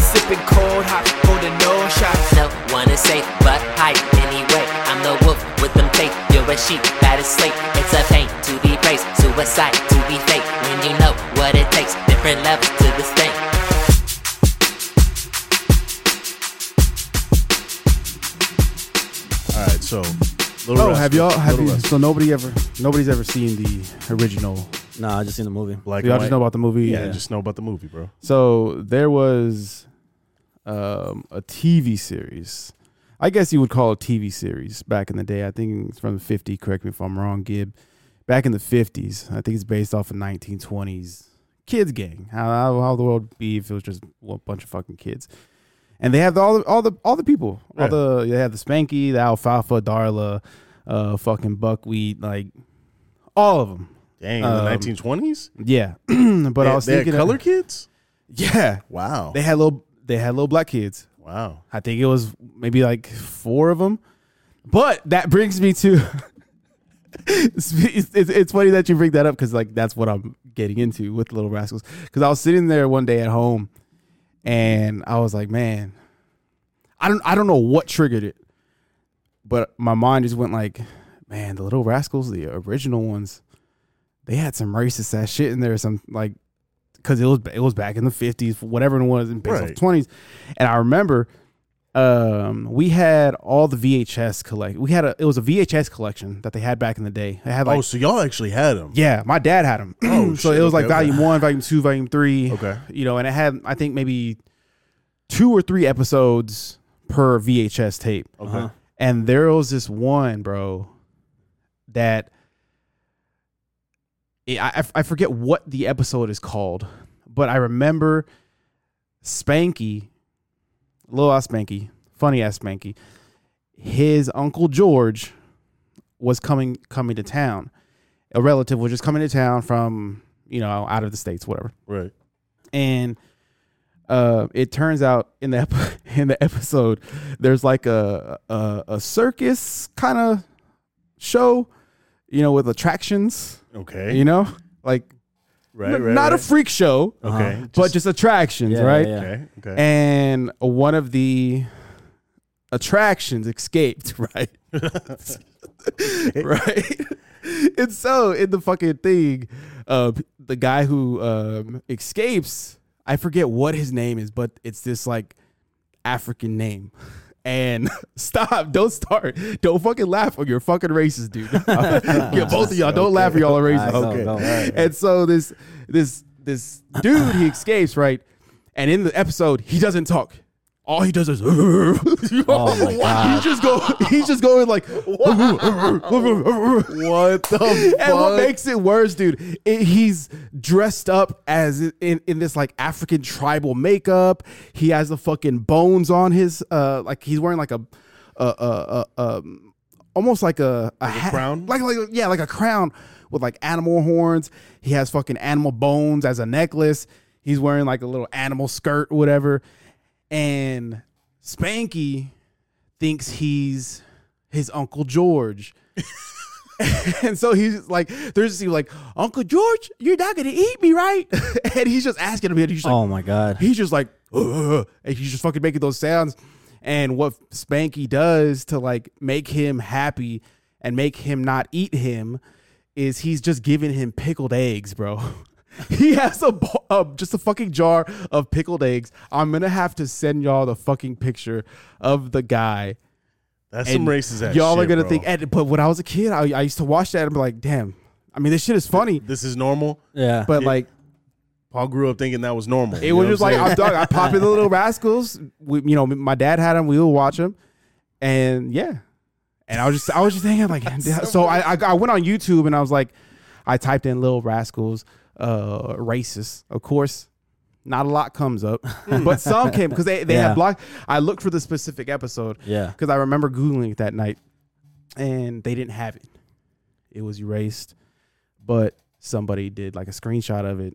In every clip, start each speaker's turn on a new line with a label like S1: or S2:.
S1: Sipping cold hot, holding no shots.
S2: No one is safe but hide anyway. I'm the wolf with them fake. You're a sheep that is slate. It's a pain to be praised, suicide to be fake. When you know what it takes, different levels to this thing.
S3: All right, so Little
S4: Oh,
S3: Rascal-
S4: have y'all? Have
S3: Little
S4: you?
S3: Rascal.
S4: So nobody ever, nobody's ever seen the original.
S5: Nah, I just seen the movie.
S3: Black
S4: y'all
S3: and white.
S4: just know about the movie.
S3: yeah, just know about the movie, bro.
S4: So there was um, a TV series. I guess you would call it TV series back in the day. I think it's from the 50. Correct me if I'm wrong, Gib. Back in the 50s, I think it's based off a 1920s kids gang. How, how, how the world would be if it was just a bunch of fucking kids. And they have all the all the all the people.
S3: Right.
S4: All the they have the Spanky, the Alfalfa, Darla, uh, fucking Buckwheat, like all of them.
S3: Dang,
S4: Um,
S3: in the 1920s.
S4: Yeah, but I was
S3: they,
S4: thinking
S3: had color kids.
S4: Yeah,
S3: Wow,
S4: they had little they had little black kids.
S3: wow.
S4: I think it was maybe like four of them. But that brings me to it's, it's, it's funny that you bring that up because like that's what I'm getting into with Little Rascals. Because I was sitting there one day at home and I was like, man, I don't I don't know what triggered it, but my mind just went like, man, the Little Rascals, the original ones, they had some racist ass shit in there, some like because it was it was back in the fifties, whatever it was, and based off
S3: Right.
S4: twenties. And I remember um we had all the VHS collect. We had a it was a VHS collection that they had back in the day. It had like
S3: oh, so y'all actually had them.
S4: yeah, my dad had them.
S3: Oh,
S4: so
S3: shit,
S4: it was like
S3: okay, okay.
S4: volume one, volume two, volume three.
S3: Okay.
S4: You know, and it had I think maybe two or three episodes per VHS tape.
S3: Okay.
S4: And there was this one, bro, that I, I, I forget what the episode is called, but I remember Spanky, little ass Spanky, funny ass Spanky, his uncle George was coming coming to town. A relative was just coming to town from you know out of the states, whatever
S3: Right.
S4: and uh, it turns out in the ep- in the episode there's like a a, a circus kind of show, you know, with attractions,
S3: Okay.
S4: you know, like
S3: right.
S4: n-
S3: Right.
S4: not a
S3: right.
S4: freak show,
S3: Okay.
S4: but just attractions,
S5: Yeah,
S4: right?
S5: yeah, yeah.
S3: okay. Okay.
S4: And one of the attractions escaped, right? right? and so in the fucking thing, uh, the guy who um, escapes, I forget what his name is, but it's this like African name. And stop, don't start, don't fucking laugh or you're fucking racist, dude. yeah, both of y'all, don't laugh or y'all are racist.
S5: All right,
S3: Okay.
S5: go, go. All right.
S4: And so this this this dude he escapes right, and in the episode he doesn't talk. All he does is
S5: Oh my
S4: he just go he's just going like
S3: what the
S4: and what makes it worse, dude, it, he's dressed up as i- in, in this like African tribal makeup. He has the fucking bones on his uh like he's wearing like a a a, a, um almost like a a, hat-
S3: crown?
S4: like like yeah like a crown with like animal horns. He has fucking animal bones as a necklace. He's wearing like a little animal skirt, whatever. And Spanky thinks he's his uncle George. And so he's like, there's just like, Uncle George, you're not gonna eat me, right? and he's just asking him, and he's just like,
S5: Oh my god.
S4: he's just like, "Ugh," and he's just fucking making those sounds. And what Spanky does to like make him happy and make him not eat him is he's just giving him pickled eggs, bro. He has a bo- uh, just a fucking jar of pickled eggs. I'm gonna have to send y'all the fucking picture of the guy
S3: That's some
S4: and
S3: racist ass
S4: Y'all are
S3: shit,
S4: gonna
S3: bro.
S4: think. And, but when I was a kid, I, I used to watch that and be like, "Damn, I mean, this shit is funny."
S3: this is normal.
S5: Yeah.
S4: But like,
S3: Paul grew up thinking that was normal.
S4: it was just like, "I'm done. I pop in the Little Rascals." We, you know, my dad had them. We would watch them, and yeah, and I was just, I was just thinking like, so I, I, I went on YouTube and I was like, I typed in Little Rascals, uh, racist, of course. Not a lot comes up, but some came because they, they
S5: Yeah.
S4: had blocked. I looked for the specific episode
S5: yeah.
S4: because I remember googling it that night, and they didn't have it. It was erased, but somebody did like a screenshot of it,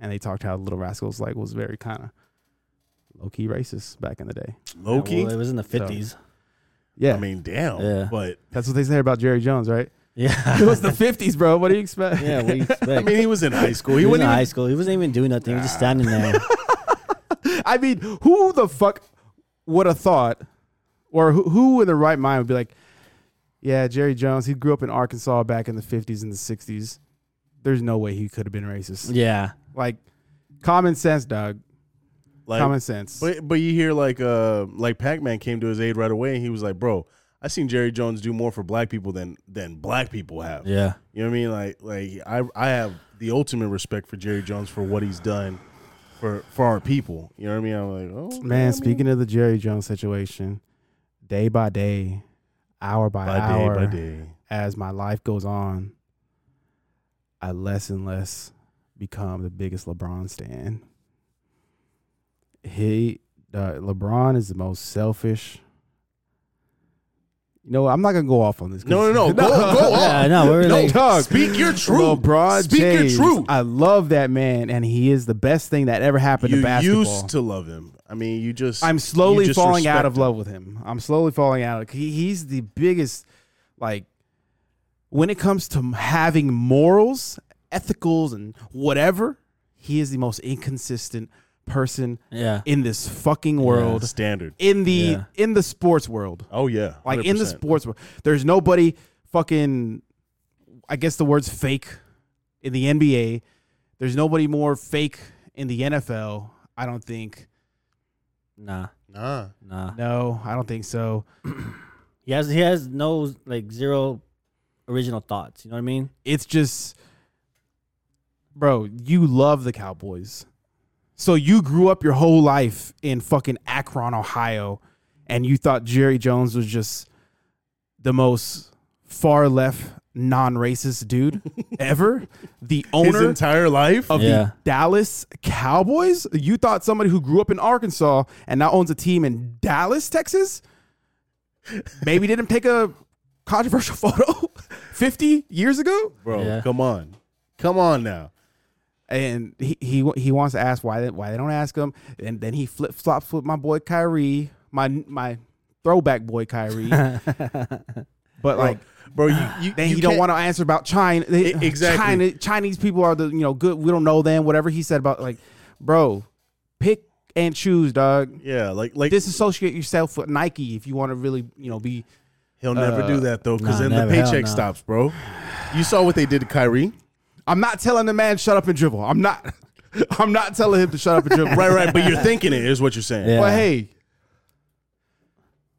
S4: and they talked how Little Rascals like was very kind of low key racist back in the day.
S3: Loki.
S5: Well, it was in the fifties.
S4: Yeah,
S3: I mean, damn.
S5: Yeah.
S3: But
S4: that's what they say about Jerry Jones, right?
S5: Yeah.
S4: It was the '50s, bro. What do you expect?
S5: yeah. What do you expect?
S3: I mean, he was in high school. He
S5: he was in
S3: wouldn't even
S5: high school. He wasn't even doing nothing. He was just standing there.
S4: I mean, who the fuck would have thought, or who, who in their right mind would be like, yeah, Jerry Jones, he grew up in Arkansas back in the 50s and the 60s. There's no way he could have been racist.
S5: yeah.
S4: Like, common sense, dog.
S3: like.
S4: common sense.
S3: But but you hear like uh like Pac Man came to his aid right away and he was like, bro, I seen Jerry Jones do more for black people than than black people have.
S5: Yeah.
S3: You know what I mean? Like like I I have the ultimate respect for Jerry Jones for what he's done for for our people. You know what I mean? I'm like, oh
S4: Man, speaking of the Jerry Jones situation, day by day, hour by,
S3: by
S4: hour,
S3: day by day.
S4: as my life goes on, I less and less become the biggest LeBron stan. He, uh, LeBron is the most selfish. You know, I'm not gonna go off on this. 'cause-
S3: No, no, no. Go, go
S5: Yeah.
S3: on.
S5: No, we're
S3: No,
S5: like,
S4: dog.
S3: Speak your truth.
S4: LeBron
S3: Speak
S4: James,
S3: your truth.
S4: I love that man, and he is the best thing that ever happened to
S3: you
S4: basketball.
S3: used to love him. I mean, you just.
S4: I'm
S3: you
S4: slowly
S3: just
S4: falling out
S3: respect
S4: of
S3: him.
S4: love with him. I'm slowly falling out. of- He, he's the biggest, like, when it comes to having morals, ethicals, and whatever, he is the most inconsistent person
S5: Yeah.
S4: in this fucking
S3: Yeah,
S4: world.
S3: standard.
S4: In the
S5: Yeah.
S4: in the sports world,
S3: Oh yeah,
S4: like in the
S3: 100%.
S4: sports world, there's nobody fucking. I guess the word's fake in the NBA. There's nobody more fake in the NFL. I don't think.
S5: Nah.
S3: Nah,
S5: Nah.
S4: No, I don't think so.
S5: He has he has no like zero original thoughts. You know what I mean?
S4: it's just bro you love the cowboys so you grew up your whole life in fucking akron ohio and you thought jerry jones was just the most far left non-racist dude ever the
S3: his
S4: owner
S3: entire life.
S4: of
S5: Yeah.
S4: the Dallas Cowboys? You thought somebody who grew up in Arkansas and now owns a team in Dallas, Texas, maybe didn't take a controversial photo 50 years ago?
S3: bro.
S5: Yeah.
S3: Come on, come on now.
S4: And he he, he wants to ask why they, why they don't ask him, and then he flip flops with my boy Kyrie, my my throwback boy Kyrie. but like
S3: Bro, you, you
S4: then
S3: you
S4: he don't
S3: can't-
S4: want to answer about China. They-
S3: E- exactly.
S4: China, Chinese people are the you know good. We don't know them. Whatever he said about like, bro, pick and choose, dog.
S3: Yeah, like like
S4: Disassociate yourself with Nike if you want to really you know be.
S3: he'll never do that though, because
S5: Uh, nah,
S3: then
S5: never.
S3: the
S5: Hell
S3: paycheck
S5: no.
S3: stops, bro. You saw what they did to Kyrie,
S4: I'm not telling the man shut up and dribble. I'm not. I'm not telling him to shut up and dribble.
S3: right? Right, but you're thinking it is what you're saying.
S5: Yeah.
S4: But hey,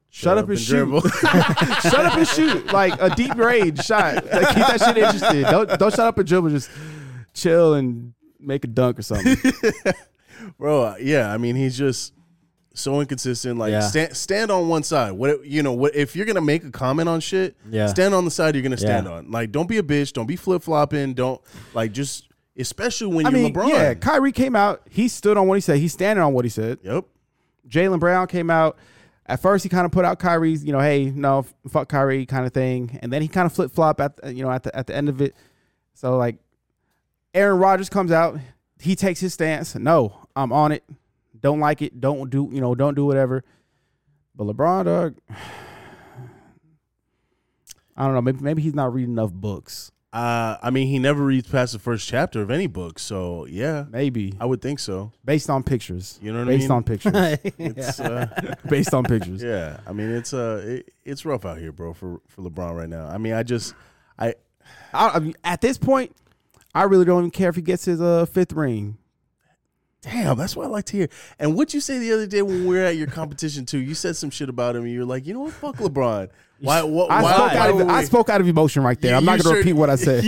S4: shut, up, and shoot.
S3: dribble.
S4: shut up and shoot like a deep range shot. Like, keep that shit interested. Don't don't shut up and dribble. Just chill and make a dunk or something.
S3: bro. Yeah, I mean he's just so inconsistent. Like
S5: Yeah.
S3: stand stand on one side. What you know? What if you're gonna make a comment on shit?
S5: Yeah.
S3: stand on the side you're gonna stand
S5: Yeah.
S3: on. Like don't be a bitch. Don't be flip flopping. Don't like just especially when
S4: I
S3: you're
S4: mean,
S3: LeBron.
S4: yeah, Kyrie came out. He stood on what he said. He's standing on what he said.
S3: yep.
S4: Jalen Brown came out. At first, he kind of put out Kyrie's, you know, hey, no, f- fuck Kyrie, kind of thing, and then he kind of flip flop at, the- you know, at the at the end of it. So like, Aaron Rodgers comes out. He takes his stance. No, I'm on it. Don't like it. Don't do, you know, don't do whatever. But LeBron, dog, I don't know. Maybe maybe he's not reading enough books.
S3: Uh, I mean, he never reads past the first chapter of any book, so yeah,
S4: Maybe
S3: I would think so.
S4: based on pictures.
S3: You know what I
S4: based
S3: mean?
S4: on pictures.
S3: It's, uh,
S4: based on pictures.
S3: yeah, I mean, it's uh, it, it's rough out here, bro, for for LeBron right now. I mean, I just, I
S4: I, I mean, at this point, I really don't even care if he gets his uh, fifth ring.
S3: damn, that's what I like to hear. And what you say the other day when we were at your competition too, you said some shit about him, and you're like, you know what, fuck LeBron. Why? What,
S4: I,
S3: why?
S4: spoke,
S3: why
S4: out of,
S3: would
S4: I
S3: we-
S4: spoke out of emotion right there.
S3: You-
S4: I'm not
S3: you sure-
S4: going to repeat what I said.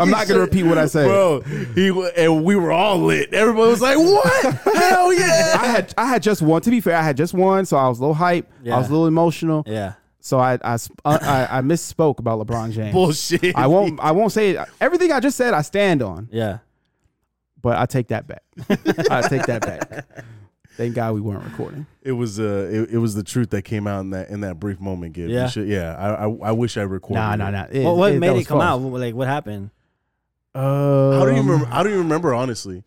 S4: I'm not going to repeat what I said.
S3: Bro, he wa- and we were all lit. Everybody was like, "What? Hell yeah!"
S4: I had I had just one. To be fair, I had just one, so I was a little hype. I was a
S5: Yeah.
S4: little emotional.
S5: Yeah.
S4: So I I, sp- uh, I I misspoke about LeBron James.
S3: Bullshit.
S4: I won't I won't say it. Everything I just said, I stand on.
S5: Yeah.
S4: But I take that back. I take that back. Thank God we weren't recording.
S3: It was uh, it, it was the truth that came out in that in that brief moment. Gib. You
S5: Yeah.
S3: should- yeah. I, I I wish I recorded.
S4: Nah,
S3: it.
S4: nah, nah.
S5: Well, what
S4: that
S5: made
S4: was
S5: it come
S4: false.
S5: out? Like what happened?
S4: Uh,
S3: I don't even remember, I don't even remember honestly.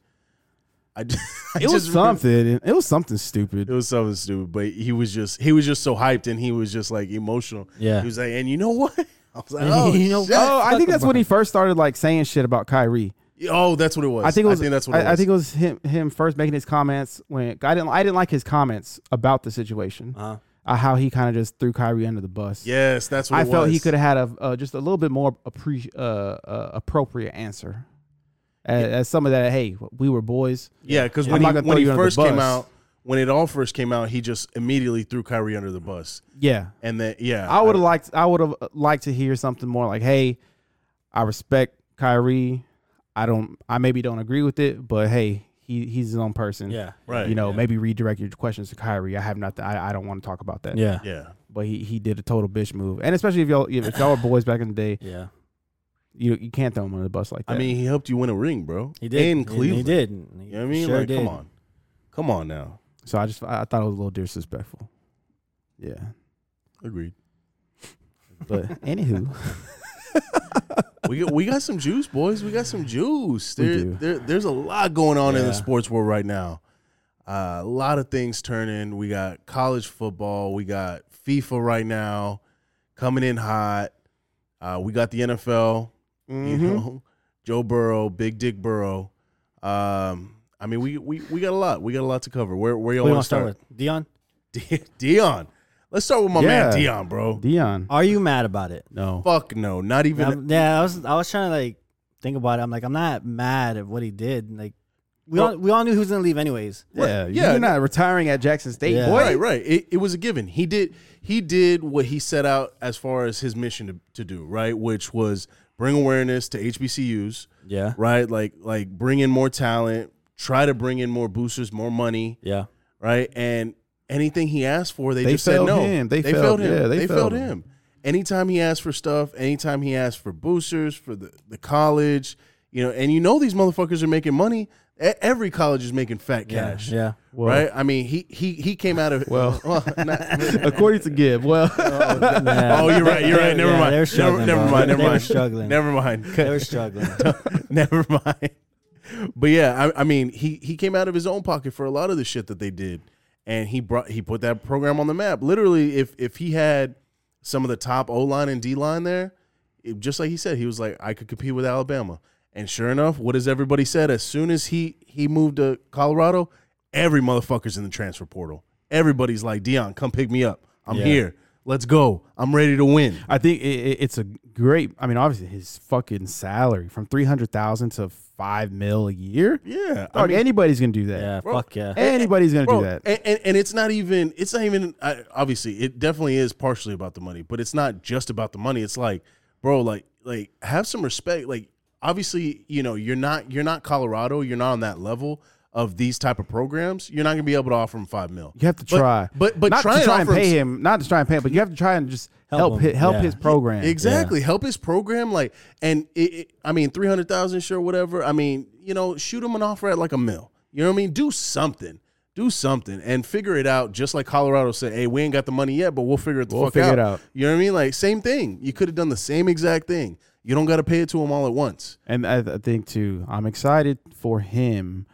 S3: I just, I
S4: Um, It was
S3: just remember-
S4: something. It was something stupid.
S3: It was something stupid, but he was just he was just so hyped and he was just like emotional.
S5: Yeah.
S3: He was like, and you know what? I was like, oh,
S5: You know
S3: shit.
S5: what?
S4: oh, I think that's
S5: about
S4: when he first started like saying shit about Kyrie.
S3: oh, that's what it was.
S4: I think it was.
S3: I think that's what it was.
S4: I, think it was him. Him first making his comments when I didn't. I didn't like his comments about the situation.
S5: Uh-huh.
S4: Uh, how he kind of just threw Kyrie under the bus.
S3: yes, that's what
S4: I
S3: it
S4: felt
S3: was.
S4: he could have had a uh, just a little bit more appre- uh, uh, appropriate answer. As, as some of that, hey, we were boys.
S3: Yeah, because
S4: I'm
S3: when
S4: not
S3: he
S4: gonna
S3: when
S4: throw
S3: he
S4: you under the
S3: first came
S4: bus.
S3: out, when it all first came out, he just immediately threw Kyrie under the bus,
S4: Yeah,
S3: and then yeah,
S4: I would have liked. I would have liked to hear something more like, "Hey, I respect Kyrie. I don't. I maybe don't agree with it, but hey, he he's his own person.
S5: Yeah.
S3: right,
S4: You know, maybe redirect your questions to Kyrie. I have nothing. I, I don't want to talk about that.
S5: Yeah.
S3: yeah,
S4: But he, he did a total bitch move, and especially if y'all if y'all were boys back in the day,
S5: Yeah.
S4: you you can't throw him under the bus like that.
S3: I mean, he helped you win a ring, bro.
S5: He did.
S3: in
S5: He-
S3: Cleveland.
S5: He did. He
S3: You know what I mean?
S5: sure
S3: like,
S5: did.
S3: come on, come on now.
S4: so I just I, I thought it was a little disrespectful. Yeah.
S3: Agreed.
S4: But anywho,
S3: we got, we got some juice, boys. We got some juice.
S4: We
S3: There,
S4: do.
S3: there there's a lot going on in
S5: Yeah.
S3: the sports world right now. Uh, a lot of things turning. We got college football. We got FIFA right now coming in hot. Uh, we got the NFL. You
S5: Mm-hmm.
S3: know, Joe Burrow, Big Dick Burrow. Um, I mean, we, we we got a lot. We got a lot to cover. Where where y'all
S5: What do you
S3: want
S5: want
S3: to start?
S5: with? Dion,
S3: Dion. Let's start with my man
S4: Yeah.
S3: Dion, bro.
S4: Dion,
S5: are you mad about it?
S4: no,
S3: Fuck no, not even.
S5: Um, yeah, I was I was trying to like think about it. I'm like, I'm not mad at what he did. Like we
S3: No.
S5: all we all knew he was gonna leave anyways.
S4: yeah,
S3: yeah.
S4: you're not retiring at Jackson State,
S5: Yeah.
S4: boy.
S3: Right, right. It, it was a given. He did he did what he set out as far as his mission to, to do, right? Which was bring awareness to HBCUs,
S5: Yeah.
S3: right? Like like bring in more talent, try to bring in more boosters, more money,
S5: Yeah.
S3: right? And anything he asked for, they,
S4: They
S3: just said
S4: failed
S3: no.
S4: him. They failed- yeah, they
S3: they
S4: failed
S3: failed
S4: him.
S3: him. Anytime he asked for stuff, anytime he asked for boosters for the, the college, you know, and you know these motherfuckers are making money. E- Every college is making fat cash.
S5: Yeah.
S4: Well-
S3: right? I mean, he he he came out of
S4: Well.
S3: not-
S4: According to Gibb, well,
S5: Yeah.
S3: oh, you're right. You're right. Never
S5: Yeah,
S3: mind.
S5: they were
S3: Never,
S5: struggling,
S3: never
S5: bro.
S3: mind.
S5: They-
S3: Never
S5: they were
S3: mind.
S5: struggling.
S3: Never mind.
S5: they were struggling.
S3: never mind. But yeah, I, I mean, he he came out of his own pocket for a lot of the shit that they did, and he brought he put that program on the map. Literally, if if he had some of the top O line and D line there, it- just like he said, he was like, I could compete with Alabama. And sure enough, what has everybody said? As soon as he he moved to Colorado, every motherfucker's in the transfer portal. Everybody's like, Dion, come pick me up. I'm
S5: Yeah.
S3: here. Let's go. I'm ready to win.
S4: I think it, it, it's a great. I mean, obviously his fucking salary from three hundred thousand to five mil a year.
S3: Yeah, I
S4: Dog,
S3: mean-
S4: anybody's gonna do that.
S5: Yeah, fuck yeah.
S4: Anybody's gonna
S3: Bro,
S4: do that.
S3: And, and and it's not even it's not even I, obviously it definitely is partially about the money, but it's not just about the money. It's like, bro, like like have some respect. Like obviously, you know, you're not you're not Colorado, you're not on that level of these type of programs. You're not gonna be able to offer him five mil.
S4: You have to
S3: But-
S4: try,
S3: but but
S4: not
S3: try,
S4: to try and
S3: offer
S4: pay him, not to try and pay him, but you have to try and just help help,
S5: Help him,
S4: his, help
S5: yeah.
S4: his program.
S3: Exactly. Help his program. Like, and it, it- I mean, 300,000, sure, whatever. I mean, you know, shoot him an offer at like a mill. You know what I mean? Do something. Do something and figure it out. Just like Colorado said, hey, we ain't got the money yet, but we'll figure it the
S4: We'll
S3: fuck
S4: figure
S3: out.
S4: it out.
S3: You know what I mean? Like, same thing. You could have done the same exact thing. You don't got to pay it to him all at once.
S4: And I, I think too, I'm excited for him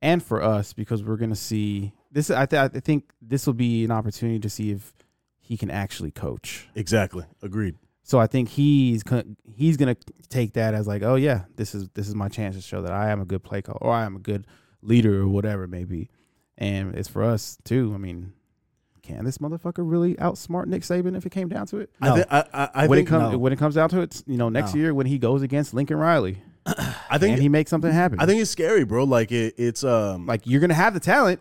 S4: and for us because we're gonna see this. I, th- I think this will be an opportunity to see if he can actually coach.
S3: Exactly. Agreed.
S4: So I think he's gonna, he's gonna take that as like, oh yeah, this is this is my chance to show that I am a good play call or I am a good leader or whatever it may be. And it's for us too. I mean, can this motherfucker really outsmart Nick Saban if it came down to it?
S3: I, thi- I, I, I
S4: when
S3: think,
S4: it comes
S5: no.
S4: when it comes down to it, you know, next
S5: No.
S4: year when he goes against Lincoln Riley,
S3: I think,
S4: and he makes something happen.
S3: I think it's scary, bro. Like, it, it's, um,
S4: like you're gonna have the talent.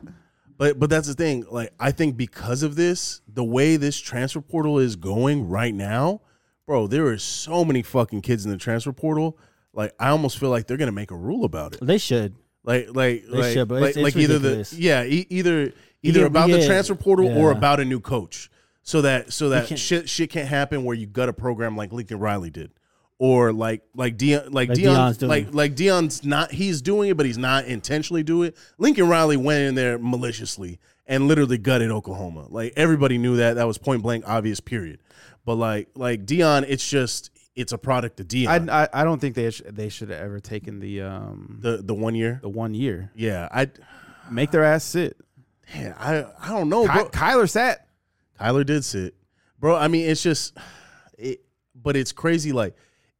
S3: But but that's the thing. Like I think because of this, the way this transfer portal is going right now, bro, there are so many fucking kids in the transfer portal. Like I almost feel like they're gonna make a rule about it.
S5: They should.
S3: Like like like
S5: should, but
S3: like,
S5: it's- it's
S3: like either
S5: ridiculous.
S3: the yeah e- either either
S5: get- we
S3: about the
S5: get-
S3: transfer portal or
S5: yeah.
S3: about a new coach. So that so that
S5: can't-
S3: shit shit can't happen where you gut a program like Lincoln Riley did. Or like like Dion like, Dion's
S5: Like Dion's doing.
S3: like like Dion's not he's doing it, but he's not intentionally doing it. Lincoln Riley went in there maliciously and literally gutted Oklahoma. Like everybody knew that. That was point blank obvious, period. But like like Dion, it's just it's a product of Dion.
S4: I, I I don't think they sh- they should have ever taken the um the,
S3: the the one year.
S4: one year.
S3: Yeah, I
S4: Make their ass sit.
S3: man, I I don't know,
S4: Ky-
S3: bro.
S4: Kyler sat.
S3: Kyler did sit, bro. I mean, it's just it, but it's crazy. Like,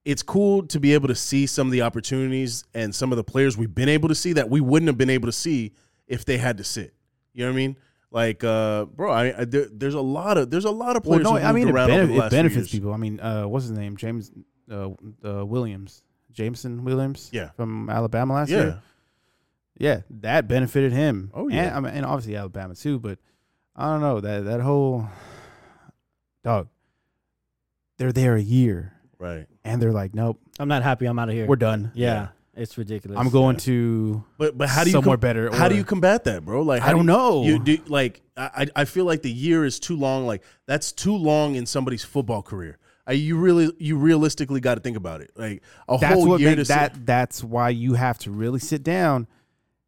S3: it's cool to be able to see some of the opportunities and some of the players we've been able to see that we wouldn't have been able to see if they had to sit. You know what I mean? Like, uh, bro, I, I there, there's a lot of there's a lot of
S4: Well,
S3: players.
S4: no,
S3: who
S4: I mean
S3: moved
S4: it,
S3: around over
S4: benef-
S3: the
S4: it
S3: last few
S4: benefits
S3: years.
S4: people. I mean, uh, what's his name? James uh, uh, Williams, Jameson Williams.
S3: Yeah.
S4: from Alabama last
S3: Yeah,
S4: year. Yeah, that benefited him.
S3: Oh, yeah.
S4: and, I mean, and obviously Alabama too. But I don't know that that whole dog. They're there a year,
S3: right.
S4: and they're like, nope,
S5: I'm not happy. I'm out of here.
S4: we're done.
S5: Yeah, it's ridiculous.
S4: I'm going to
S3: But but how do you
S4: Somewhere better,
S3: How do
S4: or-
S3: you combat that, bro? Like
S4: I
S3: how do you-
S4: don't know.
S3: You do like I I I feel like the year is too long. Like that's too long in somebody's football career. I, you really you realistically got to think about it. Like a
S4: that's
S3: whole
S4: what
S3: year to
S4: makes
S3: sit-
S4: that that's why you have to really sit down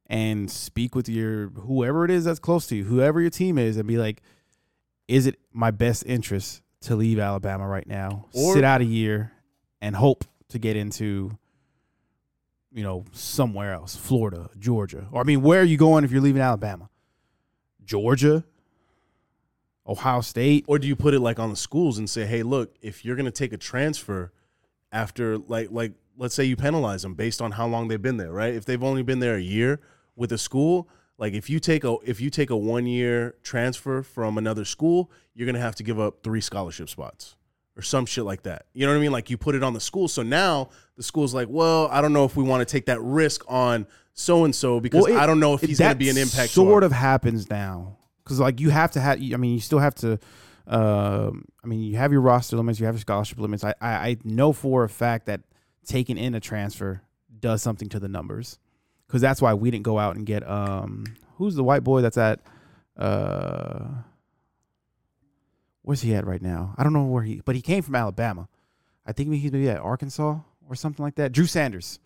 S4: and speak with your whoever it is that's close to you whoever your team is and be like is it my best interest to leave alabama right now
S3: Or-
S4: sit out a year and hope to get into you know somewhere else florida georgia or i mean where are you going if you're leaving alabama georgia ohio state
S3: or do you put it like on the schools and say, hey, look, if you're gonna take a transfer after like like let's say you penalize them based on how long they've been there, right? If they've only been there a year with a school, like if you take a if you take a one year transfer from another school, you're gonna have to give up three scholarship spots or some shit like that. You know what I mean? Like you put it on the school, so now the school's like, well, I don't know if we want to take that risk on so and so because
S4: Well, it-
S3: I don't know if
S4: it-
S3: he's gonna
S4: that
S3: be an impact. to
S4: Sort
S3: our-
S4: of happens now because like you have to have. I mean, you still have to. Um, I mean, you have your roster limits, you have your scholarship limits. I, I I know for a fact that taking in a transfer does something to the numbers because that's why we didn't go out and get um who's the white boy that's at uh where's he at right now? I don't know where he, but he came from Alabama. I think he's maybe at Arkansas or something like that. Drew Sanders.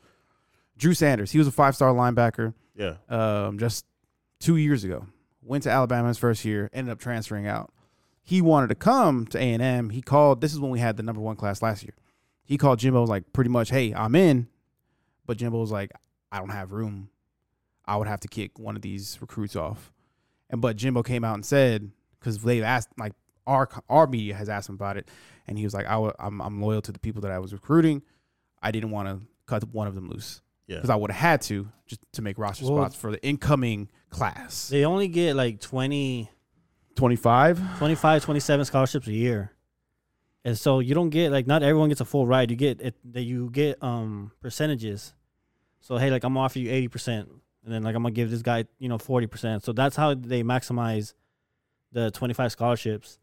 S4: Drew Sanders. He was a five star linebacker
S3: yeah.
S4: um, just two years ago. Went to Alabama his first year, ended up transferring out. He wanted to come to A and M. He called. This is when we had the number one class last year. He called Jimbo was like pretty much, "Hey, I'm in," but Jimbo was like, "I don't have room. I would have to kick one of these recruits off." And but Jimbo came out and said, because they've asked, like our our media has asked him about it, and he was like, I w- I'm I'm loyal to the people that I was recruiting. I didn't want to cut one of them loose
S3: Yeah.
S4: because I would have had to just to make roster
S5: Well,
S4: spots for the incoming class.
S5: They only get like 20,
S4: 25.
S5: 25, 27 scholarships a year, and so you don't get like not everyone gets a full ride. You get it that you get um percentages. So hey, like I'm gonna offer you eighty percent, and then like I'm gonna give this guy you know forty percent. So that's how they maximize the twenty five scholarships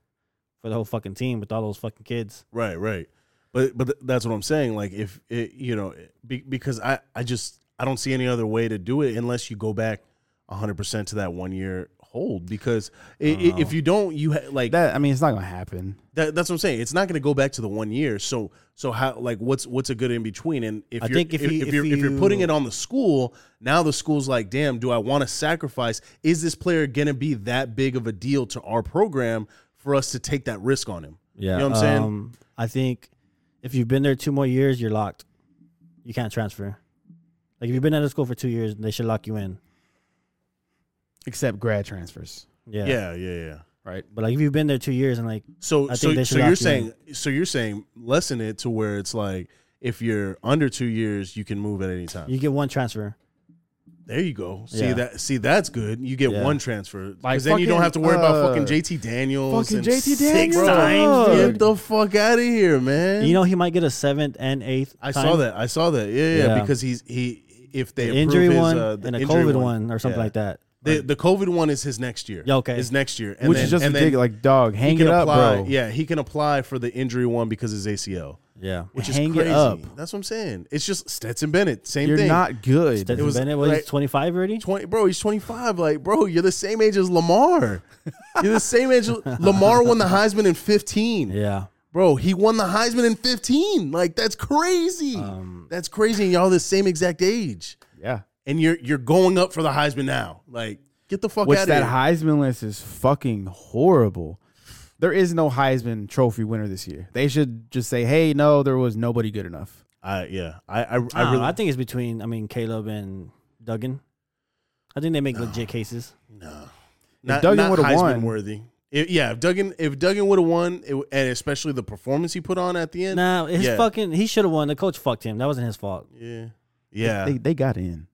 S5: for the whole fucking team with all those fucking kids.
S3: Right, right. But but th- that's what I'm saying. Like if it, you know, be, because I I just I don't see any other way to do it unless you go back 100 percent to that one year hold. Because i i
S5: Uh-huh.
S3: if you don't, you ha- like
S4: That I mean, it's not gonna happen.
S3: that, that's what I'm saying. It's not going to go back to the one year. So so how like what's what's a good in between? And if
S5: I
S3: you're,
S5: think if you-
S3: you're if
S5: if
S3: you're putting
S5: you-
S3: it on the school, now the school's like, damn, do I want to sacrifice? Is this player going to be that big of a deal to our program for us to take that risk on him?
S5: Yeah,
S3: you know what I'm saying.
S5: Um, I think if you've been there two more years, you're locked. You can't transfer. Like if you've been out of school for two years, they should lock you in.
S4: Except grad transfers,
S5: Yeah.
S3: yeah, yeah, yeah.
S4: right?
S5: But like if you've been there two years and like
S3: So
S5: I think
S3: so
S5: they
S3: so
S5: should
S3: you're
S5: opt you
S3: saying so you're saying lessen it to where it's like if you're under two years, you can move at any time.
S5: you get one transfer.
S3: there you go. See
S5: Yeah.
S3: that see that's good. You get
S5: Yeah.
S3: one transfer because
S4: Like
S3: then you don't
S4: fucking,
S3: have to worry about
S4: uh,
S3: fucking JT Daniels.
S4: fucking
S3: and
S4: JT
S3: six
S4: Daniels,
S3: times.
S4: bro.
S3: Get the fuck out of here, man.
S5: You know he might get a seventh and eighth.
S3: I
S5: time.
S3: saw that. I saw that. Yeah, yeah.
S5: Yeah.
S3: Because he's he if they
S5: The
S3: approve
S5: injury
S3: his,
S5: one
S3: uh, the
S5: and a
S3: injury
S5: COVID one, or something
S3: Yeah.
S5: like that.
S3: The, the COVID one is his next year.
S5: Yeah, okay.
S3: Is next year, and
S4: Which
S3: then,
S4: is just
S3: and then
S4: ridiculous. Like, dog,
S3: he
S4: hang
S3: can
S4: it up,
S3: apply.
S4: bro.
S3: Yeah, he can apply for the injury one because his ACL.
S5: Yeah.
S3: which is
S4: Hang it
S3: crazy.
S4: up.
S3: That's what I'm saying. It's just Stetson Bennett, same
S4: You're
S3: thing.
S4: not good.
S5: Stetson
S3: was-
S5: Bennett was
S3: right-
S5: 25 already.
S3: 20, bro, he's 25. Like, bro, you're the same age as Lamar. You're the same age. Lamar won the Heisman in 15.
S5: Yeah.
S3: Bro, he won the Heisman in 15. Like, that's crazy.
S4: Um,
S3: that's crazy. And y'all the same exact age.
S4: yeah.
S3: And you're you're going up for the Heisman now. Like, get the fuck
S4: Which
S3: out of
S4: that
S3: here.
S4: Heisman list is fucking horrible. There is no Heisman Trophy winner this year. They should just say, "Hey, no, there was nobody good enough."
S3: I yeah. I I,
S5: I,
S3: I really
S5: I think it's between I mean Caleb and Duggan. I think they make legit cases.
S3: no.
S4: Duggan would've
S3: Heisman
S4: won-
S3: worthy. If- yeah, if Duggan if Duggan would have won, it, w- and especially the performance he put on at the end.
S5: Nah, his
S3: yeah.
S5: fucking he should have won. The coach fucked him. That wasn't his fault.
S3: Yeah. Yeah.
S4: They, they got in.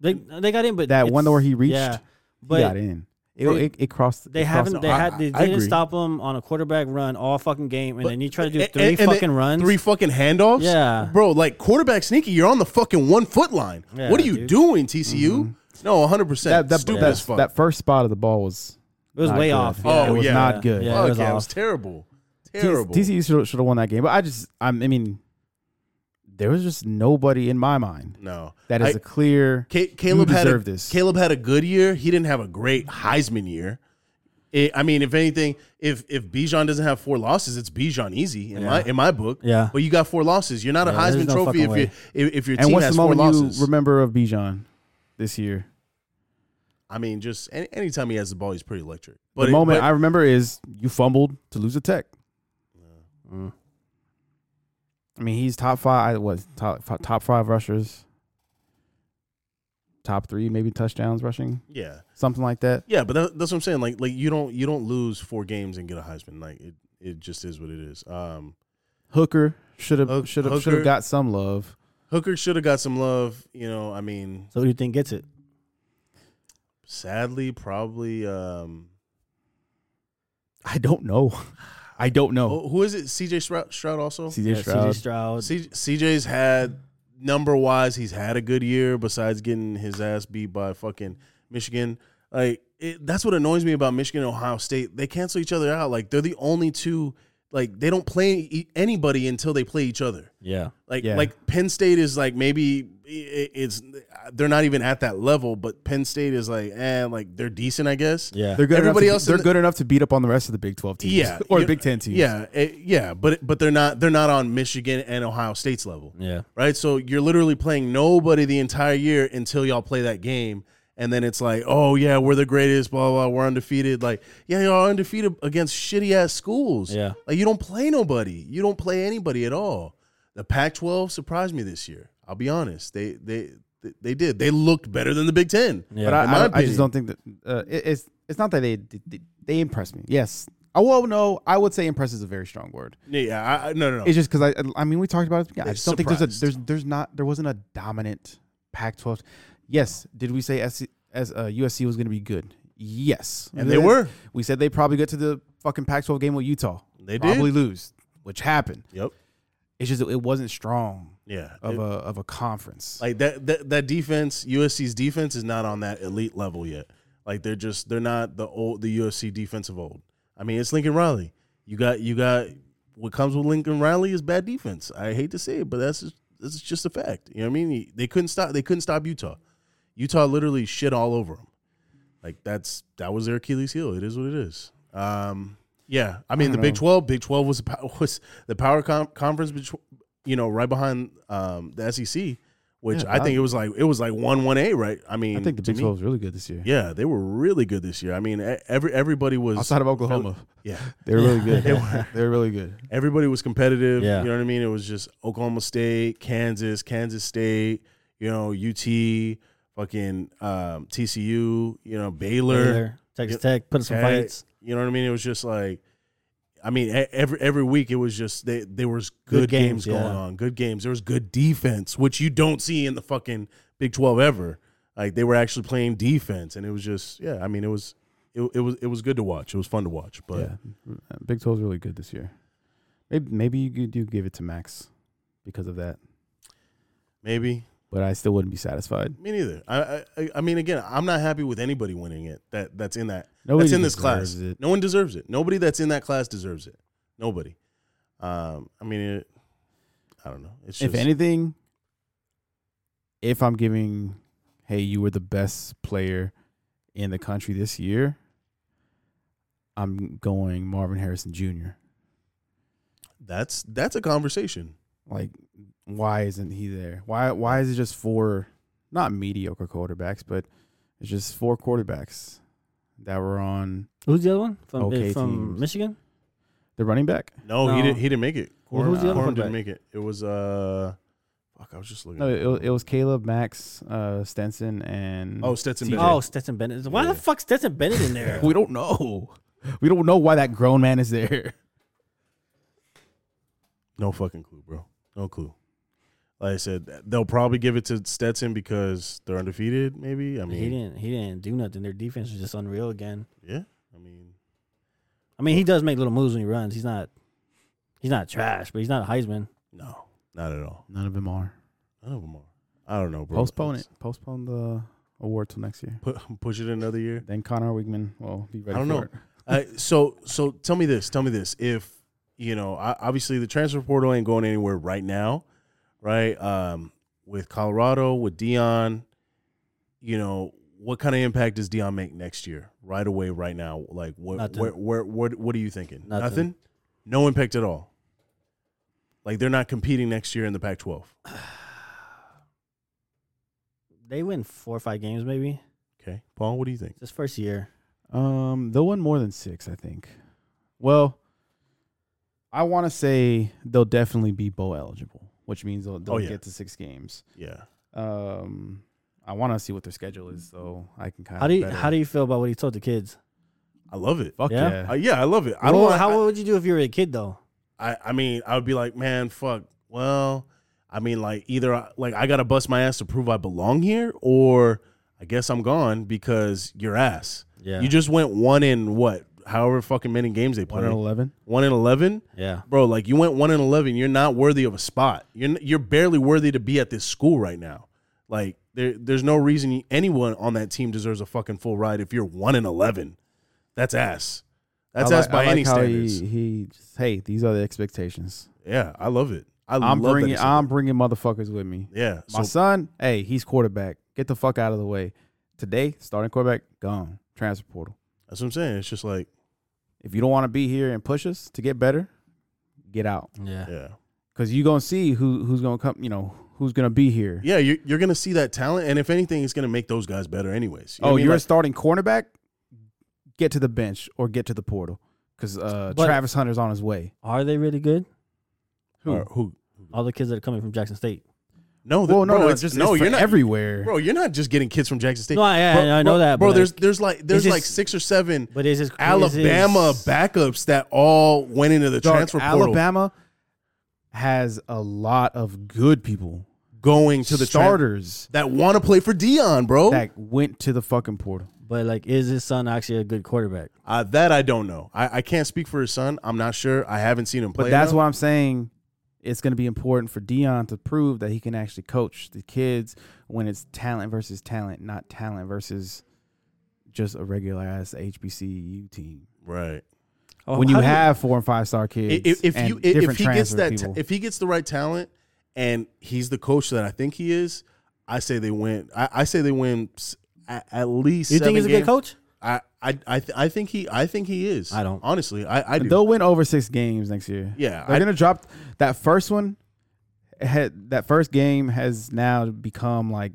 S5: They they got in, but
S4: That one
S5: it's-
S4: where he reached,
S5: Yeah,
S4: he
S5: but
S4: got in. It,
S5: they-
S4: it, it crossed.
S5: They
S4: it crossed
S5: haven't.
S4: the-
S5: They
S4: I-
S5: had. They
S4: I
S5: didn't
S4: agree.
S5: stop him on a quarterback run all fucking game, and
S3: But-
S5: then you try to do
S3: and-
S5: three
S3: and they-
S5: fucking runs.
S3: Three fucking handoffs?
S5: Yeah.
S3: Bro, like quarterback sneaky, you're on the fucking one foot line.
S5: Yeah,
S3: what are you
S5: dude.
S3: doing, TCU? No, 100%.
S4: Mm-hmm. That that,
S3: Stupid
S4: that,
S3: as fuck.
S4: that first spot of the ball was
S5: it was
S4: not
S5: way
S4: good.
S5: off.
S3: Oh,
S5: it was
S3: yeah.
S4: not good.
S5: Yeah,
S3: Fuck,
S5: it was
S3: yeah,
S5: off.
S3: terrible.
S4: T-
S3: Terrible.
S4: TCU should should have won that game, but I just I'm, I mean, there was just nobody in my mind
S3: no.
S4: that is
S3: I-
S4: a clear.
S3: Ca- Caleb
S4: you
S3: had a,
S4: deserve this.
S3: Caleb had a good year. He didn't have a great Heisman year. I- I mean, if anything, if if Bijan doesn't have four losses, it's Bijan easy in my in my book.
S5: Yeah.
S3: but you got four losses. You're not a
S5: Yeah, there's
S3: Heisman
S5: no
S3: trophy if
S5: fucking
S3: you if, if your
S4: and
S3: team
S4: what's the
S3: has four
S4: moment
S3: losses.
S4: you remember of Bijan this year?
S3: I mean, just any, anytime he has the ball, he's pretty electric.
S4: the
S3: it-
S4: moment I remember is you fumbled to lose a tech.
S5: Mm.
S4: I mean, he's top five. Was top fi- top five rushers, top three maybe touchdowns rushing,
S3: yeah,
S4: something like that.
S3: yeah, but that, that's what I'm saying. Like like you don't you don't lose four games and get a Heisman. Like it it just is what it is. Um,
S4: Hooker should
S3: Hook-
S4: have should have should
S3: Hooker.
S4: have got some love.
S3: Hooker should have got some love. You know, I mean,
S5: So who do you think gets it?
S3: sadly, probably. Um,
S4: I don't know. I don't know.
S3: Oh, who is it? CJ Stroud, Stroud also.
S4: CJ
S5: Yeah,
S4: Stroud.
S5: CJ Stroud.
S3: C- CJ's had number wise, he's had a good year. Besides getting his ass beat by fucking Michigan, like it, that's what annoys me about Michigan and Ohio State. They cancel each other out. Like they're the only two. Like they don't play e- anybody until they play each other.
S5: yeah,
S3: Like
S4: Yeah.
S3: like Penn State is like maybe i- i- it's they're not even at that level, but Penn State is like eh, like they're decent, I guess.
S5: yeah.
S4: They're
S3: Everybody
S4: good everybody else.
S3: else in
S4: they're
S3: the-
S4: good enough to beat up on the rest of the Big Twelve teams.
S3: Yeah,
S4: or
S3: you-
S4: Big Ten teams.
S3: Yeah, eh, yeah, but but they're not they're not on Michigan and Ohio State's level.
S5: yeah.
S3: right? So you're literally playing nobody the entire year until y'all play that game. And then it's like, oh yeah, we're the greatest, blah blah. We're undefeated. Like, yeah, y'all are undefeated against shitty ass schools.
S5: Yeah.
S3: like you don't play nobody. You don't play anybody at all. The Pac-12 surprised me this year. I'll be honest. They they they did. They looked better than the Big Ten.
S5: Yeah.
S4: But I,
S3: In my
S4: I, I
S3: opinion.
S4: just don't think that uh, it, it's it's not that they they, they impress me. Yes, I well no, I would say impress is a very strong word.
S3: Yeah, I, I- no no no.
S4: It's just because I I mean we talked about it. I
S3: They're
S4: just don't think there's a
S3: Oh. surprised.
S4: there's there's not there wasn't a dominant Pac-12. Yes, did we say SC, as uh, USC was going to be good? Yes,
S3: And they were.
S4: We said they probably get to the fucking Pac-12 game with Utah.
S3: They did.
S4: probably lose, which happened.
S3: yep.
S4: It's just it wasn't strong
S3: Yeah.
S4: of
S3: It-
S4: a of a conference.
S3: Like that, that that defense, USC's defense is not on that elite level yet. Like they're just they're not the old the USC defense of old. I mean, it's Lincoln Riley. You got you got what comes with Lincoln Riley is bad defense. I hate to say it, but that's just, that's just a fact. You know what I mean? They couldn't stop they couldn't stop Utah. Utah literally shit all over them. Like that's that was their Achilles heel. It is what it is. Um, yeah, I mean the Big Twelve. Big Twelve was a pow- was the power con conference, betw- you know, right behind um, the SEC, which
S4: Yeah,
S3: I
S4: I-
S3: think it was like it was like one one A, right? I mean,
S4: I think the
S3: to
S4: Big
S3: me,
S4: Twelve is really good this year.
S3: Yeah, they were really good this year. I mean, e- every everybody was
S4: Outside of Oklahoma,
S3: yeah,
S4: they were really good. they were they were really good.
S3: everybody was competitive.
S5: Yeah.
S3: You know what I mean? It was just Oklahoma State, Kansas, Kansas State, you know, UT, fucking um, TCU, you know, Baylor.
S5: Baylor, Texas Tech put in some
S3: Hey,
S5: fights.
S3: You know what I mean? It was just like, I mean, e- every every week it was just they there was good,
S5: Good
S3: games,
S5: games,
S3: going
S5: yeah.
S3: on, good games. There was good defense, which you don't see in the fucking Big Twelve ever. Like they were actually playing defense, and it was just yeah. I mean, it was it, it was it was good to watch. It was fun to watch, but
S4: yeah, Uh, Big 12's really good this year. Maybe maybe you could- you give it to Max because of that,
S3: maybe
S4: but I still wouldn't be satisfied.
S3: me neither. I, I- I I mean, again, I'm not happy with anybody winning it. That that's in that
S4: Nobody
S3: that's in this
S4: deserves
S3: class.
S4: it.
S3: No one deserves it. Nobody that's in that class deserves it. Nobody. Um, I mean, it, I don't know. It's just,
S4: if anything, if I'm giving, hey, you were the best player in the country this year, I'm going Marvin Harrison Jr.
S3: That's that's a conversation.
S4: Like, why isn't he there? Why why is it just four, not mediocre quarterbacks, but it's just four quarterbacks that were on
S5: Who's the other one from
S4: Okay
S5: eh, from
S4: teams.
S5: Michigan?
S4: the running back.
S3: No, he
S5: No.
S3: didn't. He didn't make it.
S5: Well,
S3: Corum,
S5: who's the other
S3: Corum didn't
S5: quarterback?
S3: make it. It was uh, fuck. I was just looking.
S4: No,
S3: at
S4: it, it was Caleb, Max, uh, Stenson, and
S3: oh, Stetson.
S4: TJ.
S3: Bennett.
S5: Oh, Stetson Bennett. Why
S3: Yeah.
S5: the fuck Stetson Bennett in there?
S4: we don't know. We don't know why that grown man is there.
S3: No fucking clue, bro. No clue. Like I said, they'll probably give it to Stetson because they're undefeated. Maybe. I
S5: he
S3: mean,
S5: didn't. He didn't do nothing. Their defense was just unreal again.
S3: yeah. I mean,
S5: I mean, he does make little moves when he runs. He's not. He's not trash, but he's not a Heisman.
S3: no, not at all.
S4: None of them are.
S3: None of them are. I don't know, bro.
S4: Postpone
S3: It's-
S4: it. Postpone the award till next year.
S3: Pu- push it another year.
S4: Then Connor Wigman will be ready.
S3: I don't
S4: for
S3: know.
S4: it.
S3: Uh, so, so tell me this. Tell me this. If you know, I, obviously the transfer portal ain't going anywhere right now, right? Um, with Colorado, with Dion, you know, what kind of impact does Dion make next year? Right away, right now, like what?
S5: Nothing.
S3: Where, where, what? What are you thinking?
S5: Nothing.
S3: No impact at all. Like they're not competing next year in the Pac-12.
S5: They win four or five games, maybe.
S3: Okay, Paul, what do you think?
S5: It's his first year.
S4: Um, they'll win more than six, I think. Well, I want to say they'll definitely be bowl eligible, which means they'll, they'll
S3: Oh, yeah.
S4: get to six games.
S3: Yeah,
S4: Um, I want to see what their schedule is, so I can kind of.
S5: How do you how do you feel about what he told the kids?
S3: I love it.
S4: Fuck
S5: Yeah.
S4: yeah.
S3: Uh, yeah, I love it. I
S5: Well,
S3: don't. want-
S5: how
S3: I-
S5: would you do if you were a kid though?
S3: I, I mean, I would be like, man, fuck. Well, I mean, like either I, like I gotta bust my ass to prove I belong here, or I guess I'm gone because your ass.
S5: Yeah.
S3: You just went one in what, however fucking many games they
S4: One
S3: played.
S4: and eleven.
S3: One in eleven,
S5: yeah.
S3: bro. Like you went one in eleven. You're not worthy of a spot. You're n- you're barely worthy to be at this school right now. Like there there's no reason anyone on that team deserves a fucking full ride if you're one in eleven. That's ass. That's
S4: I
S3: ass
S4: like-
S3: by
S4: I like
S3: any
S4: how
S3: standards.
S4: He, he just, hey, these are the expectations.
S3: yeah, I love it. I
S4: I'm
S3: love that
S4: bringing
S3: it's like
S4: I'm bringing motherfuckers with me.
S3: Yeah.
S4: My son, hey, he's quarterback. Get the fuck out of the way. Today, starting quarterback gone. Transfer portal.
S3: that's what I'm saying. It's just like,
S4: If you don't want to be here and push us to get better, get out.
S5: Yeah.
S3: yeah.
S4: Cause you gonna see who who's gonna come. You know who's gonna be here.
S3: Yeah, you're, you're going to see that talent. And if anything, it's going to make those guys better, anyways. You know
S4: oh,
S3: what I mean?
S4: you're a
S3: Like,
S4: starting cornerback. Get to the bench or get to the portal because uh,
S5: But-
S4: Travis Hunter's on his way.
S5: Are they really good?
S4: Who?
S3: or who?
S5: All the kids that are coming from Jackson State.
S3: No, the,
S4: well, no,
S3: bro,
S4: no,
S3: it's,
S4: just
S3: no,
S4: it's
S3: you're
S4: for
S3: not.
S4: everywhere.
S3: Bro, you're not just getting kids from Jackson State.
S5: No, I- I-
S3: Bro-
S5: I know
S3: bro-
S5: that,
S3: Bro,
S5: but,
S3: there's
S5: like,
S3: there's like there's
S5: just-
S3: like six or seven
S5: But is his is his-
S3: Alabama backups that all went into the
S4: Dog,
S3: transfer portal
S4: Alabama has a lot of good people
S3: going to the tran-
S4: starters
S3: that want to play for Dion, bro. That,
S4: that went to the fucking portal.
S5: But like, is his son actually a good quarterback?
S3: uh, that I don't know. I, I can't speak for his son. I'm not sure. I haven't seen him play.
S4: But that's
S3: enough.
S4: why I'm saying it's going to be important for Dion to prove that he can actually coach the kids when it's talent versus talent, not talent versus just a regular ass HBCU team.
S3: right.
S5: Oh,
S4: when you
S5: how do
S4: have four and five star kids,
S3: if, if
S4: and
S3: you if, if
S4: different
S3: he gets
S4: transfer
S3: that ta-
S4: people.
S3: if he gets the right talent and he's the coach that I think he is, I say they win. I, I say they win s- at, at least.
S5: you think
S3: seven
S5: he's a good
S3: games.
S5: coach?
S3: I I I, th- I think he I think he is.
S5: I don't.
S3: honestly. I I do.
S4: they'll win over six games next year.
S3: Yeah,
S4: they're
S3: I-
S4: gonna drop that first one. Had that first game has now become like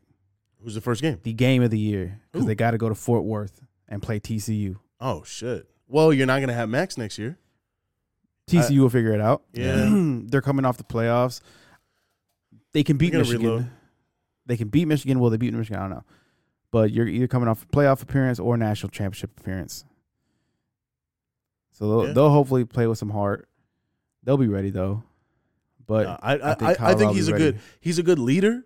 S3: Who's the first game?
S4: the game of the year because
S3: Ooh.
S4: they got to go to Fort Worth and play TCU.
S3: Oh shit. Well, you're not gonna have Max next year.
S4: TCU will figure it out.
S3: Yeah.
S4: they're coming off the playoffs. They can beat
S3: They're gonna
S4: Michigan.
S3: reload.
S4: They can beat Michigan. Will they beat Michigan? I don't know. But you're either coming off a playoff appearance or national championship appearance. So they'll,
S3: Yeah.
S4: they'll hopefully play with some heart. They'll be ready though. But
S3: No, I I, I,
S4: think
S3: I,
S4: Colorado
S3: think he's a
S4: will be
S3: good
S4: ready.
S3: he's a good leader.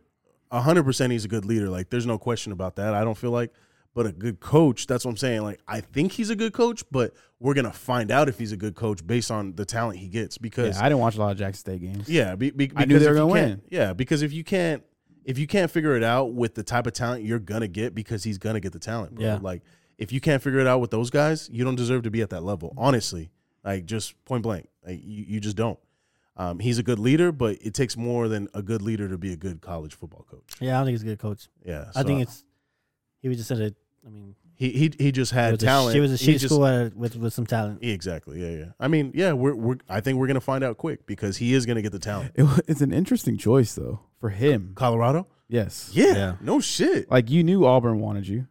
S3: A hundred percent, he's a good leader. Like there's no question about that. I don't feel like. But a good coach, that's what I'm saying. Like, I think he's a good coach, but we're gonna find out if he's a good coach based on the talent he gets. Because
S4: Yeah, I didn't watch a lot of Jackson State games.
S3: Yeah, be, be,
S4: I knew
S3: because
S4: they were
S3: if you
S4: gonna
S3: can't-
S4: win.
S3: Yeah, because if you can't if you can't figure it out with the type of talent you're gonna get, because he's gonna get the talent, bro.
S5: Yeah.
S3: Like if you can't figure it out with those guys, you don't deserve to be at that level. Honestly, like just point blank, like you, you just don't. Um, he's a good leader, but it takes more than a good leader to be a good college football coach.
S5: Yeah, I don't think he's a good coach.
S3: Yeah,
S5: I
S3: so
S5: think it's he was just at a. I mean,
S3: he he, he just
S5: it
S3: had
S5: was a sh-
S3: talent.
S5: It was a
S3: He
S5: shit
S3: just-
S5: school at, with with some talent.
S3: Exactly. Yeah, yeah. I mean, yeah, we're we're. I think we're gonna find out quick because he is gonna get the talent.
S4: It, wa- it's an interesting choice though for him.
S3: Colorado.
S4: Yes.
S3: Yeah.
S5: Yeah.
S3: No shit.
S4: Like you knew Auburn wanted you.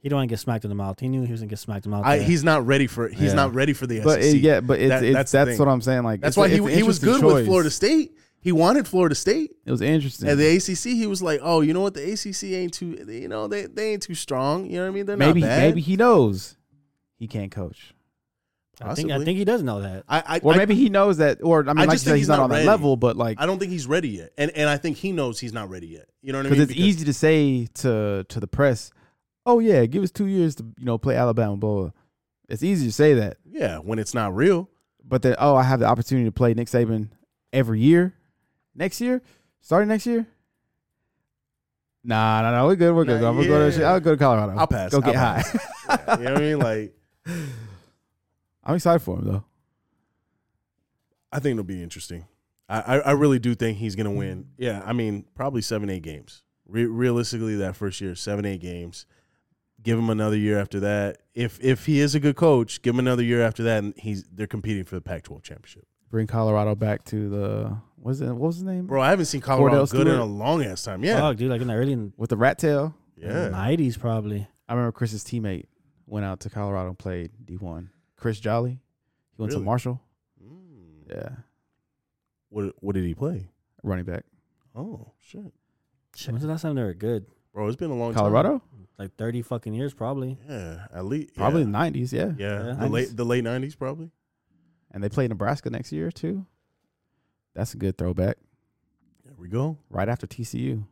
S5: He don't want to get smacked in the mouth. He knew he was gonna get smacked in the mouth.
S3: I,
S5: there.
S3: he's not ready for he's
S4: Yeah.
S3: not ready for the SEC.
S4: But it, yeah, but it's,
S3: That-
S4: it's
S3: that's
S4: that's,
S3: the thing.
S4: what I'm saying. Like
S3: That's
S4: it's a-
S3: why he,
S4: it's an
S3: he was good
S4: interesting
S3: with
S4: choice.
S3: Florida State. He wanted Florida State.
S4: It was interesting.
S3: And the ACC, he was like, "Oh, you know what? The ACC ain't too, you know, they, they ain't too strong. You know what I mean? They're
S4: maybe
S3: not bad.
S4: maybe he knows he can't coach,
S5: I think, I
S3: possibly.
S5: think he does know that.
S3: I, I,
S4: or
S3: I-
S4: maybe he knows that, or I
S3: I
S4: mean, like you
S3: just
S4: said,
S3: think
S4: he's,
S3: he's
S4: not,
S3: not
S4: on that
S3: ready.
S4: level, but like
S3: I don't think he's ready yet, and and I think he knows he's not ready yet. You know what I mean?
S4: because it's easy to say to to the press, "Oh yeah, give us two years to you know play Alabama." Blah blah. It's easy to say that,
S3: Yeah, when it's not real.
S4: but then oh, I have the opportunity to play Nick Saban every year, next year, starting next year. Nah, no, no, we're good. We're good.
S3: Nah,
S4: I'm gonna go to
S3: yeah.
S4: I'll go to Colorado.
S3: I'll pass.
S4: Go
S3: I'll
S4: get high.
S3: pass. Yeah, you know what I mean? Like,
S4: I'm excited for him though.
S3: I think it'll be interesting. I, I, I really do think he's gonna win. Yeah, I mean, probably seven, eight games. Re- realistically, that first year, seven, eight games. Give him another year after that. If if he is a good coach, give him another year after that, and he's they're competing for the Pac-12 championship.
S4: Bring Colorado back to the what's it? What was his name?
S3: Bro, I haven't seen Colorado
S4: Cordell
S3: good in
S4: Stewart.
S3: a long ass time. Yeah,
S5: Fuck, dude, like in the early in-
S4: With the rat tail.
S3: yeah.
S5: 90s probably.
S4: I remember Chris's teammate went out to Colorado and played D1. Chris Jolly. He went
S3: Really?
S4: to Marshall.
S3: Mm.
S4: Yeah.
S3: What what did he play?
S4: Running back.
S3: Oh shit,
S5: When's the last time they were good?
S3: bro, it's been a long time.
S4: Colorado?
S5: Like 30 fucking years probably.
S3: Colorado. Yeah, at least
S4: Probably
S3: yeah.
S4: the 90s, yeah.
S3: Yeah,
S5: Yeah.
S3: the
S4: Nice.
S3: late the late nineties probably.
S4: And they play Nebraska next year, too. That's a good throwback.
S3: There we go.
S4: Right after TCU.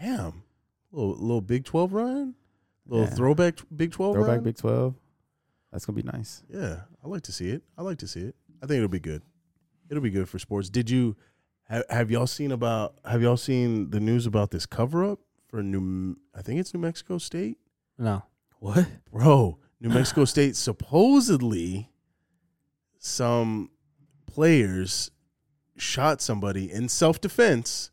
S3: Damn, little little Big Twelve run, little
S4: Yeah.
S3: throwback t- Big Twelve
S4: Throwback
S3: run.
S4: Big 12. That's going to be nice.
S3: yeah, I like to see it. I like to see it. I think it'll be good. It'll be good for sports. Did you have, have y'all seen about have y'all seen the news about this cover up for New? I think it's New Mexico State.
S5: No.
S4: What?
S3: bro new mexico state supposedly some players shot somebody in self-defense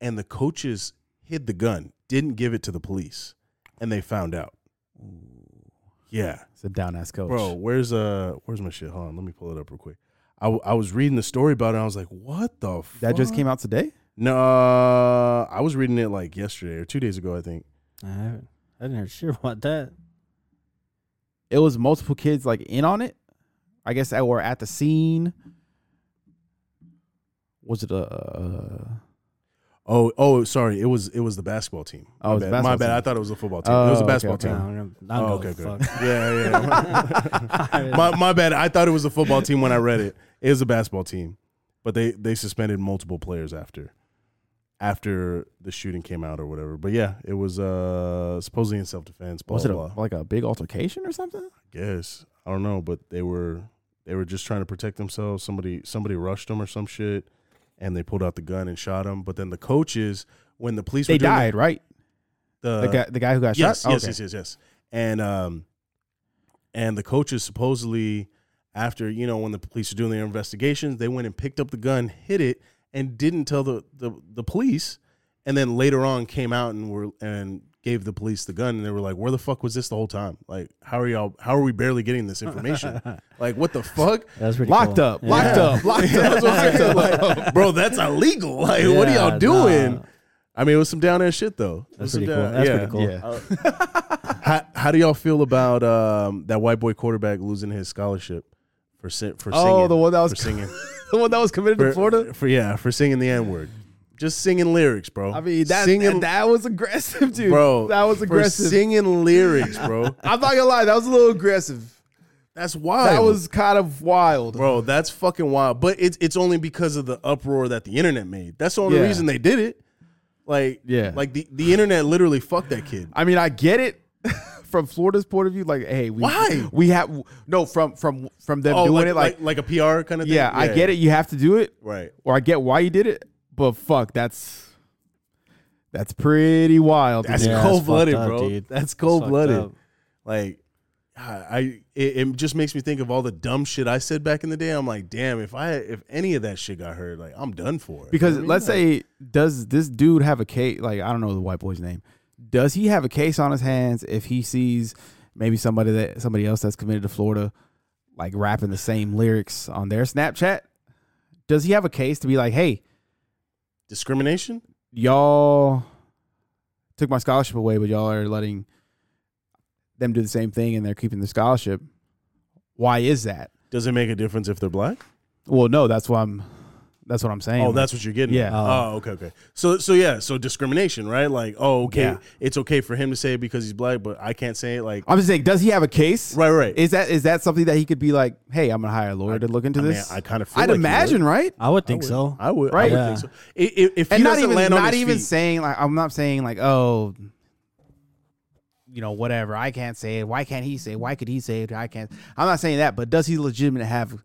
S3: and the coaches hid the gun didn't give it to the police and they found out yeah
S4: It's a down ass coach.
S3: bro where's uh where's my shit hold on let me pull it up real quick i, w- I was reading the story about it and i was like what the
S4: That just came out today?
S3: no i was reading it like yesterday or two days ago i think
S5: I haven't. I didn't hear shit about that.
S4: It was multiple kids like in on it. I guess that were at the scene. Was it a. Uh,
S3: Oh, oh, sorry. It was it was the basketball team.
S4: Oh,
S3: my
S4: it was
S3: bad.
S4: the basketball
S3: My bad.
S4: team.
S3: I thought it was the football team. it was
S4: Oh,
S3: the
S4: okay,
S3: basketball
S4: okay.
S3: team.
S5: No, I don't, I
S3: Oh,
S5: don't
S3: okay,
S5: give a
S3: good.
S5: fuck.
S3: Yeah, yeah. my my bad. I thought it was the football team when I read it. It was a basketball team, but they they suspended multiple players after after the shooting came out or whatever. But yeah, it was uh supposedly in self defense. Blah
S4: was it
S3: blah.
S4: a,
S3: blah.
S4: like a big altercation or something?
S3: Yes, I don't know, but they were they were just trying to protect themselves. Somebody somebody rushed them or some shit, and they pulled out the gun and shot him. But then the coaches, when the police
S4: They
S3: were doing
S4: died, right?
S3: The,
S4: the guy, the guy who got
S3: yes,
S5: oh,
S4: shot.
S3: yes,
S4: Okay.
S3: yes, yes, yes. And um, and the coaches supposedly after you know when the police were doing their investigations, they went and picked up the gun, hid it, and didn't tell the the, the police. And then later on, came out and were and gave the police the gun, and they were like, "Where the fuck was this the whole time? Like, how are y'all? How are we barely getting this information? like, what the fuck?"
S5: That's pretty
S4: Locked
S5: cool.
S4: up, locked up, locked up.
S3: That's what I'm saying. Like, bro, that's illegal. Like, what are
S5: Yeah,
S3: y'all doing?
S5: nah.
S3: I mean, it was some down ass shit though. It was
S5: That's
S3: some
S5: pretty cool.
S3: down-
S5: That's
S3: yeah.
S5: pretty cool.
S4: Yeah.
S3: Uh, How, how do y'all feel about um, that white boy quarterback losing his scholarship for si- for singing?
S4: Oh, the one that was-
S3: for singing
S4: the one that was committed
S3: for,
S4: to Florida.
S3: for yeah for singing the N word, just singing lyrics, bro.
S4: I mean, that,
S3: singing,
S4: that that was aggressive, dude.
S3: bro,
S4: that was
S3: for
S4: aggressive.
S3: singing lyrics, bro.
S4: I'm not gonna lie, that was a little aggressive.
S3: That's wild.
S4: That was kind of wild.
S3: bro. That's fucking wild. But it's it's only because of the uproar that the internet made. That's the only
S4: Yeah.
S3: reason they did it. Like
S4: Yeah.
S3: like the the internet literally fucked that kid.
S4: I mean, I get it from Florida's point of view. Like, hey, we,
S3: Why?
S4: we have no from from from them
S3: Oh,
S4: doing
S3: like,
S4: it. Like,
S3: like like a PR kind of thing.
S4: yeah, I get it. You have to do it,
S3: Right.
S4: or I get why you did it. But fuck, that's that's pretty wild.
S3: That's
S4: dude.
S5: Yeah, that's
S3: cold blooded,
S5: fucked up,
S3: bro.
S5: dude.
S3: That's cold
S5: Fucked
S3: blooded.
S5: up.
S3: Like, God, I it, it just makes me think of all the dumb shit I said back in the day. I'm like, damn, if I if any of that shit got heard, like I'm done for.
S4: Because
S3: You know what I mean?
S4: let's
S3: Like,
S4: say, does this dude have a case? Like, I don't know the white boy's name. Does he have a case on his hands if he sees maybe somebody that somebody else that's committed to Florida, like rapping the same lyrics on their Snapchat? Does he have a case to be like, hey,
S3: discrimination.
S4: y'all took my scholarship away, but y'all are letting them do the same thing and they're keeping the scholarship. Why is that?
S3: Does it make a difference if they're black?
S4: Well, no, that's why I'm. That's what I'm saying.
S3: Oh, that's what you're getting. at.
S4: Yeah.
S3: Oh, okay, okay. So, so yeah, so discrimination, right? Like, oh, okay,
S4: Yeah.
S3: it's okay for him to say it because he's black, but I can't say it. Like,
S4: I'm just saying. Does he have a case?
S3: right, right.
S4: Is that is that something that he could be like, hey, I'm gonna hire a lawyer to look into
S3: I mean,
S4: this?
S3: I kinda feel like
S4: I'd
S3: he
S4: imagine, right?
S5: I would think so.
S3: I would,
S4: Right.
S3: I would
S5: Yeah.
S3: think so. I- i- If he
S4: and not
S3: doesn't
S4: even
S3: land on
S4: not
S3: his
S4: even
S3: feet,
S4: saying like I'm not saying like oh, you know whatever. I can't say it. Why can't he say? it? Why could he say it? I can't. I'm not saying that, but does he legitimately have?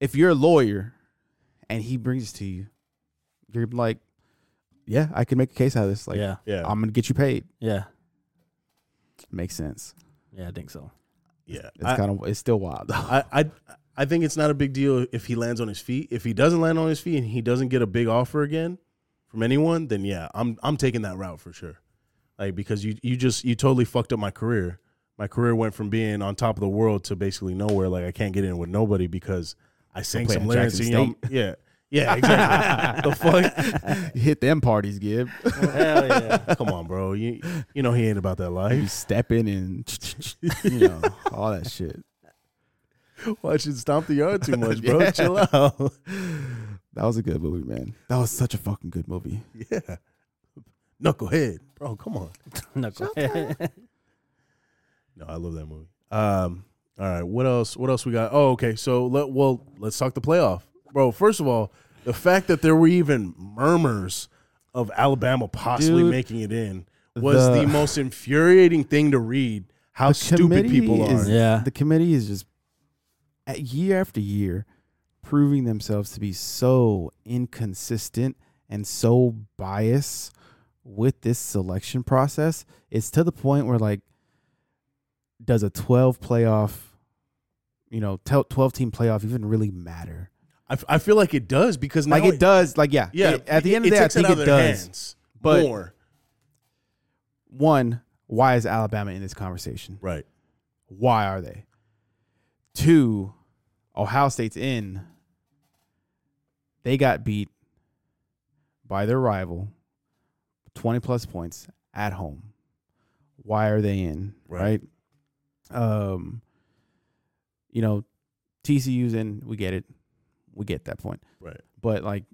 S4: If you're a lawyer, and he brings it to you, you're like, yeah, I can make a case out of this. Like,
S5: yeah,
S3: yeah,
S4: I'm gonna get you paid.
S5: yeah,
S4: Makes sense.
S5: yeah. I think so.
S3: yeah.
S4: It's
S3: I-
S4: kind of it's still wild though.
S3: I, I I think it's not a big deal if he lands on his feet. If he doesn't land on his feet and he doesn't get a big offer again from anyone, then yeah, I'm I'm taking that route for sure. Like because you you just you totally fucked up my career. My career went from being on top of the world to basically nowhere. Like I can't get in with nobody because I sang
S4: playing
S3: some
S4: at
S3: lyrics. And, you
S4: Jackson
S3: know, yeah, yeah, exactly. the fuck?
S4: Hit them parties, Gib.
S5: Hell yeah.
S3: Come on, bro. You you know he ain't about that
S4: you
S3: life.
S4: step in and you know all that shit.
S3: Watching stomp the yard too much, bro. Chill out.
S4: That was a good movie, man. That was such a fucking good movie.
S3: Yeah. Knucklehead, bro. Come on.
S5: Knuckle.
S3: No, I love that movie. Um, all right, what else? What else we got? Oh, okay. So let well, let's talk the playoff, bro. First of all, the fact that there were even murmurs of Alabama possibly
S4: Dude,
S3: making it in was the,
S4: the-
S3: most infuriating thing to read. How stupid people are.
S4: Is,
S5: Yeah.
S4: The committee is just at year after year proving themselves to be so inconsistent and so biased with this selection process. It's to the point where like does a 12 playoff you know, tel- 12 team playoff even really matter?
S3: I, f- I feel like it does because now
S4: Like it does, like yeah.
S3: Yeah,
S4: it- at the end of the
S3: it
S4: day, I
S3: takes
S4: think
S3: out of
S4: it
S3: their
S4: does.
S3: Hands
S4: but-
S3: more
S4: One, why is Alabama in this conversation?
S3: right.
S4: why are they? Two, Ohio State's in. They got beat by their rival, 20 plus points at home. Why are they in?
S3: Right.
S4: Right. Um, you know, TCU's in. We get it. We get that point.
S3: Right.
S4: But like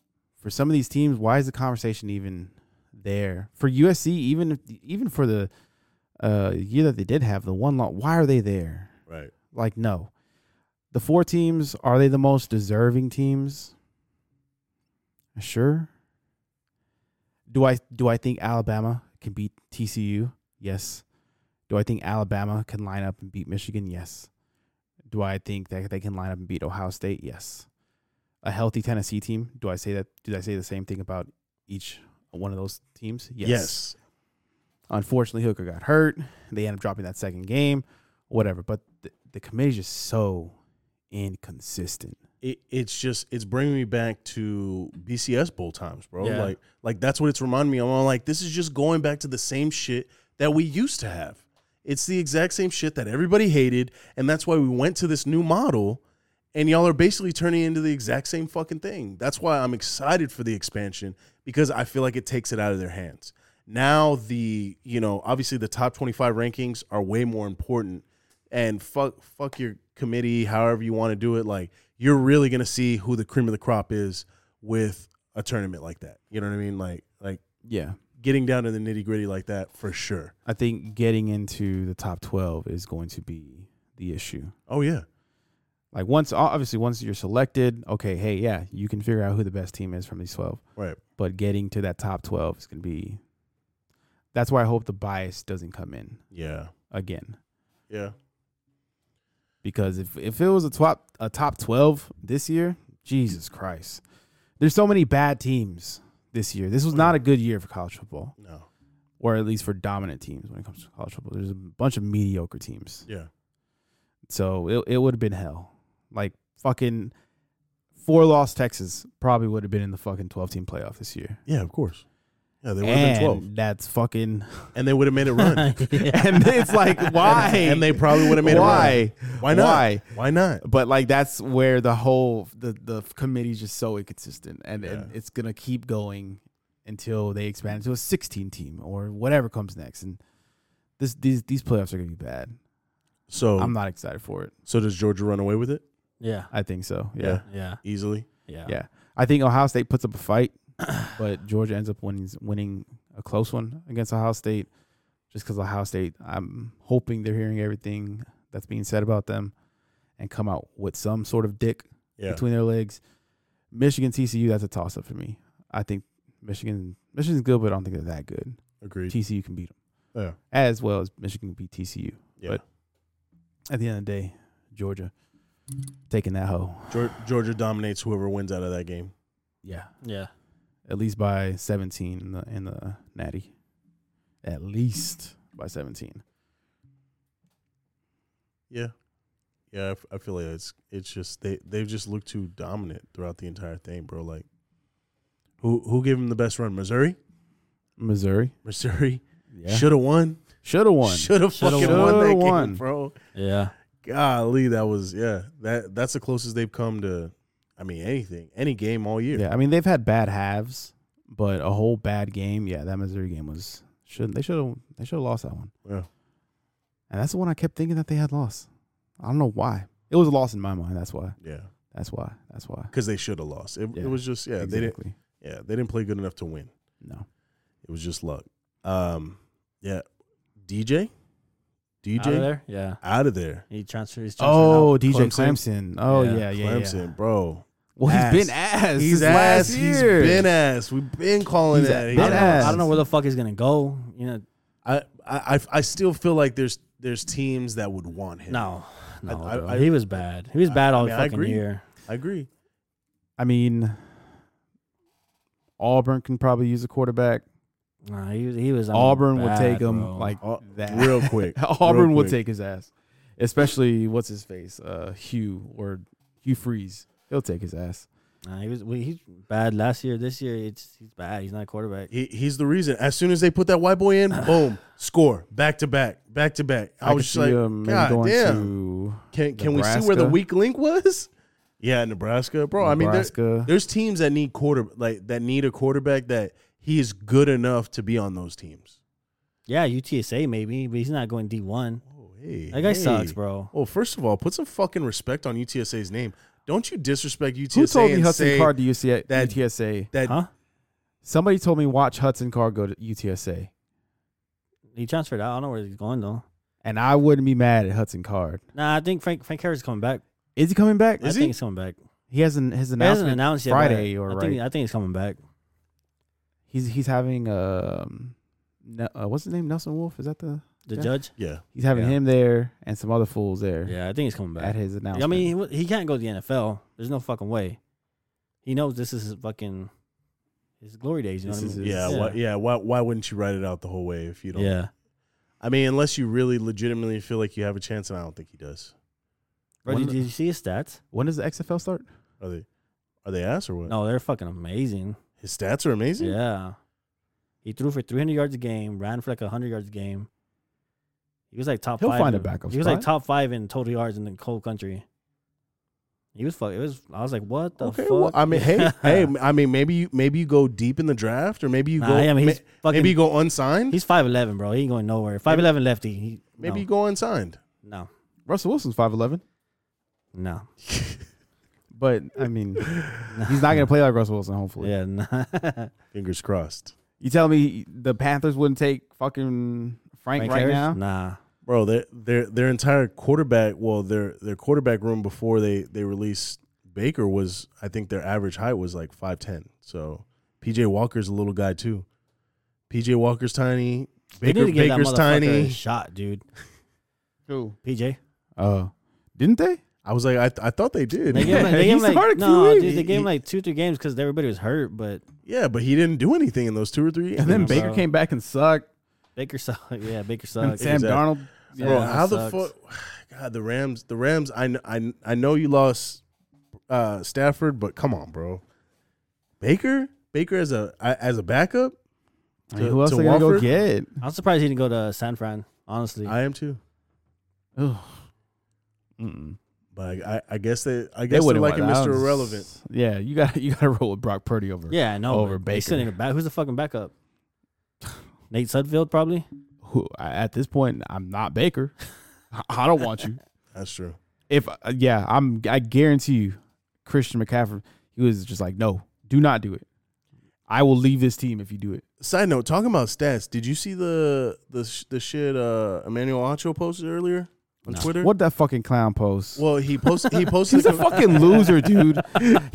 S4: for some of these teams, why is the conversation even there? For USC, even if, even for the uh, year that they did have the one lot, why are they there?
S3: Right.
S4: Like, no. The four teams, are they the most deserving teams? Sure. Do I do I think Alabama can beat TCU? Yes. Do I think Alabama can line up and beat Michigan? Yes. Do I think that they can line up and beat Ohio State? Yes. A healthy Tennessee team. Do I say that? Did I say the same thing about each one of those teams?
S3: Yes.
S4: Unfortunately, Hooker got hurt. They end up dropping that second game, whatever. But the, the committee's just so inconsistent.
S3: It, it's just it's bringing me back to BCS bowl times, bro.
S5: Yeah.
S3: Like like that's what it's reminding me. of. I'm like this is just going back to the same shit that we used to have. It's the exact same shit that everybody hated, and that's why we went to this new model. And y'all are basically turning into the exact same fucking thing. That's why I'm excited for the expansion because I feel like it takes it out of their hands. Now the you know obviously the top 25 rankings are way more important and fuck fuck your committee, however you want to do it. Like you're really gonna see who the cream of the crop is with a tournament like that. You know what I mean? Like like
S4: Yeah.
S3: getting down to the nitty gritty like that for sure.
S4: I think getting into the top 12 is going to be the issue.
S3: Oh yeah,
S4: Like, once, obviously, once you're selected, okay, hey, yeah, you can figure out who the best team is from these 12.
S3: right.
S4: But getting to that top 12 is going to be. That's why I hope the bias doesn't come in
S3: Yeah,
S4: again.
S3: yeah.
S4: because if if it was a top a top twelve this year, Jesus Christ, there's so many bad teams this year. This was not a good year for college football,
S3: No,
S4: or at least for dominant teams when it comes to college football. There's a bunch of mediocre teams,
S3: yeah,
S4: so it it would have been hell. Like fucking four loss Texas probably would have been in the fucking twelve team playoff this year.
S3: yeah. Of course. Yeah, they would have
S4: And
S3: been twelve,
S4: that's fucking.
S3: and they would have made it run.
S4: And it's like why?
S3: and they probably would have made it
S4: why?
S3: run. Why not?
S4: Why?
S3: Why not?
S4: but like that's where the whole the the committee's just so inconsistent and, and
S3: Yeah.
S4: it's gonna keep going until they expand it to a 16 team or whatever comes next and This these these playoffs are gonna be bad.
S3: So
S4: I'm not excited for it.
S3: so does Georgia run away with it
S5: Yeah.
S4: I think so. Yeah.
S3: Yeah.
S4: yeah.
S5: Yeah.
S3: easily?
S5: Yeah.
S4: I think Ohio State puts up a fight, but Georgia ends up winning winning a close one against Ohio State, just because Ohio State. I'm hoping they're hearing everything that's being said about them, and come out with some sort of dick
S3: Yeah.
S4: between their legs. Michigan TCU, that's a toss up for me. I think Michigan Michigan's good, but I don't think they're that good.
S3: Agreed.
S4: TCU can beat them
S3: yeah.
S4: as well as Michigan can beat TCU.
S3: Yeah.
S4: But at the end of the day, Georgia taking that hoe.
S3: Geor- Georgia dominates whoever wins out of that game.
S4: Yeah,
S5: Yeah.
S4: at least by 17 in the in the Natty. At least by 17.
S3: Yeah. Yeah, I f- I, feel like it's it's just they they've just looked too dominant throughout the entire thing, bro. Like, who who gave them the best run? Missouri,
S4: Missouri
S3: Missouri
S4: Yeah.
S3: should have won.
S4: should have won.
S3: Should have fucking
S5: won.
S3: won that
S4: Shoulda won.
S3: game, bro.
S5: Yeah.
S3: Golly, that was yeah. That that's the closest they've come to. I mean, anything, any game all year.
S4: Yeah, I mean they've had bad halves, but a whole bad game. Yeah, that Missouri game was should they should have they should have lost that one.
S3: Yeah.
S4: And that's the one I kept thinking that they had lost. I don't know why. It was a loss in my mind. That's why.
S3: Yeah,
S4: That's why. That's why.
S3: because they should have lost. It,
S4: Yeah.
S3: it was just yeah. They didn't
S4: exactly.
S3: yeah they didn't play good enough to win.
S4: No.
S3: It was just luck. Um, yeah, DJ, DJ
S5: Out of there. Yeah.
S3: Out of there.
S5: He transferred. He's transferring
S4: Oh,
S5: out.
S4: DJ
S3: Clemson.
S4: Clemson. Oh yeah, yeah, yeah.
S3: Clemson, bro.
S4: Well, he's
S3: Ass.
S4: been ass.
S3: He's
S4: since
S3: ass.
S4: Last
S3: He's
S4: year.
S3: been ass. We've been calling
S4: He's
S3: that.
S4: a-
S3: He's
S5: I
S4: been
S5: don't, know,
S4: ass.
S5: I don't know where the fuck he's gonna go. You know.
S3: I, I, I- I still feel like there's there's teams that would want him.
S5: No. No.
S3: I-
S5: bro.
S3: I-
S5: he was bad. He was bad
S3: I
S5: all
S3: mean, I
S5: fucking
S3: agree.
S5: year.
S3: I agree.
S4: I mean, Auburn can probably use a quarterback.
S5: Nah, he, he was. I mean,
S4: Auburn would
S5: bad,
S4: take him
S5: bro.
S4: like
S3: Au-
S4: that.
S3: real quick, real
S4: Auburn would
S3: quick.
S4: take his ass, especially what's his face, uh, Hugh or Hugh Freeze. He'll take his ass.
S5: Nah, he was. well, He's bad last year. This year, it's he's bad. He's not a quarterback.
S3: He, he's the reason. As soon as they put that white boy in, boom, score back to back, back to back. I,
S4: could
S3: was just
S4: see um,
S3: like,
S4: him maybe
S3: God damn.
S4: to
S3: Can can we see where the
S4: Nebraska.
S3: weak link was? Yeah, Nebraska, bro. I mean, there-
S4: Nebraska.
S3: there's teams that need quarter like that need a quarterback that he is good enough to be on those teams.
S5: Yeah, UTSA maybe, but he's not going D one.
S3: Oh, hey,
S5: That guy
S3: hey.
S5: sucks, bro.
S3: Well, first of all, put some fucking respect on UTSA's name. Don't you disrespect UTSA
S4: Who told me
S3: and
S4: Hudson
S3: say
S4: Card to UCA,
S3: that-
S4: UTSA?
S3: that
S5: Huh?
S4: Somebody told me watch Hudson Card go to UTSA,
S5: He transferred out. I don't know where he's going though.
S4: and I wouldn't be mad at Hudson Card.
S5: Nah, I think Frank Frank Harris is coming back.
S4: Is he coming back?
S5: I think he's coming back.
S4: He hasn't his
S5: He hasn't
S4: announcement
S5: announced yet. but
S4: Friday
S5: I
S4: or
S5: think,
S4: right.
S5: I think he's coming back.
S4: He's he's having um, ne- uh, what's his name? Nelson Wolf? Is that the?
S5: The
S4: Yeah.
S5: judge.
S3: yeah,
S4: He's having
S5: Yeah.
S4: him there and some other fools there
S5: Yeah, I think he's coming
S4: at
S5: back.
S4: his announcement.
S5: I mean, he, wa- he can't go to the NFL. There's no fucking way. He knows this is his fucking his glory days. You know
S4: This
S5: what I
S4: is
S5: mean?
S4: his-
S3: yeah,
S5: Yeah.
S3: Why, yeah. Why, why wouldn't you write it out the whole way if you don't?
S5: Yeah,
S3: I mean, unless you really legitimately feel like you have a chance, and I don't think he does.
S5: bro.
S4: One
S5: Did,
S4: of the-
S5: did you see his stats?
S4: when does the XFL start?
S3: Are they are they ass or what?
S5: No, they're fucking amazing.
S3: His stats are amazing.
S5: Yeah, he threw for 300 yards a game, ran for like 100 yards a game. He was like top.
S4: He'll
S5: five
S4: find a
S5: in-
S4: backup
S5: He was like
S4: spot.
S5: top five in total yards in the whole country. He was fuck. It was. I was like, what the
S3: Okay.
S5: fuck?
S3: Well, I mean, hey,
S5: Yeah.
S3: hey. I mean, maybe you maybe you go deep in the draft, or maybe you
S5: Nah,
S3: go.
S5: I mean,
S3: ma-
S5: he's fucking-
S3: maybe you go unsigned.
S5: He's five eleven, bro. He ain't going nowhere. Five eleven lefty. He,
S3: Maybe
S5: no,
S3: you go unsigned.
S5: no,
S4: Russell Wilson's five eleven,
S5: no.
S4: but I mean, he's not gonna play like Russell Wilson. Hopefully,
S5: Yeah, nah.
S3: Fingers crossed,
S4: you tell me the Panthers wouldn't take fucking Frank,
S5: Frank
S4: right
S5: Harris?
S4: now?
S5: Nah,
S3: bro. Their their their entire quarterback. Well, their their quarterback room before they they released Baker was I think their average height was like five ten. So PJ Walker's a little guy too. PJ Walker's tiny.
S5: They need
S3: Baker
S5: to give that
S3: Baker's
S5: motherfucker a
S3: tiny.
S5: shot, dude.
S4: Who?
S5: PJ,
S4: Oh, didn't they?
S3: I was like, I, th- I thought they did.
S5: they gave him, like, they
S4: He
S5: gave him like
S4: started
S5: no,
S4: Q8.
S5: dude, they gave him like two, three games because everybody was hurt. But
S3: yeah, but he didn't do anything in those two or three.
S4: And then
S3: games.
S4: Baker
S5: so.
S4: came back and sucked.
S5: Baker sucked. Yeah, Baker
S4: And
S5: sucked.
S4: Uh, Sam
S3: Exactly.
S4: Darnold. Yeah.
S3: Bro,
S5: that
S3: how the
S5: sucks.
S3: fuck? God, the Rams. The Rams. I, kn- I, kn- I know you lost uh, Stafford, but come on, bro. Baker. Baker as a I- as a backup.
S4: I mean, who else they gonna go
S3: Walford?
S4: get?
S5: I'm surprised he didn't go to San Fran. Honestly,
S3: I am too.
S4: Ugh. Mm-mm.
S3: But I, I, I guess they. I
S4: They
S3: guess they are
S4: wouldn't
S3: like a
S4: want- that
S3: Mr.
S4: was-
S3: Irrelevant.
S4: Yeah, you got you got to roll with Brock Purdy over.
S5: yeah, I know.
S4: over
S5: but they still
S4: Baker.
S5: need a back. Who's the fucking backup? Nate Sudfield, probably.
S4: who I- at this point I'm not Baker. I- I don't want you.
S3: That's true.
S4: If uh, yeah, I'm I guarantee you, Christian McCaffrey, he was just like, no, do not do it. I will leave this team if you do it.
S3: Side note, talking about stats, did you see the the sh- the shit uh Emmanuel Ancho posted earlier on Twitter?
S4: What that fucking clown post?
S3: Well, he posted he posted
S4: He's a fucking loser, dude.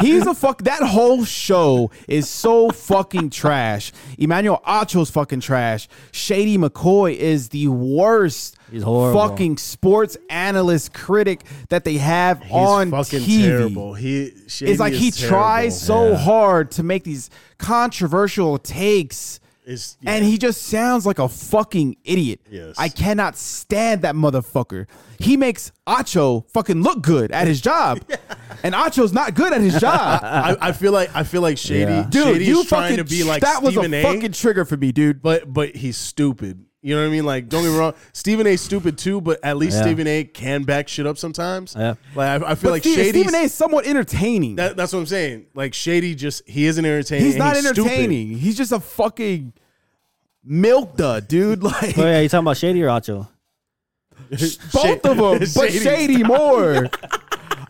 S4: He's a fuck. That whole show is so fucking trash. Emmanuel Acho's fucking trash. Shady McCoy is the worst
S5: He's horrible.
S4: fucking sports analyst critic that they have on
S3: fucking
S4: TV.
S3: terrible. He
S4: It's like he tries so hard to make these controversial takes. And he just sounds like a fucking idiot.
S3: Yes.
S4: I cannot stand that motherfucker. He makes Acho fucking look good at his job. And Acho's not good at his job.
S3: I, I feel like I feel like Shady.
S4: Dude, you
S3: Shady's trying
S4: fucking
S3: to be like
S4: that was
S3: Stephen
S4: a
S3: A.
S4: fucking trigger for me, dude.
S3: but but he's stupid. You know what I mean? Like, don't get me wrong. Stephen A's stupid too, but at least
S5: Yeah.
S3: Stephen A. can back shit up sometimes.
S5: Yeah.
S3: Like, I, I feel
S4: But
S3: like
S4: Steve-
S3: Shady.
S4: Stephen A is somewhat entertaining.
S3: That, that's what I'm saying. Like Shady, just he isn't entertaining.
S4: he's
S3: and
S4: not
S3: he's stupid.
S4: entertaining. He's just a fucking milk dud, dude. Like
S5: Oh yeah, you talking about Shady or Acho?
S4: both
S3: Sha-
S4: of them, but
S3: Shady's-
S4: Shady more.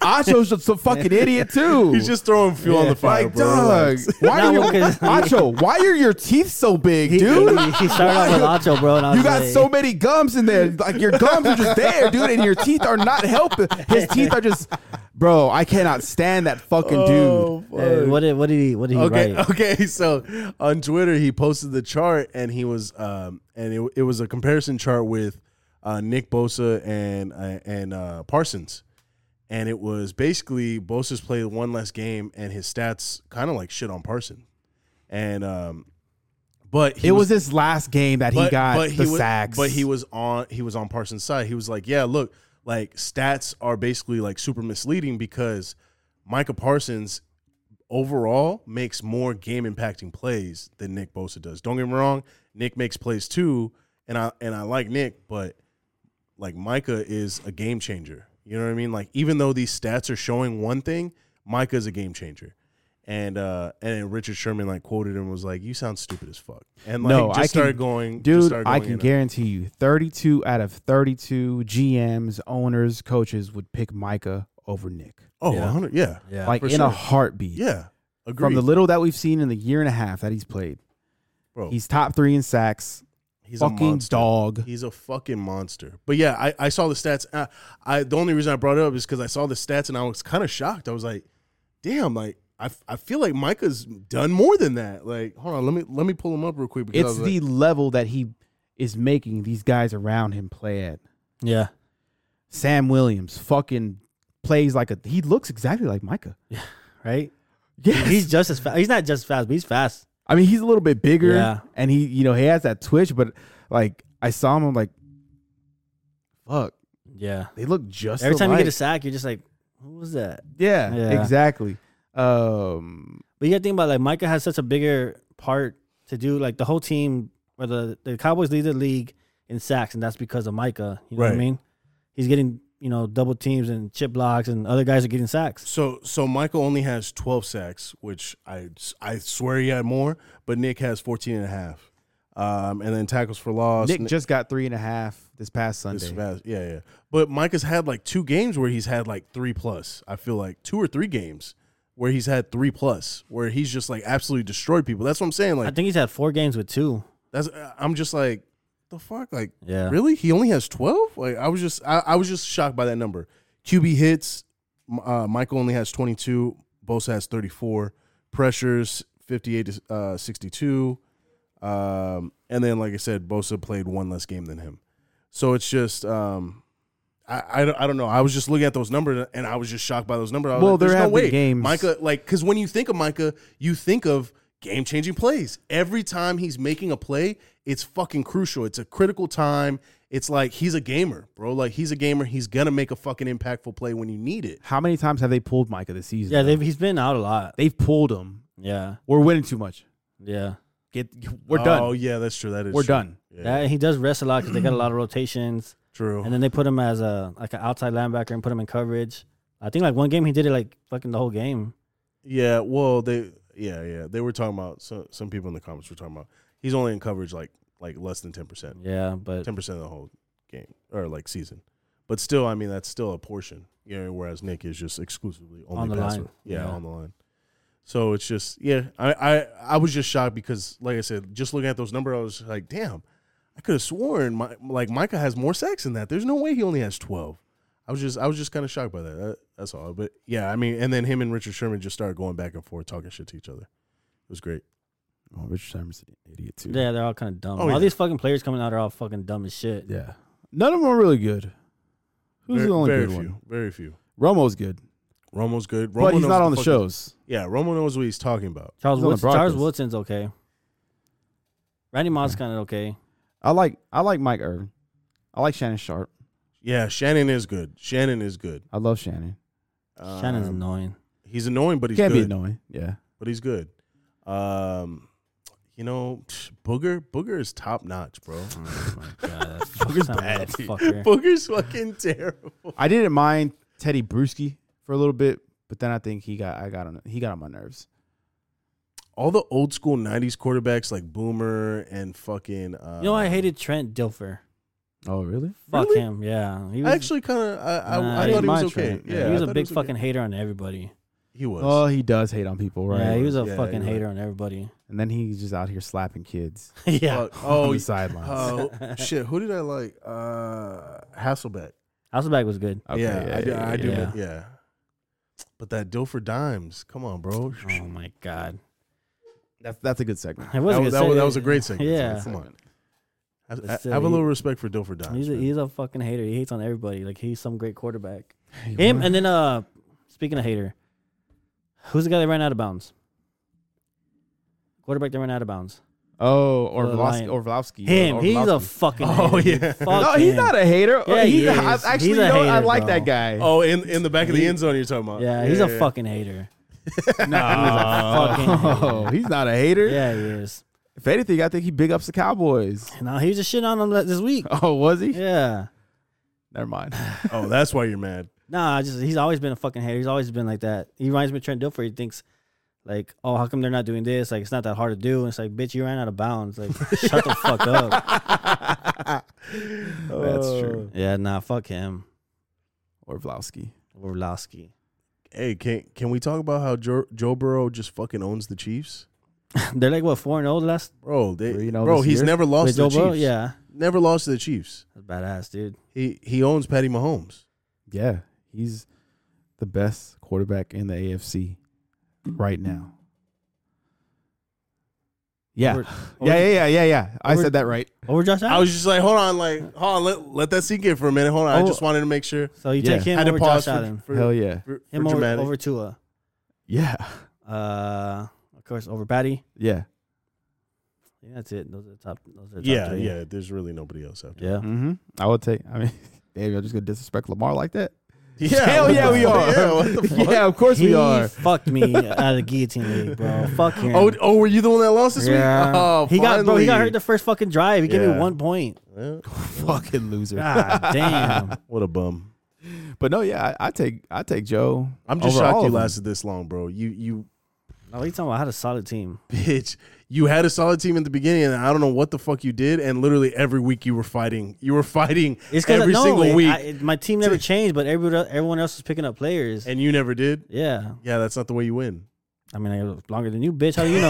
S4: Acho's just a fucking idiot too.
S3: He's just throwing fuel on the fire,
S4: like,
S3: bro.
S4: dog,
S3: Relax.
S4: why
S5: Nah,
S4: are you,
S5: well, 'cause he-
S4: Acho? Why are your teeth so big,
S5: He,
S4: dude?
S5: he, he started off with Acho, bro. And I was
S4: You got
S5: like,
S4: so many gums in there. Like your gums are just there, dude, and your teeth are not helping. His teeth are just, bro. I cannot stand that fucking
S3: Oh,
S4: dude.
S3: fuck.
S5: Hey, what did what did he what did he
S3: okay,
S5: write?
S3: okay. So on Twitter, he posted the chart, and he was, um, and it, it was a comparison chart with uh, Nick Bosa and uh, and uh, Parsons, and it was basically Bosa's played one less game, and his stats kind of like shit on Parsons, and um, but he
S4: It was his last game that he got the
S3: was,
S4: sacks.
S3: But he was on he was on Parsons' side. He was like, yeah, look, like stats are basically like super misleading because Micah Parsons overall makes more game impacting plays than Nick Bosa does. Don't get me wrong, Nick makes plays too, and I and I like Nick, but like Micah is a game changer. You know what I mean? Like even though these stats are showing one thing, Micah is a game changer. And uh and then Richard Sherman like quoted him and was like, "You sound stupid as fuck," and like
S4: No,
S3: just
S4: I can-
S3: started going,
S4: Dude,
S3: just started
S4: I
S3: going
S4: can
S3: in.
S4: guarantee you 32 out of 32 GMs, owners, coaches would pick Micah over Nick.
S3: Oh,
S5: Yeah.
S3: 100 yeah,
S5: Yeah.
S4: like
S3: for
S4: in
S3: sure.
S4: a heartbeat.
S3: yeah, agreed.
S4: From the little that we've seen in the year and a half that he's played,
S3: Bro,
S4: he's top three in sacks.
S3: he's a
S4: fucking
S3: monster.
S4: dog.
S3: He's a fucking monster. But yeah, I, I saw the stats. I, I the only reason I brought it up is because I saw the stats and I was kind of shocked. I was like, damn, like I, f- I feel like Micah's done more than that. Like, hold on, let me let me pull him up real quick because I
S4: It's
S3: was
S4: the level that he is making these guys around him play at.
S5: Yeah.
S4: Sam Williams fucking plays like a. He looks exactly like Micah.
S5: Right?
S4: Yes.
S5: He's just as fast. He's not just fast, but he's fast.
S4: I mean, he's a little bit bigger,
S5: Yeah.
S4: and he, you know, he has that twitch. But like, I saw him, I'm like, fuck,
S5: Yeah.
S4: they look just
S5: Every time you get a
S4: alike.
S5: sack, you're just like, who was that?
S4: yeah,
S5: Yeah.
S4: exactly. Um,
S5: But you gotta think about like Micah has such a bigger part to do. Like the whole team, or the, the Cowboys lead the league in sacks, and that's because of Micah. You know what I
S3: Right.
S5: mean? He's getting you know double teams and chip blocks, and other guys are getting sacks.
S3: So so Michael only has 12 sacks, which I I swear he had more, but Nick has 14 and a half. Um, and then tackles for loss.
S4: Nick just got three and a half this past Sunday.
S3: Oh, This fast- Yeah, yeah. But Micah's had like two games where he's had like three plus. I feel like two or three games where he's had three plus, where he's just like absolutely destroyed people. That's what I'm saying.
S5: I
S3: Like
S5: think he's had four games with two.
S3: that's I'm just like the fuck. Like
S5: Yeah.
S3: really, he only has twelve. Like I was just I, I was just shocked by that number. QB hits. M- Uh, Michael only has 22. Bosa has 34. Pressures 58 to uh, 62. Um, and then, like I said, Bosa played one less game than him. So it's just, um, I, I, don't- I don't know. I was just looking at those numbers and I was just shocked by those numbers. I was
S4: Well,
S3: like,
S4: there
S3: there's no
S4: have been
S3: way.
S4: games-
S3: Micah, like, because when you think of Micah, you think of game changing plays. Every time he's making a play, it's fucking crucial. It's a critical time. It's like he's a gamer, bro. Like, he's a gamer. He's going to make a fucking impactful play when you need it.
S4: How many times have they pulled Micah this season?
S5: Yeah,
S4: though?
S5: they've, he's been out a lot.
S4: they've pulled him.
S5: Yeah,
S4: We're winning too much.
S5: yeah.
S4: Get we're done.
S3: Oh, yeah, that's true. That is
S4: we're
S3: true.
S4: done.
S3: Yeah,
S5: That, he does rest a lot because they got a lot of rotations,
S3: true.
S5: and then they put him as a like an outside linebacker and put him in coverage. I think like one game he did it like fucking the whole game.
S3: Yeah, well, they yeah, yeah. They were talking about so, some people in the comments were talking about he's only in coverage like like less than ten percent,
S5: Yeah, but
S3: ten percent of the whole game or like season. But still, I mean, that's still a portion. You know, whereas Nick is just exclusively only
S5: On the
S3: passer.
S5: line.
S3: Yeah,
S5: Yeah.
S3: on the line. So it's just yeah, I, I I was just shocked because like I said, just looking at those numbers, I was like, damn, I could have sworn my, like Micah has more sacks than that. There's no way he only has twelve. I was just I was just kind of shocked by that. that. That's all. But yeah, I mean, and then him and Richard Sherman just started going back and forth talking shit to each other. It was great.
S4: Oh, Richard Sherman's an idiot too.
S5: yeah, they're all kind of dumb.
S3: Oh,
S5: all
S3: yeah.
S5: these fucking players coming out are all fucking dumb as shit.
S4: Yeah. None of them are really good. Who's
S3: very,
S4: the only
S3: very
S4: good
S3: few,
S4: one?
S3: Very few.
S4: Romo's good,
S3: Romo's good. Romo
S4: but he's
S3: knows
S4: not
S3: what
S4: on the
S3: fuck-
S4: shows.
S3: Yeah, Romo knows what he's talking about.
S5: Charles
S4: He's on the
S5: Woodson, Charles
S4: Broncos.
S5: Woodson's okay. Randy Moss kind of okay.
S4: I like I like Mike Irvin. I like Shannon Sharp.
S3: Yeah, Shannon is good. Shannon is good.
S4: I love Shannon.
S5: Shannon's
S3: Um,
S5: annoying.
S3: He's annoying, but he's
S4: Can't
S3: good.
S4: be annoying. Yeah.
S3: But he's good. Um, you know, Booger Booger is top notch, bro.
S5: Oh my god, that
S3: Booger's
S5: fucking
S3: bad. dude.
S5: motherfucker.
S3: Booger's fucking terrible.
S4: I didn't mind Teddy Bruschi for a little bit, but then I think he got I got on he got on my nerves.
S3: All the old school '90s quarterbacks like Boomer and fucking. Uh,
S5: You know, I hated Trent Dilfer.
S4: Oh really?
S5: Fuck
S3: Really?
S5: him. Yeah, he
S3: I actually kind of I, I, I
S5: Nah, I
S3: thought
S5: didn't
S3: he was
S4: mind
S3: okay.
S4: Trent.
S3: Yeah,
S4: Yeah,
S5: he was
S3: I
S5: a
S3: thought
S5: big
S3: okay.
S5: fucking hater on everybody.
S3: He was.
S4: Oh, he does hate on people, right?
S5: Yeah, he was a
S3: Yeah, he
S5: fucking
S3: was.
S5: hater on everybody.
S4: and then he's just out here slapping kids
S5: yeah,
S3: Fuck.
S4: on
S3: oh,
S4: the sidelines.
S3: oh shit. Who did I like? Uh, Hasselbeck.
S5: Hasselback was good.
S4: Okay,
S3: yeah, I do. I do.
S5: yeah.
S3: Yeah. But that Dilfer Dimes, come on, bro.
S5: Oh my god,
S4: That's that's a good segment.
S5: it was
S3: That
S5: a
S3: was,
S5: good
S3: that, was,
S5: seg-
S3: that was a great segment.
S5: Yeah.
S3: Come on. Have,
S5: But still,
S3: have a
S5: he-
S3: little respect for Dilfer Dimes.
S5: He's a,
S3: man.
S5: he's a fucking hater. He hates on everybody. Like he's some great quarterback. Him and then uh, speaking of hater, who's the guy that ran out of bounds? Quarterback that ran out of bounds.
S4: oh,
S5: the
S4: Orlovsky.
S5: Lion.
S4: Orlovsky.
S5: Him.
S4: Or-
S5: He's a
S4: Orlovsky.
S5: fucking.
S3: Oh,
S5: hater, dude.
S3: yeah.
S5: Fuck
S4: No, he's
S5: him.
S4: not a hater.
S5: Yeah,
S4: he's
S5: he
S4: a- I-
S5: is.
S4: actually,
S5: He's a
S4: you know, I
S5: hater,
S4: like
S5: bro.
S4: that guy.
S3: oh, in in the back of the
S5: He-
S3: end zone, you're talking about.
S5: Yeah, he's a
S3: yeah.
S5: fucking hater.
S4: no,
S5: He's a fucking hater.
S4: Oh, he's not a hater.
S5: Yeah, he is.
S4: If anything, I think he big ups the Cowboys.
S5: No, he was just shitting on him this week.
S4: Oh, was he?
S5: Yeah.
S4: Never mind.
S3: Oh, that's why you're mad.
S5: Nah, I just he's always been a fucking hater. He's always been like that. He reminds me of Trent Dilfer. He thinks like, oh, how come they're not doing this? Like, it's not that hard to do. And it's like, bitch, you ran out of bounds. Like, shut the fuck up.
S4: That's true.
S5: Yeah, nah, fuck him.
S4: Orlovsky.
S5: Orlowski.
S3: Hey, can can we talk about how Joe, Joe Burrow just fucking owns the Chiefs,
S5: They're like what four and zero last
S3: bro? They,
S4: Well, you know,
S3: bro,
S4: this
S3: he's
S4: year-
S3: never
S5: with
S3: lost to
S5: Joe
S3: the Chiefs.
S5: Burrow. Yeah,
S3: never lost to the Chiefs.
S5: that's badass, dude.
S3: He he owns Patty Mahomes.
S4: Yeah, he's the best quarterback in the AFC right now. Yeah.
S5: Over-
S4: yeah, yeah, yeah, yeah, yeah. I
S5: Over-
S4: said that right.
S5: Over Josh Allen.
S3: I was just like, hold on, like, hold on, let, let that sink in for a minute. Hold on, I
S4: Oh.
S3: just wanted to make sure.
S5: so you
S4: Yeah.
S5: take him
S3: had
S5: over
S3: to pause
S5: Josh
S3: for,
S5: Allen.
S3: for,
S4: Hell yeah.
S3: for, for
S5: him over,
S3: dramatic.
S5: over Tua.
S4: Yeah.
S5: Uh, of course, over Patty.
S4: Yeah.
S5: Yeah, that's it. Those are the top. Those are the top
S3: yeah,
S5: three.
S3: yeah. There's really nobody else after.
S5: yeah.
S4: Mm-hmm. I would take I mean, damn, y'all just gonna disrespect Lamar like that?
S3: Yeah,
S4: Hell
S3: what
S4: yeah,
S3: the
S4: we
S3: fuck?
S4: are.
S3: Yeah, what the fuck?
S4: Yeah, of course
S5: He
S4: we are.
S5: fucked me out of the guillotine league, bro. Fuck him.
S3: Oh, oh, were you the one that lost this
S5: Yeah.
S3: week? Oh,
S5: he got bro. He got hurt
S3: finally.
S5: the first fucking drive. He gave me
S3: Yeah.
S5: one point.
S3: Yeah.
S4: Fucking loser.
S5: God damn.
S3: What a bum.
S4: But no, yeah, I, I take I take Joe.
S3: I'm just
S4: over all
S3: shocked you
S4: of them.
S3: lasted this long, bro. You you
S5: No, what are you talking about? I had a solid team.
S3: bitch. You had a solid team at the beginning, and I don't know what the fuck you did. And literally every week you were fighting. You were fighting
S5: It's 'cause I-
S3: every
S5: no,
S3: single
S5: it-
S3: week,
S5: I- it- my team never changed, but everyone everyone else was picking up players.
S3: and you never did.
S5: Yeah,
S3: Yeah, that's not the way you win.
S5: I mean, I was longer than you, bitch. How do you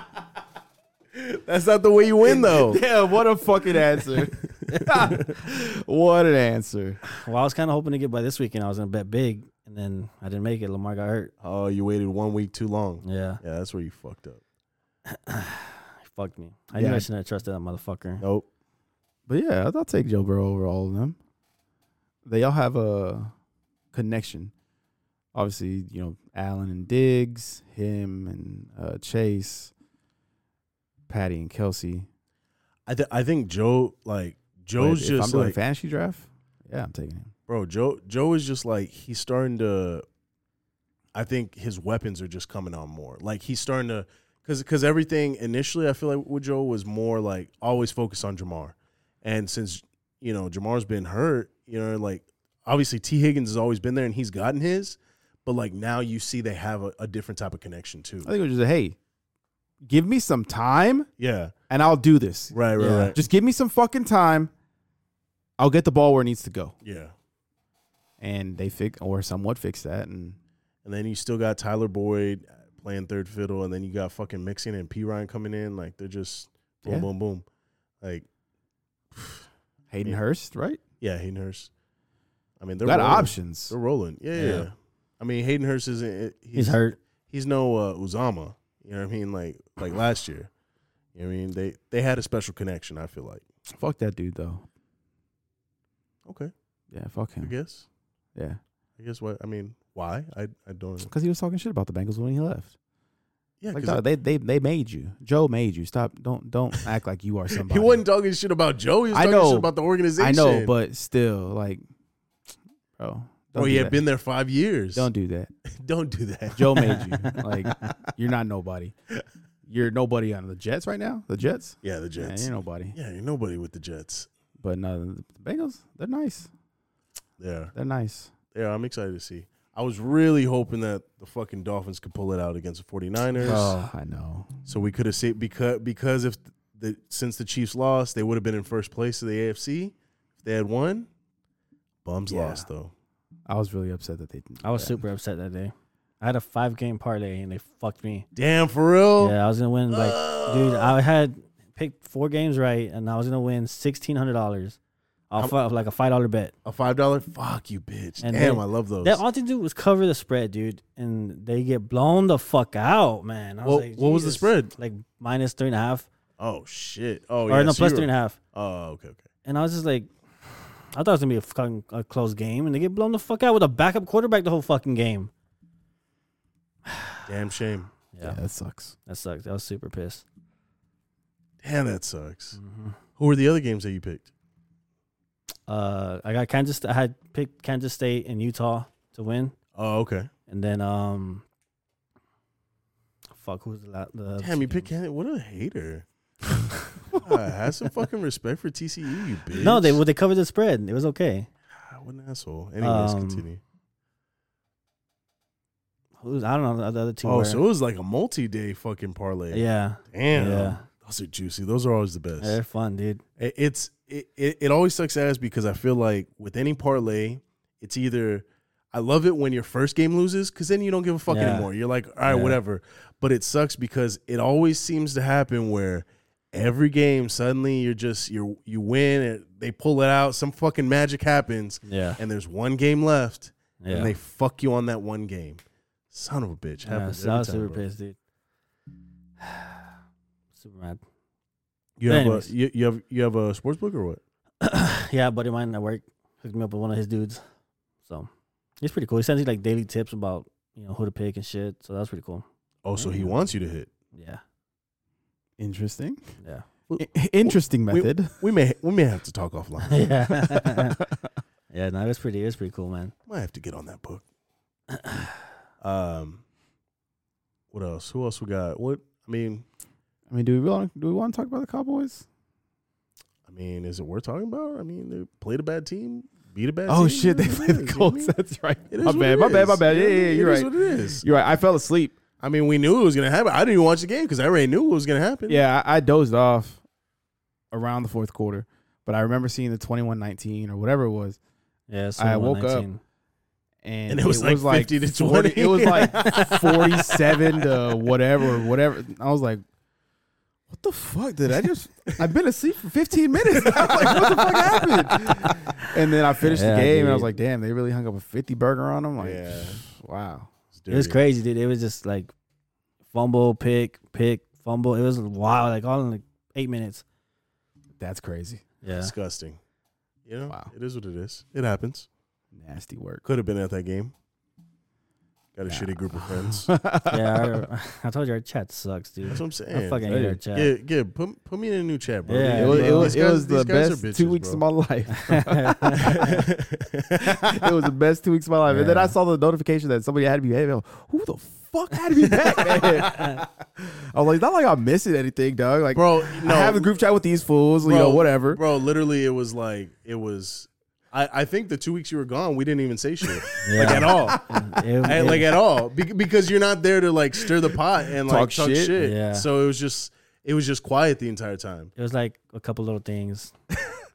S5: know?
S3: That's not the way you win, though.
S4: Yeah, what a fucking answer. what an answer.
S5: well, I was kind of hoping to get by this weekend. I was gonna bet big, and then I didn't make it. Lamar got hurt.
S3: oh, you waited one week too long.
S5: Yeah,
S3: Yeah, that's where you fucked up.
S5: he fucked me. I knew
S4: Yeah.
S5: I shouldn't have trusted that motherfucker.
S3: Nope.
S4: But yeah, I'll take Joe Burrow over all of them. They all have a connection. Obviously, you know, Allen and Diggs, him and uh, Chase, Patty and Kelsey.
S3: I th- I think Joe like Joe's
S4: But if
S3: just
S4: I'm doing
S3: like
S4: fantasy draft. Yeah, I'm taking him.
S3: bro joe joe is just like he's starting to i think his weapons are just coming on more like he's starting to because because everything initially i feel like with joe was more like always focused on jamar and since you know jamar's been hurt you know like obviously t higgins has always been there and he's gotten his but like now you see they have a, a different type of connection too
S4: I think it was just a hey, give me some time
S3: Yeah.
S4: and I'll do this.
S3: Right. Right.
S5: Yeah.
S3: Right.
S4: Just give me some fucking time. I'll get the ball where it needs to go.
S3: yeah.
S4: And they fix or somewhat fix that. And
S3: And then you still got Tyler Boyd uh, playing third fiddle, and then you got fucking Mixon and P Ryan coming in. Like they're just boom,
S4: Yeah.
S3: boom, boom. Like
S4: Hayden
S3: Yeah.
S4: Hurst, right?
S3: yeah, Hayden Hurst. I mean, they're
S4: got
S3: rolling.
S4: options.
S3: They're rolling. Yeah, yeah.
S4: Yeah.
S3: yeah. I mean, Hayden Hurst isn't.
S5: He's hurt.
S3: He's no uh, Uzama. You know what I mean? Like like last year. You know what I mean? They they had a special connection. I feel like.
S4: Fuck that dude though.
S3: Okay.
S4: Yeah, fuck
S3: I
S4: him.
S3: guess.
S4: Yeah.
S3: I guess what I mean. Why? I I don't.
S4: Because he was talking shit about the Bengals when he left.
S3: Yeah,
S4: Like,
S3: 'cause
S4: dog, they, they they made you. Joe made you. Stop. Don't don't act like you are somebody.
S3: He wasn't talking shit about Joe. He was
S4: I
S3: talking
S4: know.
S3: shit about the organization.
S4: I know, but still, like, bro. Don't
S3: oh,
S4: do
S3: he had
S4: that.
S3: been there five years.
S4: Don't do that.
S3: don't do that.
S4: Joe made you. Like, you're not nobody. You're nobody on the Jets right now. The Jets.
S3: Yeah, the
S4: Yeah,
S3: Jets.
S4: you're nobody.
S3: Yeah, ain't nobody with the Jets.
S4: But no, the Bengals. They're nice.
S3: Yeah,
S4: They're nice.
S3: yeah. I'm excited to see. I was really hoping that the fucking Dolphins could pull it out against the 49ers.
S4: Oh, I know.
S3: So we could have saved because because if the since the Chiefs lost, they would have been in first place of the AFC. If they had won, bums
S4: Yeah.
S3: lost though.
S4: I was really upset that they didn't. do
S5: I was
S4: that.
S5: super upset that day. I had a five game parlay and they fucked me.
S3: Damn, for real.
S5: Yeah, I was gonna win like, dude, I had picked four games right and I was gonna win sixteen hundred dollars off of like a five dollar bet.
S3: A five dollar. Fuck you, bitch.
S5: And
S3: Damn,
S5: they-
S3: I love those.
S5: That all they do was cover the spread, dude, and they get blown the fuck out, man. I was
S3: What-
S5: like,
S3: what was the
S5: Jesus.
S3: spread?
S5: Like minus three and a half,
S3: oh shit. Oh yeah.
S5: or no,
S3: so
S5: plus
S3: you
S5: three
S3: were-
S5: and a half.
S3: Oh okay, okay.
S5: And I was just like, I thought it was gonna be a fucking a close game, and they get blown the fuck out with a backup quarterback the whole fucking game.
S3: Damn shame.
S4: Yeah, that sucks.
S5: That sucks. I was super pissed.
S3: Damn, that sucks.
S5: Mm-hmm.
S3: Who were the other games that you picked?
S5: Uh, I got Kansas. I had picked Kansas State and Utah to win,
S3: Oh okay.
S5: and then um, fuck, who was the, la- the
S3: Damn, you picked Canada. What a hater. God, have some fucking respect for TCU, you bitch.
S5: No, they well, they covered the spread. It was okay.
S3: Ah, What an asshole. Anyways,
S5: Um,
S3: continue.
S5: Who's I don't know the other two.
S3: Oh,
S5: were.
S3: so it was like a multi-day fucking parlay.
S5: yeah,
S3: Damn.
S5: Yeah.
S3: Those are juicy. Those are always the best.
S5: they're fun, dude.
S3: It- It's it, it, it always sucks ass because I feel like with any parlay, it's either I love it when your first game loses because then you don't give a fuck
S5: Yeah.
S3: anymore. You're like, all right,
S5: Yeah.
S3: whatever. But it sucks because it always seems to happen where every game suddenly you're just you're you win and they pull it out. Some fucking magic happens
S5: Yeah,
S3: and there's one game left
S5: yeah.
S3: and they fuck you on that one game. Son of a bitch.
S5: Yeah,
S3: Happens
S5: so
S3: every
S5: I was
S3: time,
S5: super
S3: bro.
S5: pissed, dude. super mad.
S3: You have a,
S5: Anyways.
S3: you, you have you have a sports book or what?
S5: yeah, a buddy of mine at work hooked me up with one of his dudes. So he's pretty cool. He sends you like daily tips about you know who to pick and shit. So that's pretty cool.
S3: Oh, so he
S5: Mm.
S3: wants you to hit.
S5: Yeah,
S4: Interesting.
S5: yeah,
S4: I- interesting
S3: we-
S4: method.
S3: We may we may have to talk offline.
S5: yeah, yeah. No, it's pretty. It's pretty cool, man.
S3: Might have to get on that book. Um, what else? Who else we got? What I mean,
S4: I mean, do we want do we want to talk about the Cowboys?
S3: I mean, is it worth talking about? I mean, they played a bad team, beat a bad.
S4: Oh
S3: team.
S4: shit, they
S3: It is what
S4: play
S3: it
S4: the
S3: is, you know what
S4: Colts.
S3: I mean?
S4: That's right.
S3: It
S4: my
S3: is what
S4: bad.
S3: it
S4: My bad. My
S3: is.
S4: bad. Yeah, yeah, yeah,
S3: It
S4: you're
S3: is
S4: right.
S3: what it is.
S4: You're right. I fell asleep.
S3: I mean, we knew it was gonna happen. I didn't even watch the game because I already knew what was gonna happen.
S4: Yeah, I, I dozed off around the fourth quarter, but I remember seeing the 21-19 or whatever it was,
S5: Yeah, it's
S4: I woke up.
S5: 21-19.
S4: and,
S3: And it was like 50 to
S4: 40
S3: 20.
S4: It was like forty-seven to whatever, whatever. I was like, "What the fuck did I just? I've been asleep for fifteen minutes. I was like, what the fuck happened?" And then I finished
S5: Yeah,
S4: the game, and I
S5: dude.
S4: was like, "Damn, they really hung up a fifty burger on them." Like,
S3: Yeah.
S4: wow.
S5: It was
S3: dirty.
S5: crazy, dude. It was just like fumble, pick, pick, fumble. It was wild, like all in like eight minutes.
S4: That's crazy.
S5: Yeah,
S3: disgusting. You know,
S4: Wow.
S3: it is what it is. It happens.
S4: Nasty work.
S3: Could have been at that game. Got a shitty group of friends.
S5: yeah. I, I told you our chat sucks, dude.
S3: That's what I'm
S5: I
S3: saying.
S5: fucking hate our
S4: Dude,
S5: chat.
S3: Yeah, yeah. Put, put me in a new chat, bro.
S5: Yeah,
S4: It was, it
S5: bro.
S4: was,
S3: These
S4: it
S3: guys-
S4: was the
S3: these guys are
S4: best two
S3: bitches,
S4: weeks
S3: bro.
S4: of my life. it was the best two weeks of my life. And then I saw the notification that somebody had me back. I'm like, Who the fuck had me back, man? I was like, not like I'm missing anything, dog. Like,
S3: Bro,
S4: I
S3: no.
S4: have a group chat with these fools, you
S3: Bro,
S4: know, whatever.
S3: Bro, literally, it was like it was. I, I think the two weeks you were gone, we didn't even say shit like
S5: Yeah.
S3: at all,
S5: It-
S3: At-
S5: it-
S3: like at all, Be- because you're not there to like stir the pot and like
S4: Talk
S3: talk,
S4: shit?
S3: shit.
S5: Yeah.
S3: So it was just it was just quiet the entire time.
S5: it was like a couple little things.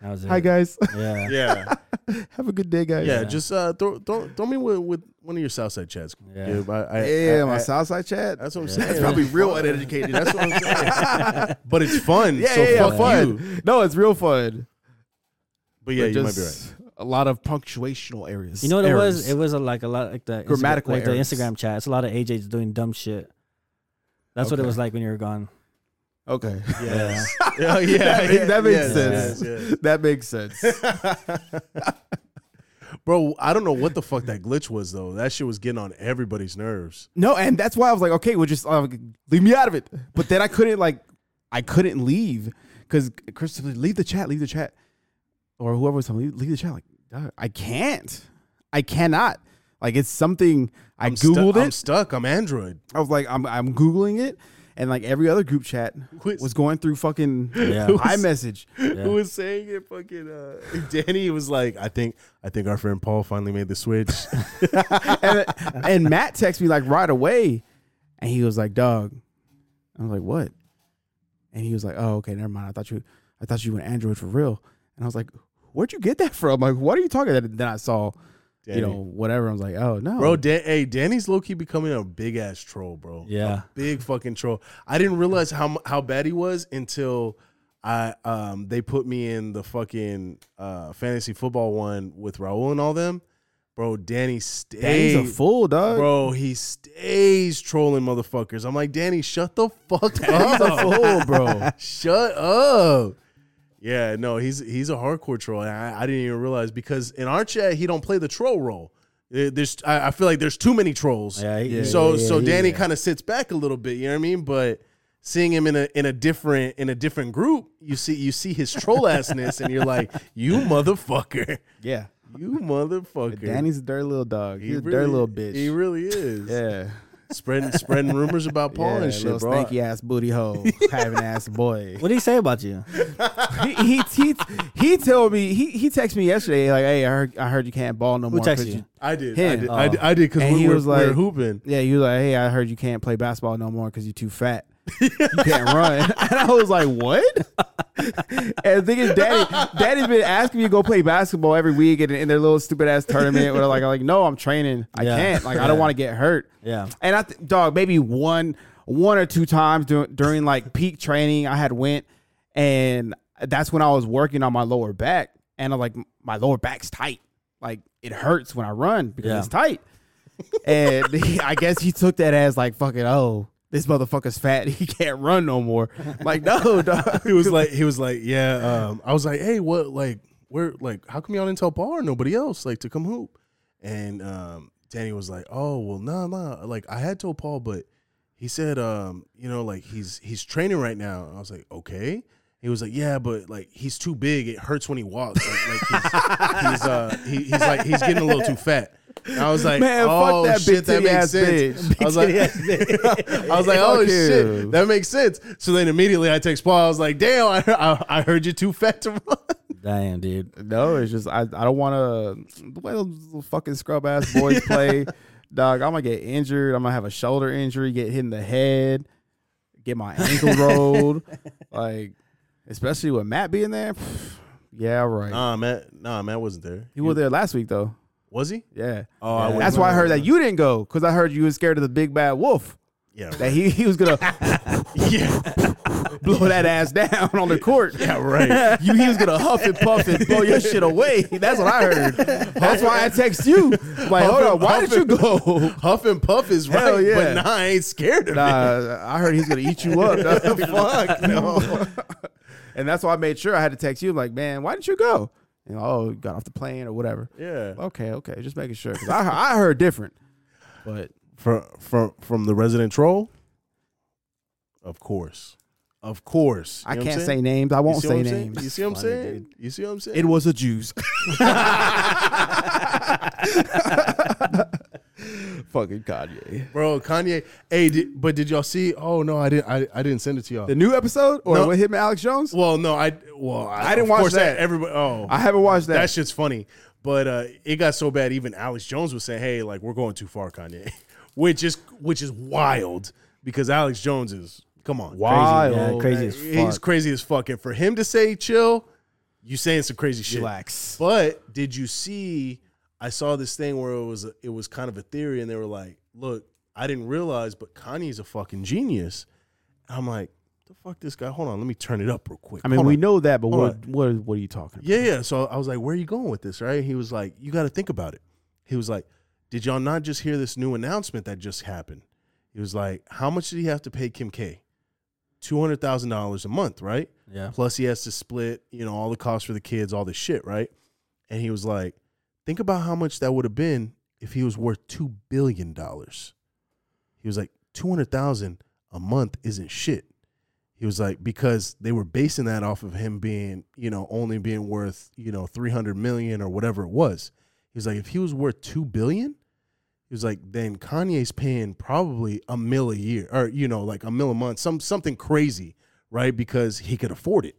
S5: That was it.
S4: Hi guys,
S5: Yeah. yeah.
S3: Yeah,
S4: have a good day, guys.
S3: yeah. Just uh, throw, throw throw me with, with one of your Southside chats.
S5: Yeah.
S3: Gib. I, I,
S4: yeah,
S3: I-
S4: my
S3: I-
S4: Southside chat.
S3: That's what I'm
S5: Yeah.
S3: saying.
S5: That's
S3: probably
S4: real
S3: uneducated. That's what I'm saying. but it's fun.
S4: yeah,
S3: so
S4: yeah, yeah,
S3: fuck you.
S4: fun. No, it's real fun.
S3: But yeah,
S4: But
S3: you might be right.
S4: just A lot of punctuational areas.
S5: You know what it was?
S4: errors.
S5: It was a, like a lot like the Instagra-
S4: Grammatical
S5: like
S4: errors.
S5: the Instagram chat. It's a lot of AJ's doing dumb shit. That's what
S4: Okay.
S5: it was like when you were gone.
S4: okay.
S3: Yes. Yeah. yeah,
S4: That ma- that makes
S3: yes,
S4: sense.
S3: yes.
S4: That makes sense.
S3: Bro, I don't know what the fuck that glitch was though. That shit was getting on everybody's nerves.
S4: No, and that's why I was like, okay, well, just uh, leave me out of it. But then I couldn't like, I couldn't leave because Christopher leave the chat, leave the chat, or whoever was telling me, leave the chat. Like, "Dog, I can't, I cannot. Like, it's something I
S3: I'm stu-
S4: googled
S3: I'm
S4: it.
S3: stuck. I'm Android.
S4: I was like, I'm I'm googling it, and like every other group chat
S3: Who's-
S4: was going through fucking
S5: Yeah.
S4: iMessage.
S3: Who was saying it? Fucking uh, Danny was like, I think, I think our friend Paul finally made the switch.
S4: and, and Matt texted me like right away, and he was like, "Dog," I was like, "What?" And he was like, "Oh, okay, never mind. I thought you, I thought you were Android for real." And I was like, "Where'd you get that from? Like, what are you talking?" About? Then I saw,
S3: Danny.
S4: you know, whatever. I was like, "Oh no,
S3: Bro, Dan- hey, Danny's low key becoming a big ass troll, bro.
S5: Yeah.
S3: A big fucking troll. I didn't realize how mu- how bad he was until I um they put me in the fucking uh fantasy football one with Raul and all them. Bro, Danny stays
S4: Dang, he's a fool, dog."
S3: Bro, he stays trolling motherfuckers. I'm like, Danny, shut the fuck
S4: He's a
S3: up.
S4: fool, bro.
S3: shut up. Yeah, no, he's he's a hardcore troll. And I, I didn't even realize because in our chat he don't play the troll role. Eh, There's, I, I feel like there's too many trolls.
S5: Yeah, yeah,
S3: so
S5: yeah,
S3: so
S5: yeah,
S3: Danny
S5: yeah.
S3: kind of sits back a little bit. You know what I mean? But seeing him in a in a different in a different group, you see you see his troll assness, and you're like, you motherfucker,
S4: yeah,
S3: you motherfucker.
S4: Danny's a dirty little dog.
S3: He
S4: He's a
S3: really-
S4: dirty little bitch.
S3: He really is.
S4: yeah.
S3: spreading spreading rumors about Paul
S4: yeah,
S3: and shit,
S4: little
S3: bro.
S4: stanky ass booty hole, having ass boy.
S5: What did he say about you?
S4: he, he he he told me he he texted me yesterday like hey I heard I heard you can't ball no more.
S5: texted
S4: 'cause
S5: you?
S3: I did. I
S4: Him.
S3: did. I did. I did because
S4: And
S3: we,
S4: he
S3: were-
S4: was
S3: we were
S4: like-
S3: hooping.
S4: Yeah, you was like hey I heard you can't play basketball no more because you're too fat. you can't run. And I was like what? and the thing is, daddy daddy's been asking me to go play basketball every week in, in their little stupid ass tournament. Where like I'm like no I'm training I
S5: Yeah.
S4: can't like I don't
S5: Yeah.
S4: want to get hurt.
S5: Yeah.
S4: And I th- dog maybe one one or two times during, during like peak training I had went and that's when I was working on my lower back and I'm like my lower back's tight. Like it hurts when I run because
S5: Yeah.
S4: it's tight. And he- I guess he took that as like fucking oh this motherfucker's fat he can't run no more. Like no dog.
S3: He was like, he was like, yeah. Um, I was like, hey, what, like, where, like, how come y'all didn't tell Paul or nobody else, like, to come hoop? And um, Danny was like, oh, well, nah, nah. Like, I had told Paul, but he said, um, you know, like he's he's training right now. And I was like, okay. He was like, yeah, but like he's too big. It hurts when he walks. Like, like he's, he's uh, he, he's like he's getting a little too fat. And I was like,
S4: Man, fuck
S3: oh
S4: that big
S3: shit, that
S4: titty ass
S3: makes sense.
S4: bitch.
S3: I was like, I was like, oh
S4: Fuck you.
S3: shit, that makes sense. So then immediately I text Paul. I was like, damn, I heard, I, I heard you're too fat to run.
S5: Damn, dude.
S4: No, it's just I, I don't want to the way those little fucking scrub ass boys play, dog. I'm gonna get injured. I'm gonna have a shoulder injury, get hit in the head, get my ankle rolled. Like, especially with Matt being there. pff, yeah, right.
S3: Nah, Matt. Nah, Matt wasn't there.
S4: he was there last week though.
S3: Was he?
S4: Yeah.
S3: Oh, I wouldn't
S4: That's why I
S3: know.
S4: heard that you didn't go because I heard you was scared of the big bad wolf.
S3: Yeah.
S4: That he, he was gonna
S3: Yeah.
S4: blow that ass down on the court.
S3: Yeah. Right.
S4: You, he was gonna huff and puff and blow your shit away. That's what I heard. That's why I text you. Like, hold on, why did you go?
S3: Huff and puff is
S4: Hell
S3: right,
S4: yeah.
S3: but nah, I ain't scared of it.
S4: Nah, I heard he's gonna eat you up. dog.
S3: Fuck no.
S4: and that's why I made sure I had to text you. Like, man, why didn't you go? And oh, got off the plane or whatever.
S3: Yeah.
S4: Okay, okay, just making sure. 'Cause I, I heard different, but
S3: From from from the resident troll. Of course. Of course.
S4: I
S3: You know what
S4: can't
S3: I'm
S4: say
S3: saying?
S4: names. I
S3: You
S4: won't
S3: see what
S4: say
S3: I'm saying?
S4: names.
S3: You see what I'm
S4: Funny,
S3: saying?
S4: dude.
S3: You see what I'm saying?
S4: It was a Jews. Fucking Kanye.
S3: bro. Kanye. Hey, did, but did y'all see? Oh no, I didn't. I, I didn't send it to y'all.
S4: The new episode or
S3: No.
S4: what him and Alex Jones?
S3: well, no, I well I,
S4: I didn't
S3: of
S4: watch
S3: course
S4: that.
S3: Everybody. Oh,
S4: I haven't watched that.
S3: that shit's funny. But uh, it got so bad, even Alex Jones was saying, "Hey, like we're going too far, Kanye," which is which is wild because Alex Jones is come on,
S4: Wild.
S5: Crazy, yeah, crazy as
S3: he's
S5: fuck.
S3: crazy as fuck. And for him to say chill, you saying some crazy shit.
S4: Relax.
S3: But did you see? I saw this thing where it was it was kind of a theory, and they were like, "Look, I didn't realize, but Kanye's a fucking genius." I'm like, "The fuck, this guy? Hold on, let me turn it up real quick."
S4: I mean,
S3: Hold
S4: we
S3: on.
S4: know that, but
S3: Hold
S4: what, what what are you talking about?
S3: Yeah, yeah. So I was like, where are you going with this? Right? He was like, you got to think about it. He was like, did y'all not just hear this new announcement that just happened? He was like, how much did he have to pay Kim K? $200,000 a month, right?
S5: Yeah.
S3: Plus he has to split, you know, all the costs for the kids, all this shit, right? And he was like, think about how much that would have been if he was worth $2 billion. He was like, 200,000 a month isn't shit. He was like, because they were basing that off of him being, you know, only being worth, you know, 300 million or whatever it was. He was like, if he was worth 2 billion, he was like, then Kanye's paying probably a mill a year or, you know, like a mill a month, some something crazy, right? Because he could afford it.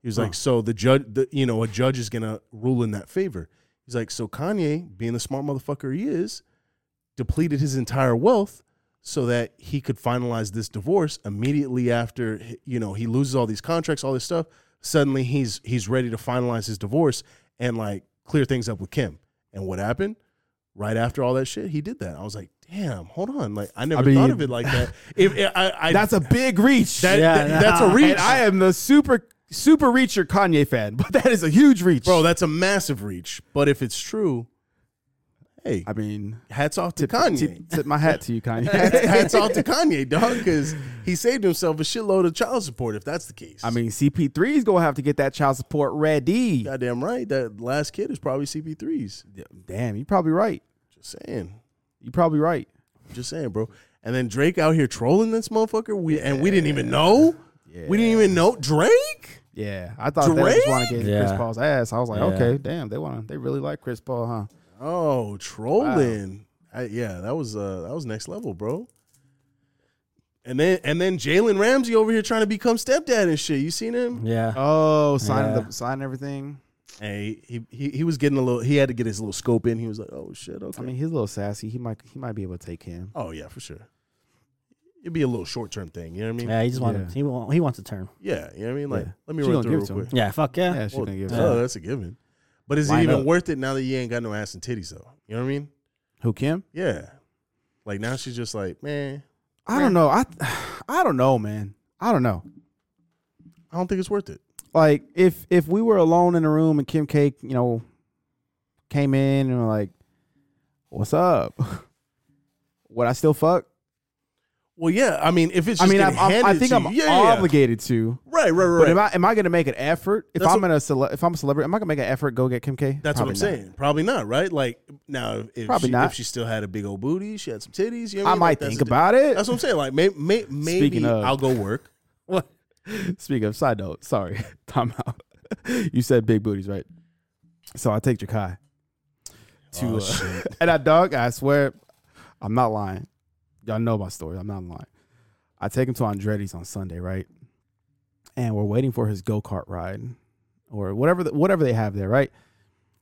S3: He was like, so the judge, the, you know, a judge is going to rule in that favor. He's like, so Kanye, being the smart motherfucker he is, depleted his entire wealth so that he could finalize this divorce immediately after you know he loses all these contracts all this stuff suddenly he's he's ready to finalize his divorce and like clear things up with kim and what happened right after all that shit he did that i was like damn hold on like i never
S4: mean-
S3: thought of it like that if, if- I, I,
S4: That's a big reach.
S3: that,
S5: Yeah,
S3: that-
S5: nah.
S3: that's a reach
S4: And I am the super super reacher Kanye fan, but that is a huge reach.
S3: bro that's a massive reach but if it's true hey
S4: I mean,
S3: hats off to
S4: tip,
S3: kanye
S4: tip- tip my hat to you, Kanye.
S3: hats, hats off to Kanye, dog, because he saved himself a shitload of child support. If that's the case,
S4: I mean, CP3 is gonna have to get that child support ready.
S3: goddamn right. That last kid is probably CP3's.
S4: Damn, you probably right.
S3: Just saying,
S4: You probably right.
S3: just saying, bro. And then Drake out here trolling this motherfucker. We and we didn't even know. We didn't even know Drake.
S4: Yeah, I thought they just want to
S5: Drake?
S4: get Chris
S5: Yeah.
S4: Paul's ass. I was like,
S5: Yeah.
S4: okay, damn, they want to. They really like Chris Paul, huh?
S3: Oh, trolling. I, yeah, that was uh, that was next level, bro. And then and then Jalen Ramsey over here trying to become stepdad and shit. You seen him?
S5: Yeah.
S4: Oh, sign
S5: Yeah.
S4: the sign everything.
S3: Hey, he, he he was getting a little. He had to get his little scope in. He was like, oh shit, okay.
S4: I mean, he's a little sassy. He might he might be able to take him.
S3: Oh yeah, for sure. It'd be a little short term thing. You know what I mean?
S5: Yeah, he just wanted
S4: Yeah.
S5: he want, he wants a turn.
S3: Yeah, you know what I mean? Like,
S4: Yeah.
S3: let me
S4: She
S3: run through
S4: gonna give
S3: real
S4: it to him.
S3: quick.
S5: Yeah, fuck yeah.
S4: Yeah, she's
S3: Well,
S4: gonna give.
S3: oh,
S4: it.
S3: that's a given. But is
S4: Line
S3: it even
S4: up.
S3: worth it now that you ain't got no ass and titties though? You know what I mean?
S4: Who Kim?
S3: Yeah. Like now she's just like, man,
S4: I don't know. I I don't know, man. I don't know.
S3: I don't think it's worth it.
S4: Like if if we were alone in a room and Kim K, you know, came in and were like, "What's up?" Would I still fuck?
S3: Well, yeah. I mean, if it's
S4: I
S3: just
S4: mean,
S3: getting
S4: I'm, I'm, I
S3: handed
S4: think
S3: to
S4: I'm
S3: you, yeah, yeah, yeah.
S4: obligated to.
S3: Right, right, right.
S4: But am
S3: right.
S4: I am I gonna make an effort if
S3: That's
S4: I'm
S3: what-
S4: in a cele- if I'm a celebrity? Am I gonna make an effort go get Kim K?
S3: That's what I'm
S4: Probably not.
S3: saying. Probably not, right? Like now, if
S4: Probably
S3: she,
S4: not.
S3: if she still had a big old booty, she had some titties. You know what
S4: I
S3: mean? Like,
S4: might
S3: that's
S4: think
S3: a di-
S4: about it.
S3: That's what I'm saying. Like, may, may, maybe
S4: Speaking of-
S3: I'll go work.
S4: What? Speaking of side note, sorry, time out. you said big booties, right? So I take Jakai to,
S3: Oh,
S4: uh,
S3: shit.
S4: and I dog. I swear, I'm not lying. Y'all know my story. I'm not lying. I take him to Andretti's on Sunday, right? And we're waiting for his go kart ride, or whatever the, whatever they have there, right?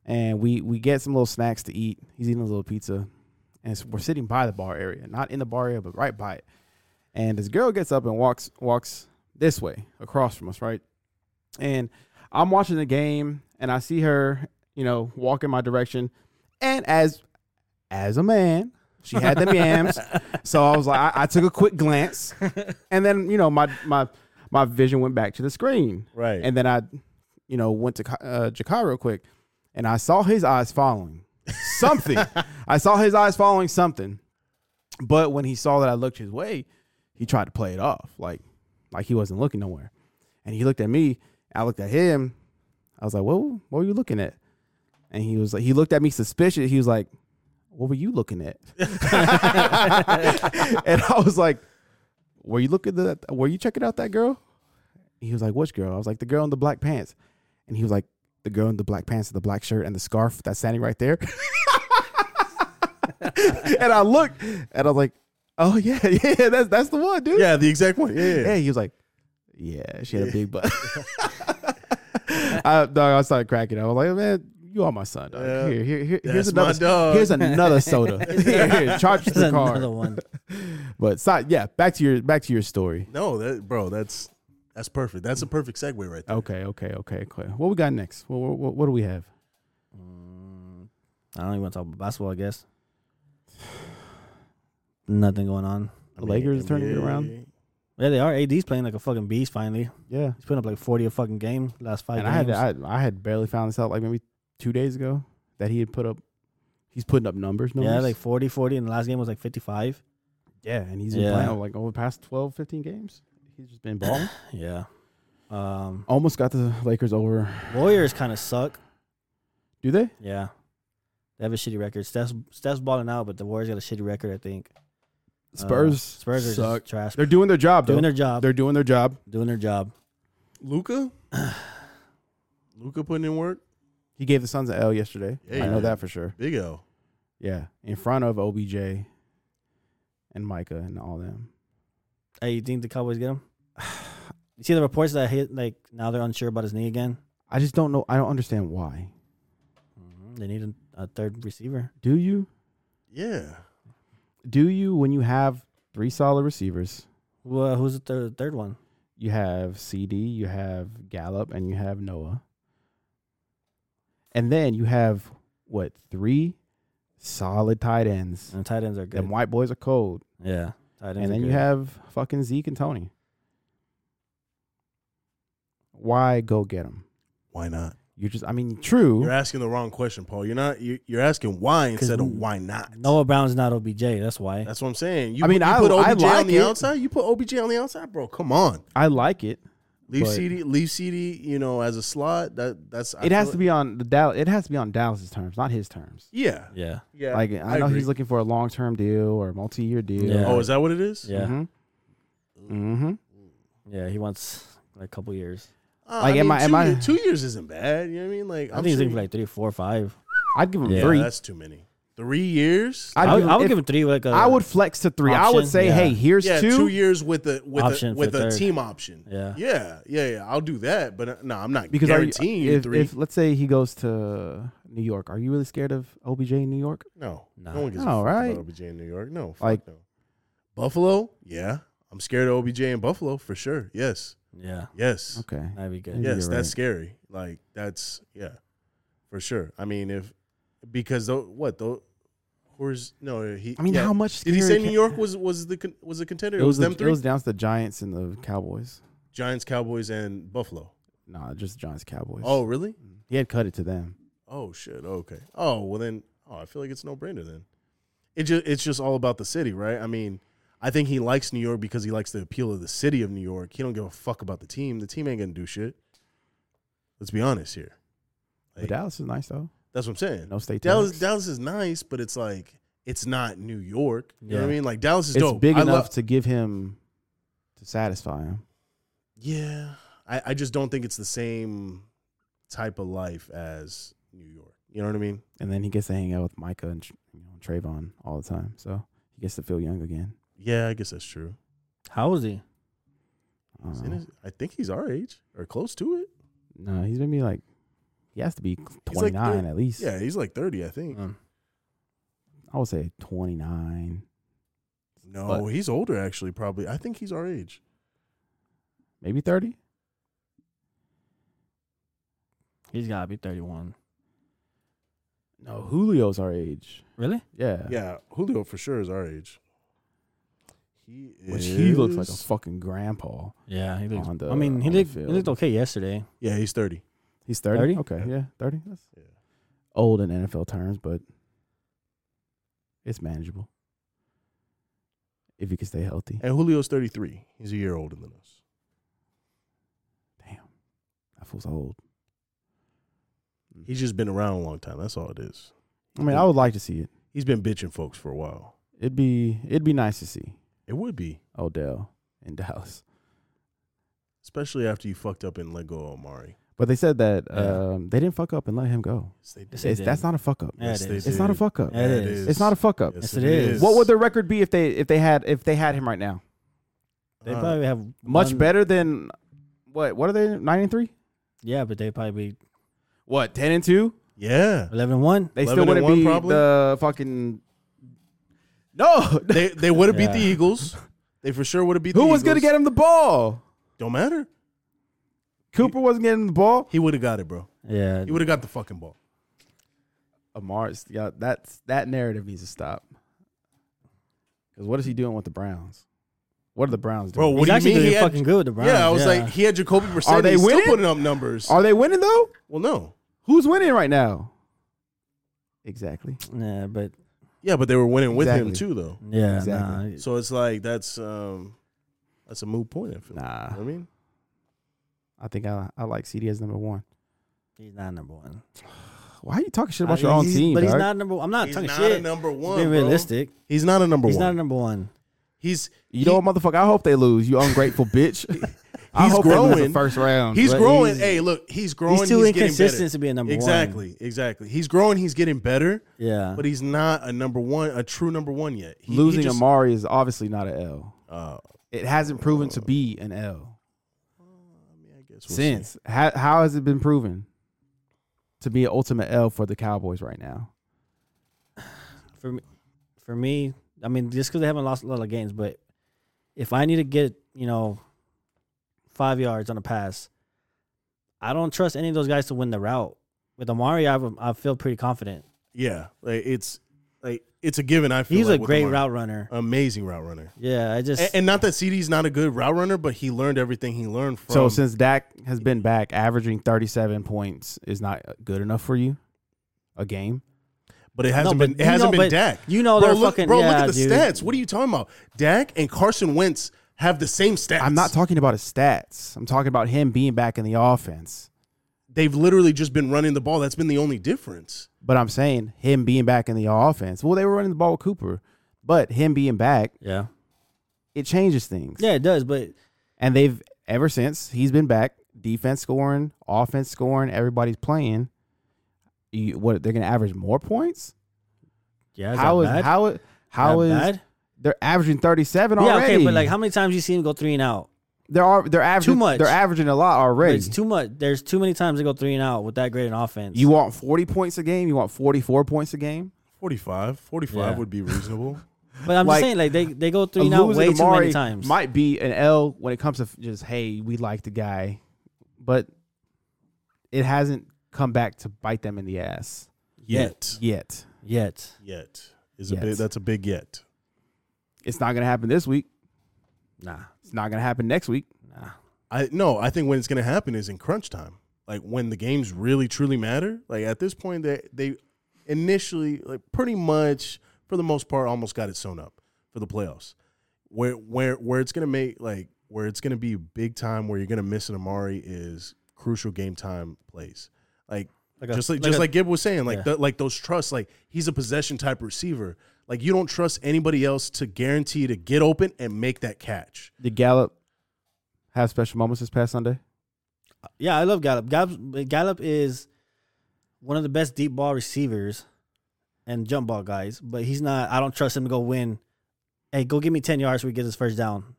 S4: And we we get some little snacks to eat. He's eating a little pizza, and so we're sitting by the bar area, not in the bar area, but right by it. And this girl gets up and walks walks this way across from us, right? And I'm watching the game and I see her, you know, walk in my direction. And as as a man, she had them yams. So I was like, I, I took a quick glance. And then, you know, my my my vision went back to the screen.
S3: Right.
S4: And then I, you know, went to Ka- uh, Jakai real quick and I saw his eyes following something. I saw his eyes following something. But when he saw that I looked his way, he tried to play it off like like he wasn't looking nowhere. And he looked at me. I looked at him. I was like, "Well, what were you looking at?" And he was like, he looked at me suspicious. He was like, "What were you looking at?" and I was like, "Were you looking at? Were you checking out that girl?" He was like, "Which girl?" I was like, "The girl in the black pants." And he was like, "The girl in the black pants, the black shirt, and the scarf that's standing right there." and I looked and I was like, oh yeah, yeah, that's that's the one, dude.
S3: Yeah, the exact one. Yeah, yeah, yeah.
S4: Hey, he was like, yeah, she had a big butt. I, dog, I started cracking. I was like, man, you are my son. Dog.
S3: Yeah.
S4: Here, here, here,
S3: That's
S4: here's another.
S3: my dog.
S4: Here's another soda. here, here, charge
S5: It's
S4: the car.
S5: another one.
S4: But so, yeah, back to your back to your story.
S3: No, that, bro, that's that's perfect. That's a perfect segue right there.
S4: Okay, okay, okay, okay. What we got next? What what, what do we have?
S5: Mm, I don't even want to talk about basketball. I guess nothing going on.
S4: The Lakers turning it
S3: Yeah.
S4: around.
S5: Yeah, they are. AD's playing like a fucking beast. Finally,
S4: Yeah,
S5: he's putting up like forty a fucking game last five.
S4: and I
S5: games.
S4: had I, I had barely found this out like maybe two days ago that he had put up. He's putting up numbers. numbers.
S5: yeah, like 40, 40, and the last game was like fifty-five.
S4: yeah, and he's been
S5: Yeah.
S4: playing like over the past 12, 15 games. He's just been balling.
S5: Yeah. Um,
S4: Almost got the Lakers over.
S5: Warriors kind of suck.
S4: Do
S5: Uh,
S4: they?
S5: Yeah, they have a shitty record. Steph's Steph's balling out, but the Warriors got a shitty record. I think Uh,
S4: Spurs.
S5: Spurs are
S4: suck.
S5: just trash.
S4: They're doing their job.
S5: doing
S4: though.
S5: their job.
S4: They're doing their job.
S5: doing their job.
S3: Luca, Luca putting in work.
S4: He gave the Suns an L yesterday.
S3: Yeah,
S4: I know
S3: yeah.
S4: that for sure.
S3: Big O.
S4: Yeah, in front of OBJ and Micah and all them.
S5: Hey, you think the Cowboys get him? You see the reports that hit like now they're unsure about his knee again.
S4: I just don't know. I don't understand why.
S5: They need a, a third receiver.
S4: Do you?
S3: Yeah,
S4: Do you when you have three solid receivers?
S5: Who, uh, who's the third, third one?
S4: You have CD, you have Gallup, and you have Noah. And then you have what three solid tight ends.
S5: And the tight ends are
S4: Them
S5: Mm, good.
S4: white boys are cold.
S5: Yeah, tight ends.
S4: and
S5: are
S4: then you
S5: good.
S4: have fucking Zeke and Tony. Why go get them?
S3: why not?
S4: You're just, I mean, true.
S3: You're asking the wrong question, Paul. You're not. you- You're asking why
S5: 'Cause
S3: instead of
S5: we-
S3: why not.
S5: Noah Brown's not OBJ. That's why.
S3: That's what I'm saying. You,
S4: Eh. I mean,
S3: put- you
S4: I-
S3: put
S4: I
S3: OBJ
S4: like
S3: on the
S4: it.
S3: outside. You put OBJ on the outside, bro. Come on,
S4: I like it.
S3: leave
S4: But-
S3: CD, leave CD. You know, as a slot. That that's I
S4: It has
S3: feel-
S4: to be on the Dallas. It has to be on Dallas's terms, not his terms.
S3: Yeah,
S5: yeah,
S3: yeah.
S4: Like I, know
S3: agree.
S4: he's looking for a long term deal or a multi year deal.
S5: Yeah.
S3: Oh, is that what it is?
S5: yeah,
S4: hmm hmm
S5: yeah. He wants like a couple years.
S3: Uh,
S4: Like,
S3: I
S4: am
S3: mean,
S4: I- am
S3: two,
S4: I-
S3: year- two years isn't bad. You know what I mean? Like,
S5: i
S3: I'm
S5: think he's
S3: sure
S5: looking for like three, four, five.
S4: I'd give him
S5: Yeah,
S4: three.
S3: that's too many. Three years.
S4: I'd
S5: I would,
S4: give
S5: I would
S4: if-
S5: give him three. Like uh, a,
S4: I would flex to three. I would
S5: Option,
S4: say,
S5: yeah.
S4: hey, here's
S3: yeah,
S4: two.
S3: two, years with a with
S5: Option
S3: a
S5: for
S3: with a
S5: third.
S3: team option.
S5: Yeah.
S3: yeah, yeah, yeah. I'll do that, but uh, no, I'm not
S4: because are you,
S3: guaranteeing you
S4: if,
S3: three.
S4: if let's say he goes to New York, are you really scared of OBJ in New York?
S3: no,
S5: Nah.
S3: no one gets
S4: No,
S3: no,
S4: right?
S3: right. OBJ in New York. No, fuck
S4: Like-
S3: no. Buffalo. Yeah, I'm scared of OBJ in Buffalo for sure. Yes,
S5: Yeah,
S3: yes,
S4: Okay.
S5: that'd be good.
S4: Yeah.
S3: yes.
S4: you're
S3: That's
S4: right.
S3: scary. Like that's yeah, for sure. I mean, if because though what though, who's no he.
S4: I mean,
S3: yeah.
S4: how much?
S3: Did he
S4: scarier
S3: say
S4: can-
S3: New York was was the con- was a contender?
S4: It
S3: It,
S4: was,
S3: was,
S4: the,
S3: them three:
S4: It was down to the Giants and the Cowboys.
S3: Giants, Cowboys, and Buffalo.
S4: Nah, just the Giants Cowboys.
S3: Oh, really?
S4: he had cut it to them.
S3: Oh shit. Okay. Oh well then. Oh, I feel like it's no brainer then. It just it's just all about the city, right? I mean, I think he likes New York because he likes the appeal of the city of New York. He don't give a fuck about the team. The team ain't gonna do shit. Let's be honest here.
S4: but
S3: Like,
S4: Dallas is nice though.
S3: That's what I'm saying.
S4: No state
S3: Dallas
S4: tax.
S3: Dallas is nice, but it's like it's not New York. You know what I
S5: Yeah.
S3: mean? Like Dallas is
S4: It's
S3: dope.
S4: big
S3: I
S4: enough
S3: love-
S4: to give him to satisfy him.
S3: Yeah. I, I just don't think it's the same type of life as New York. You know what I mean?
S4: And then he gets to hang out with Micah and Tr- you know, Trayvon all the time. So he gets to feel young again.
S3: Yeah, I guess that's true.
S5: How is he?
S4: I
S3: He's
S4: don't
S3: in
S4: know.
S3: his- I think he's our age or close to it.
S4: no, he's gonna be like he has to be twenty
S3: like
S4: nine
S3: thir-
S4: at least.
S3: Yeah, he's like 30, I
S4: Uh,
S3: think.
S5: Um,
S4: I would say twenty nine,
S3: No,
S4: But-
S3: he's older actually, probably. I think he's our age.
S4: maybe thirty.
S5: he's gotta be thirty-one.
S4: No, Julio's our age.
S5: Really?
S4: Yeah.
S3: Yeah, Julio for sure is our age. He is.
S4: Which he looks like a fucking grandpa.
S5: Yeah, he
S4: On
S5: looked.
S4: the-
S5: I mean, he
S4: on the
S5: looked, he
S4: field.
S5: looked okay yesterday.
S3: yeah, he's 30.
S4: He's 30?
S5: 30?
S4: Okay,
S3: Yeah.
S4: yeah, 30. That's
S3: Yeah.
S4: old in NFL terms, but it's manageable. If you can stay healthy.
S5: Eh.
S3: And Julio's 33. He's a year older than us.
S4: Damn. That fool's old.
S3: He's just been around a long time. That's all it is.
S4: I mean, I would like to see it.
S3: He's been bitching folks for a while.
S4: It'd be it'd be nice to see
S3: It would be,
S4: Odell in Dallas.
S3: especially after you fucked up and let go of Amari.
S4: But they said that
S3: Yeah.
S4: um, they didn't fuck up and let him go.
S3: Yes, they
S5: Yes,
S3: did.
S5: they
S4: It's, that's
S5: didn't.
S4: not a fuck up.
S5: Yeah,
S3: Yes,
S5: it
S3: they
S5: is.
S3: did.
S4: It's not a fuck up.
S5: Yeah, it is.
S4: It's not a fuck up.
S5: Yes, it is.
S4: What would their record be if they if they had if they had him right now?
S5: They
S3: Uh,
S5: probably have
S4: Much
S5: one-
S4: better than what? What are they? Nine and three?
S5: Yeah, but they probably be
S4: What? Ten and two?
S3: Yeah.
S5: 11 1.
S4: They
S3: 11
S4: still
S3: and
S4: wouldn't
S3: one,
S4: be
S3: probably?
S4: the fucking. No,
S3: They they would have beat the
S5: Yeah.
S3: Eagles. They for sure would have beat the
S4: who was gonna
S3: Eagles.
S4: get him the ball?
S3: Don't matter.
S4: Cooper wasn't getting the ball.
S3: He would have got it, bro.
S5: Yeah.
S3: He would have got the fucking ball.
S4: Amari's, yeah, that's that narrative needs to stop. Because what is he doing with the Browns? What are the Browns
S3: Bro,
S4: doing?
S3: what
S5: He's
S3: do
S5: actually
S3: you mean?
S5: doing
S3: He had,
S5: fucking good with the Browns.
S3: yeah, I was
S5: yeah.
S3: like, he had Jacoby Brissett.
S4: Are they
S3: he's
S4: winning?
S3: Still putting up numbers.
S4: Are they winning though?
S3: well, no.
S4: Who's winning right now? Exactly.
S5: yeah, but
S3: Yeah, but they were winning with him
S4: Exactly.
S3: too, though.
S5: yeah,
S4: Exactly.
S5: nah.
S3: So it's like that's um that's a moot point. I feel.
S4: Nah,
S3: You know what I mean,
S4: I think I, I like CD as number one.
S5: he's not number one.
S4: Why are you talking shit about
S5: I-
S4: your own
S5: he's-
S4: team?
S5: But he's
S4: dog?
S5: not number one. I'm not
S3: he's
S5: talking
S3: not
S5: shit.
S3: a number
S5: He's
S3: one.
S5: being
S3: bro.
S5: realistic.
S3: He's not a number
S5: He's
S3: one.
S5: not a number one.
S3: he's
S4: You know, what, motherfucker. I hope they lose. You ungrateful bitch. I
S3: He's
S4: hope they lose
S3: growing.
S4: the first round.
S3: he's
S4: but
S3: growing. hey, look, he's growing.
S5: He's too
S3: getting
S5: inconsistent
S3: better.
S5: to be a number one.
S3: Exactly, exactly. He's growing. He's getting better,
S5: Yeah.
S3: but he's not a number one, a true number one yet. He, he
S4: losing
S3: just-
S4: Amari is obviously not an L.
S3: Uh,
S4: It hasn't proven to be an L
S3: I guess we'll Oh. see.
S4: since. How, how has it been proven to be an ultimate L for the Cowboys right now?
S5: for me, for me, I mean, just because they haven't lost a lot of games, but if I need to get you know five yards on a pass, I don't trust any of those guys to win the route. With Amari, I have- I feel pretty confident.
S3: Yeah, like it's like it's a given. I feel
S5: He's
S3: like,
S5: a
S3: with
S5: great
S3: Amari.
S5: route runner.
S3: amazing route runner.
S5: Yeah, I just
S3: And, and not that CD's not a good route runner, but he learned everything he learned from.
S4: so since Dak has been back, averaging thirty-seven points is not good enough for you. A game.
S3: but it hasn't
S5: No, but
S3: been. It
S5: you
S3: hasn't
S5: know-
S3: been
S5: but
S3: Dak.
S5: you know
S3: bro,
S5: they're
S3: look,
S5: fucking-
S3: Bro, look
S5: yeah,
S3: at the
S5: dude.
S3: stats. What are you talking about? Dak and Carson Wentz have the same stats.
S4: I'm not talking about his stats. I'm talking about him being back in the offense.
S3: They've literally just been running the ball. That's been the only difference.
S4: But I'm saying him being back in the offense. Well, they were running the ball with Cooper, but him being back,
S5: yeah,
S4: it changes things.
S5: yeah, it does. But
S4: And they've ever since he's been back, defense scoring, offense scoring, everybody's playing. You, what they're gonna average more points?
S5: yeah, is
S4: How
S5: that
S4: is
S5: bad?
S4: how it- how
S5: That
S4: is
S5: bad?
S4: they're averaging thirty seven
S5: yeah,
S4: already?
S5: okay, but like how many times you see him go three and out?
S4: they're ar- they're averaging
S5: much.
S4: They're averaging a lot
S5: But
S4: already.
S5: It's too much. There's too many times they go three and out with that great an offense.
S4: you want forty points a game? You want forty four points a game?
S3: 45, 45
S5: Yeah.
S3: would be reasonable.
S5: but I'm
S4: like,
S5: just saying, like they they go
S4: A
S5: three and out
S4: losing
S5: way too many
S4: Amari
S5: times.
S4: Might be an L when it comes to f- just hey, we like the guy, but it hasn't come back to bite them in the ass
S3: yet,
S4: yet.
S5: Yet,
S3: yet is a
S4: Yet.
S3: big. That's a big yet.
S4: It's not gonna happen this week.
S5: nah,
S4: It's not gonna happen next week.
S5: nah.
S3: I no. I think when it's going to happen is in crunch time, like when the games really truly matter. Like at this point, they they initially like pretty much for the most part almost got it sewn up for the playoffs, where where where it's going to make like where it's going to be big time where you're going to miss an Amari is crucial game time plays. Like
S5: a-
S3: just like, just
S5: a-
S3: like Gib was saying, like
S5: Yeah.
S3: the, like those trusts, like he's a possession type receiver. Like you don't trust anybody else to guarantee to get open and make that catch.
S4: Did Gallup have special moments this past Sunday?
S5: Yeah, I love Gallup. Gallup. Gallup is one of the best deep ball receivers and jump ball guys, but he's not. I don't trust him to go win. Hey, go give me ten yards so we get this first down.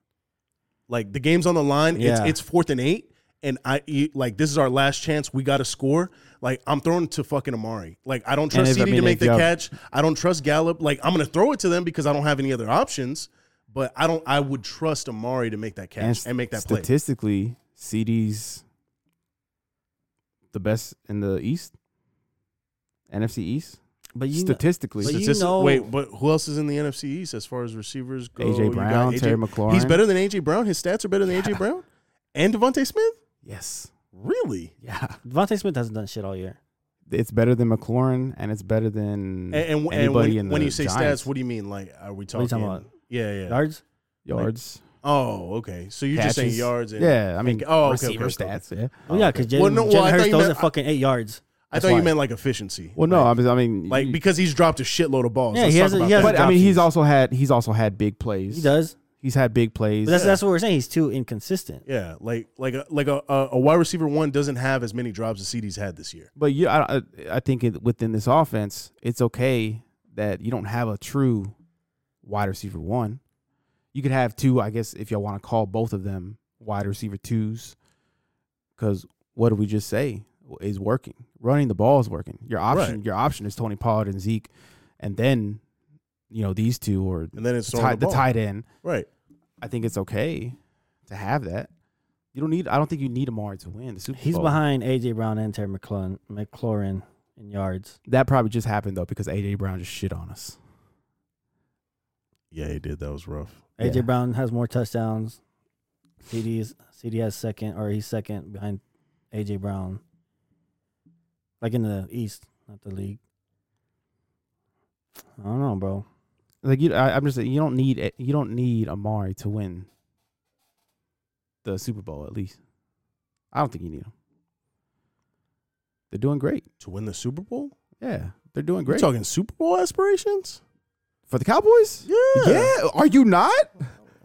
S3: Like the game's on the line.
S5: Yeah.
S3: It's it's fourth and eight, and I you- like this is our last chance. We got to score. Like I'm throwing to fucking Amari. Like I don't trust
S4: if- I
S3: CD to
S4: mean,
S3: make
S4: if
S3: the
S4: y'all-
S3: catch. I don't trust Gallup. Like I'm gonna throw it to them because I don't have any other options. But I don't. I would trust Amari to make that catch and,
S4: st-
S3: make that play.
S4: statistically, CD's the best in the East, NFC East.
S5: But you,
S4: statistically,
S5: but you
S3: Statistic-
S5: know-
S3: wait, but who else is in the NFC East as far as receivers go?
S4: AJ
S3: Oh, You got
S4: Brown, Terry
S3: He's
S4: McLaurin.
S3: better than AJ Brown. His stats are better than AJ Brown and Devontae Smith.
S4: yes,
S3: Really?
S4: yeah,
S5: Devontae Smith hasn't done shit all year.
S4: it's better than McLaurin, and it's better than
S3: And, and, and
S4: Hmm. anybody
S3: when,
S4: in the
S3: when you say
S4: Giants.
S3: stats, what do you mean? Like, are we
S5: are
S3: talking?
S5: you talking about?
S3: Yeah, yeah.
S5: Yards.
S4: yards,
S3: Oh, okay. So you're just saying
S4: catches.
S3: yards. And,
S4: yeah, I mean,
S3: oh, okay,
S4: receiver
S3: okay, okay.
S4: stats, yeah.
S5: Oh, yeah, because Jalen
S3: Well, no, well, I
S5: Jalen
S3: thought
S5: Hurts
S3: you
S5: throws
S3: meant-
S5: it fucking eight yards.
S3: I thought you meant like efficiency.
S4: Well, no, I mean, I mean,
S3: Like
S4: you-
S3: because he's dropped a shitload of balls.
S5: Yeah,
S3: Let's
S5: he
S3: talk
S5: hasn't-
S3: about
S5: he
S3: that.
S5: hasn't
S4: but I
S5: dropped
S4: mean, he's
S5: these.
S4: also had he's also had big plays.
S5: He does.
S4: He's had big plays.
S5: But that's that's what we're saying. He's too inconsistent.
S3: Yeah, like like a, like a, a a wide receiver one doesn't have as many drops as CD's had this year.
S4: But you, I, I- I think it, within this offense, it's okay that you don't have a true wide receiver one. You could have two, I guess, if y'all want to call both of them wide receiver twos. Because what did we just say is working? Running the ball is working. Your option,
S3: Right.
S4: your option is Tony Pollard and Zeke, and then you know these two or
S3: And then it's
S4: the, tight,
S3: the,
S4: the
S3: ball.
S4: tight end.
S3: right?
S4: I think it's okay to have that. You don't need. I don't think you need Amari to win the Super
S5: He's
S4: Bowl.
S5: behind AJ Brown and Terry McLaurin, McLaurin in yards.
S4: That probably just happened though because AJ Brown just shit on us.
S3: Yeah, he did. That was rough.
S5: AJ
S4: Yeah.
S5: Brown has more touchdowns. CD is CD has second, or he's second behind AJ Brown. Like in the East, not the league. I don't know, bro.
S4: Like you, I, I'm just saying, you don't need it- you don't need Amari to win the Super Bowl at least. I don't think you need him. They're doing great.
S3: To win the Super Bowl,
S4: Yeah, they're doing
S3: we're
S4: great
S3: talking Super Bowl aspirations.
S4: for the Cowboys.
S3: Yeah,
S4: yeah. Oh. Are you not?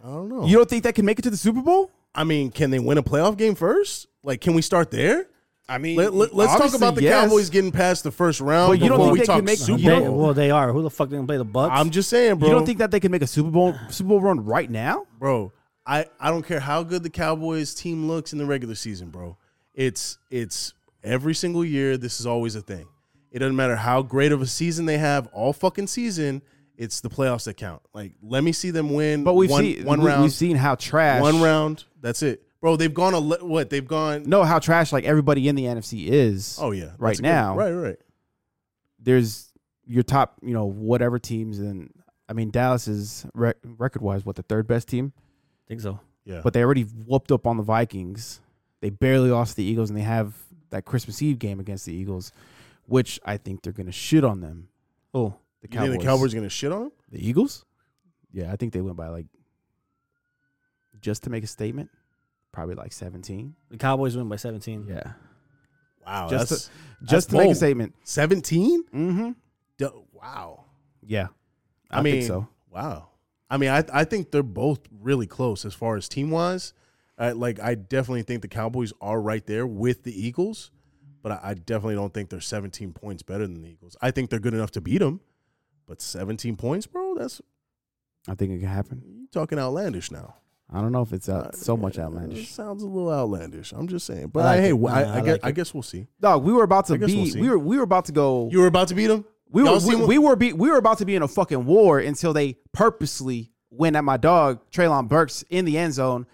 S3: I don't know.
S4: You don't think that can make it to the Super Bowl?
S3: I mean, can they win a playoff game first? Like, can we start there?
S4: I mean,
S3: Let, us talk about the Cowboys getting past the first round.
S4: But you don't
S3: before
S4: think
S3: we
S4: they
S3: talk
S4: can make-
S3: Super
S4: You
S5: They-
S4: don't-
S3: Bowl.
S5: well, they are. Who the fuck they gonna play the Bucks?
S3: I'm just saying, bro.
S4: You don't think that they can make a Super Bowl Super Bowl run right now?
S3: bro. I, I don't care how good the Cowboys team looks in the regular season, bro. It's it's every single year. This is always a thing. It doesn't matter how great of a season they have all fucking season. It's the playoffs that count. Like, let me see them win.
S4: But we've
S3: one,
S4: seen
S3: one
S4: we-
S3: round,
S4: We've seen how trash
S3: one round. That's it, bro. They've gone a le- what? They've gone.
S4: No, how trash like everybody in the NFC is.
S3: Oh yeah, that's
S4: right
S3: a good-
S4: now.
S3: Right, right.
S4: there's your top, you know, whatever teams, and I mean Dallas is rec- record wise what the third best team,
S5: I think so.
S3: Yeah,
S4: but they already whooped up on the Vikings. They barely lost to the Eagles, and they have that Christmas Eve game against the Eagles, which I think they're gonna shit on them.
S5: Oh,
S4: The
S3: you think the Cowboys are gonna shit on them?
S4: the Eagles. Yeah, I think they went by like just to make a statement, probably like seventeen.
S5: the Cowboys win by 17.
S4: Yeah,
S3: Wow,
S4: Just
S3: Oh, that's
S4: just to make a
S3: bold.
S4: statement.
S3: seventeen.
S4: Mm-hmm.
S3: Du- Wow.
S4: Yeah,
S3: I, mean,
S4: think so.
S3: Wow. I mean, I I think they're both really close as far as team wise. I, like, I definitely think the Cowboys are right there with the Eagles, but I, I definitely don't think they're 17 points better than the Eagles. I think they're good enough to beat them, but 17 points, bro, that's
S4: I think it can happen.
S3: you talking outlandish now.
S4: I don't know if it's out, so much
S3: Uh,
S4: outlandish.
S3: sounds a little outlandish. I'm just saying, but
S5: like
S3: hey,
S5: it.
S3: well, I,
S5: Nah,
S3: I,
S5: I
S3: guess,
S5: like
S3: I
S5: it.
S3: guess we'll see.
S4: Dog, we were about to
S3: I guess
S4: be
S3: we'll see.
S4: we were we were about to go
S3: You were about to beat them.
S4: we
S3: Y'all
S4: were
S3: seen
S4: we,
S3: what-
S4: we were be, we were about to be in a fucking war until they purposely went at my dog Traylon Burks in the end zone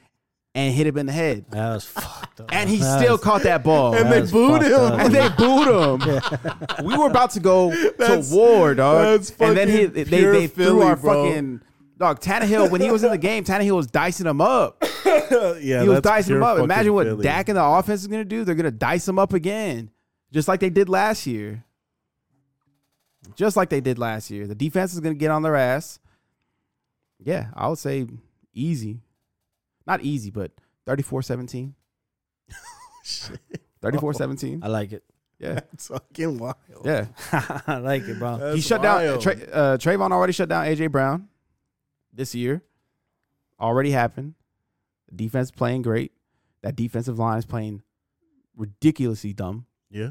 S4: and hit him in the head.
S5: That was fucked up.
S4: And he
S5: That
S4: still
S5: was-
S4: caught that ball.
S3: and
S4: and,
S3: they
S5: was
S3: booed
S5: fucked
S3: him.
S5: up.
S4: they booed him. we were about to go to
S3: That's-
S4: war, dog.
S3: that's
S4: and then he,
S3: fucking
S4: they,
S3: pure
S4: they threw
S3: Philly,
S4: our
S3: bro.
S4: fucking dog Tannehill when he was in the game. Tannehill was dicing him up.
S3: yeah,
S4: he
S3: that's
S4: was dicing him
S3: pure
S4: up.
S3: fucking
S4: Imagine what
S3: Philly.
S4: Dak and the offense is gonna do. They're gonna dice him up again, just like they did last year. Just like they did last year, the defense is gonna get on their ass. Yeah, I would say easy, not easy, but 34-17. 34-17.
S5: I like it.
S4: Yeah,
S3: It's fucking wild.
S4: yeah.
S5: I like it, bro.
S4: he
S3: That's
S4: shut down.
S3: wild.
S4: Tra- uh, Trayvon already shut down AJ Brown this year. Already happened. Defense playing great. That defensive line is playing ridiculously dumb.
S3: yeah.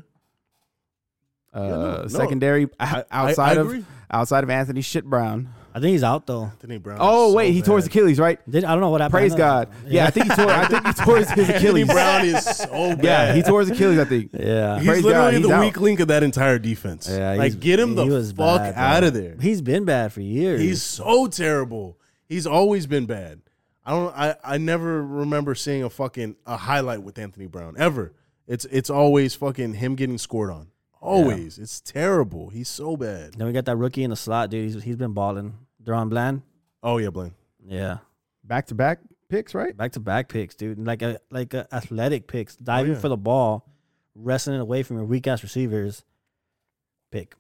S4: Uh,
S3: no, no.
S4: secondary o-
S3: I- I-
S4: outside
S3: I
S4: of
S3: agree.
S4: outside of Anthony shit Brown.
S5: I think he's out though.
S3: Anthony Brown.
S4: Oh
S3: is
S4: wait,
S3: so
S4: he tore his
S3: bad.
S4: Achilles, right?
S5: Did I don't know what happened.
S4: Praise
S5: I know-
S4: God. Yeah, I think he tore. I think he tore his his
S3: Anthony
S4: Achilles.
S3: Brown is so bad.
S4: Yeah, he tore his Achilles. I think.
S5: Yeah.
S3: He's
S4: Praise God,
S3: literally
S4: he's
S3: the
S4: out.
S3: weak link of that entire defense.
S5: Yeah, he's-
S3: like get him the
S5: he was
S3: fuck
S5: bad, bro.
S3: out of there.
S5: He's been bad for years.
S3: He's so terrible. He's always been bad. I don't. I, I never remember seeing a fucking a highlight with Anthony Brown ever. It's it's always fucking him getting scored on. Always. It's terrible. He's so bad.
S5: then we got that rookie in the slot, dude. He's he's been balling. Deron Bland.
S3: Oh yeah, Blaine.
S5: Yeah.
S4: Back to back picks, right?
S5: Back to back picks, dude. Like a like a athletic picks, diving
S3: Oh, yeah.
S5: for the ball, wrestling it away from your weak ass receivers. Pick.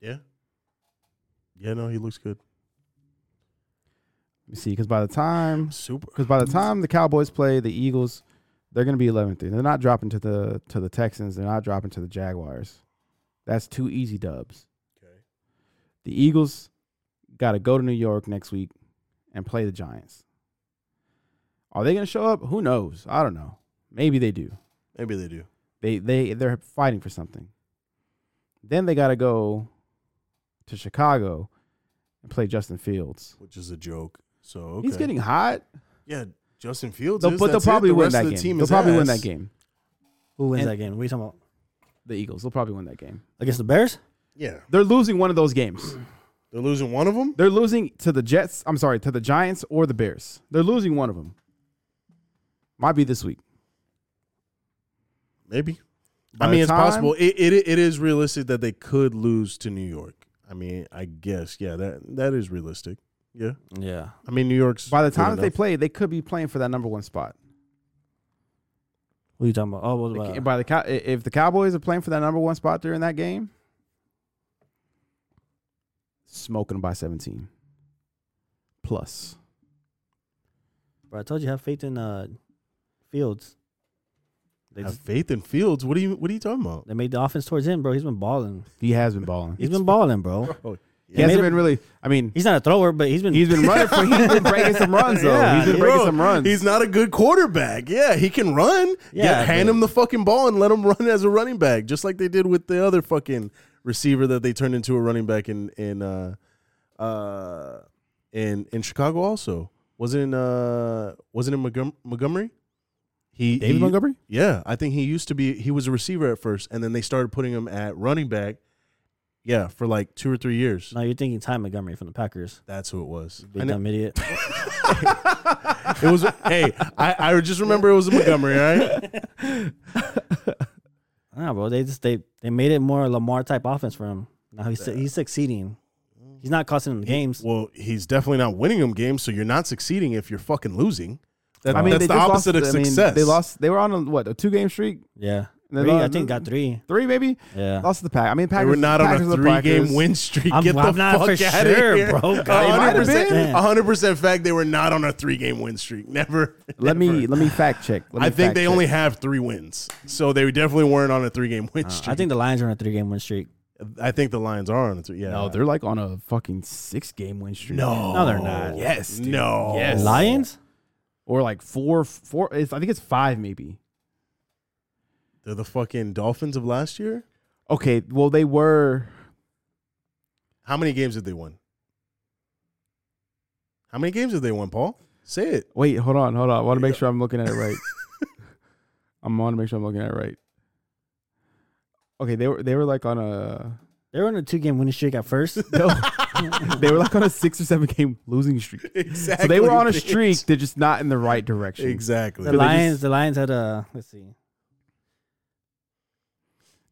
S3: Yeah. Yeah. No, he looks good.
S4: Let me see, because by the time
S3: Super.
S4: because by the time the Cowboys play the Eagles, they're going to be 11th. They're not dropping to the to the Texans. They're not dropping to the Jaguars. That's two easy dubs.
S3: Okay.
S4: The Eagles got to go to New York next week and play the Giants. Are they going to show up? Who knows? I don't know. Maybe they do.
S3: Maybe they do.
S4: They they they're fighting for something. Then they got to go to Chicago and play Justin Fields.
S3: Which is a joke. So okay.
S4: He's getting hot,
S3: yeah. Justin Fields,
S4: They'll-
S3: is,
S4: but they'll
S3: that's it.
S4: probably
S3: the
S4: win
S3: rest
S4: that
S3: of the
S4: game.
S3: Team
S4: they'll
S3: is
S4: probably win
S3: ass.
S4: that game.
S5: Who wins
S4: And-
S5: that game? What are you talking about?
S4: The Eagles. They'll probably win that game.
S5: Against the Bears?
S3: Yeah,
S4: They're losing one of those games.
S3: they're losing one of them.
S4: They're losing to the Jets. I'm sorry, to the Giants or the Bears. They're losing one of them. Might be this week.
S3: Maybe.
S4: By
S3: I mean,
S4: the
S3: it's
S4: time-
S3: possible. It, it it is realistic that they could lose to New York. I mean, I guess yeah. That that is realistic. Yeah.
S5: Yeah.
S3: I mean, New York's
S4: By the
S3: good
S4: time that they
S3: enough.
S4: play, they could be playing for that number one spot.
S5: What are you talking about? Oh, what about?
S4: By the Cow- if the Cowboys are playing for that number one spot during that game, smoking by 17 plus.
S5: Bro, I told you have faith in uh, Fields. They
S3: have
S5: just,
S3: faith in Fields. What are you What are you talking about?
S5: they made the offense towards him, bro. He's been balling.
S4: He has been balling.
S5: He's been balling, bro.
S3: Oh,
S4: He hasn't
S5: made
S4: been really. I mean,
S5: He's not a thrower, but he's been
S4: he's been running. For, he's been breaking some runs though.
S5: Yeah,
S4: he's been breaking some runs.
S3: He's not a good quarterback. Yeah, he can run. Yeah,
S5: Yeah,
S3: hand
S5: but-
S3: him the fucking ball and let him run as a running back, just like they did with the other fucking receiver that they turned into a running back in in uh uh in in Chicago. Also, wasn't in, uh wasn't in Montgom- Montgomery. He
S4: David
S3: he-
S4: Montgomery.
S3: Yeah, I think he used to be. He was a receiver at first, and then they started putting him at running back. Yeah, for like two or three years.
S5: No, you're thinking Ty Montgomery from the Packers.
S3: That's who it was.
S5: Big
S3: I know-
S5: dumb idiot.
S3: It was hey, I, I just remember it was Montgomery, right?
S5: nah, bro. They just they they made it more Lamar type offense for him. Now he's he's succeeding. He's not costing them games.
S3: Well, he's definitely not winning them games, so you're not succeeding if you're fucking losing. That,
S4: I mean,
S3: that's
S4: they
S3: the
S4: just
S3: opposite
S4: lost,
S3: of
S4: I mean,
S3: success.
S4: they lost. They were on a what a two game streak,
S5: Yeah,
S4: They
S5: Three, I
S4: lost-
S5: think got three.
S4: three maybe.
S5: Yeah.
S4: Lost to the pack. I mean,
S3: They
S4: Packers,
S3: were not on
S4: Packers
S3: a
S4: are the Packers.
S3: three-game win streak.
S5: I'm-
S3: Get the
S5: I'm not
S3: fuck
S5: for
S3: out
S5: sure,
S3: of here,
S5: bro. They might
S4: have
S3: 100%,
S5: been.
S3: 100% fact. They were not on a three-game win streak. Never.
S4: Let me
S3: never.
S4: let me fact check. Let me
S3: I think
S4: fact
S3: they
S4: check.
S3: only have three wins, so they definitely weren't on a three-game win streak.
S5: Uh, I think the Lions are on a three game win streak.
S3: I think the Lions are on a three. Yeah.
S4: No, they're like on a fucking six game win streak.
S3: no,
S5: No, they're not.
S4: Yes. dude.
S3: No.
S4: Yes.
S5: Lions?
S4: Or like four four. It's, I think it's five maybe.
S3: They're the fucking Dolphins of last year.
S4: Okay. Well, they were.
S3: How many games did they win? How many games did they win, Paul? Say it.
S4: Wait. Hold on. Hold on. I want to make sure I'm looking at it right. I am want to make sure I'm looking at it right. Okay. They were they were like on a.
S5: They were on a two game winning streak at first.
S4: No, they were like on a six or seven game losing streak.
S3: Exactly.
S4: So they were on a
S3: bitch.
S4: streak. They're just not in the right direction.
S3: Exactly.
S5: The
S4: they
S5: Lions,
S4: just-
S5: the Lions had a let's see.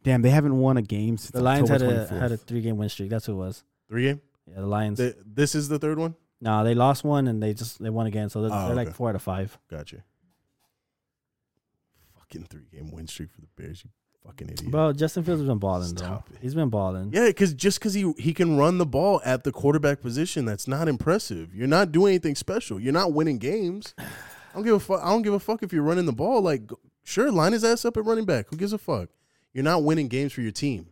S4: Damn, they haven't won a game since
S5: The Lions had
S4: October
S5: a
S4: 24th.
S5: had a three game win streak. That's who it was.
S3: Three game.
S5: Yeah, the Lions.
S3: The- this is the third one.
S5: no, they lost one and they just they won again. So they're,
S3: Oh,
S5: they're like
S3: okay.
S5: four out of five.
S3: Gotcha. Fucking three game win streak for the Bears. You fucking idiot.
S5: Bro, Justin Fields has been balling though.
S3: Stop it.
S5: He's been balling.
S3: Yeah, because just because he he can run the ball at the quarterback position, that's not impressive. You're not doing anything special. You're not winning games. I don't give a fuck. I don't give a fuck if you're running the ball. Like, go- sure, line his ass up at running back. Who gives a fuck? You're not winning games for your team.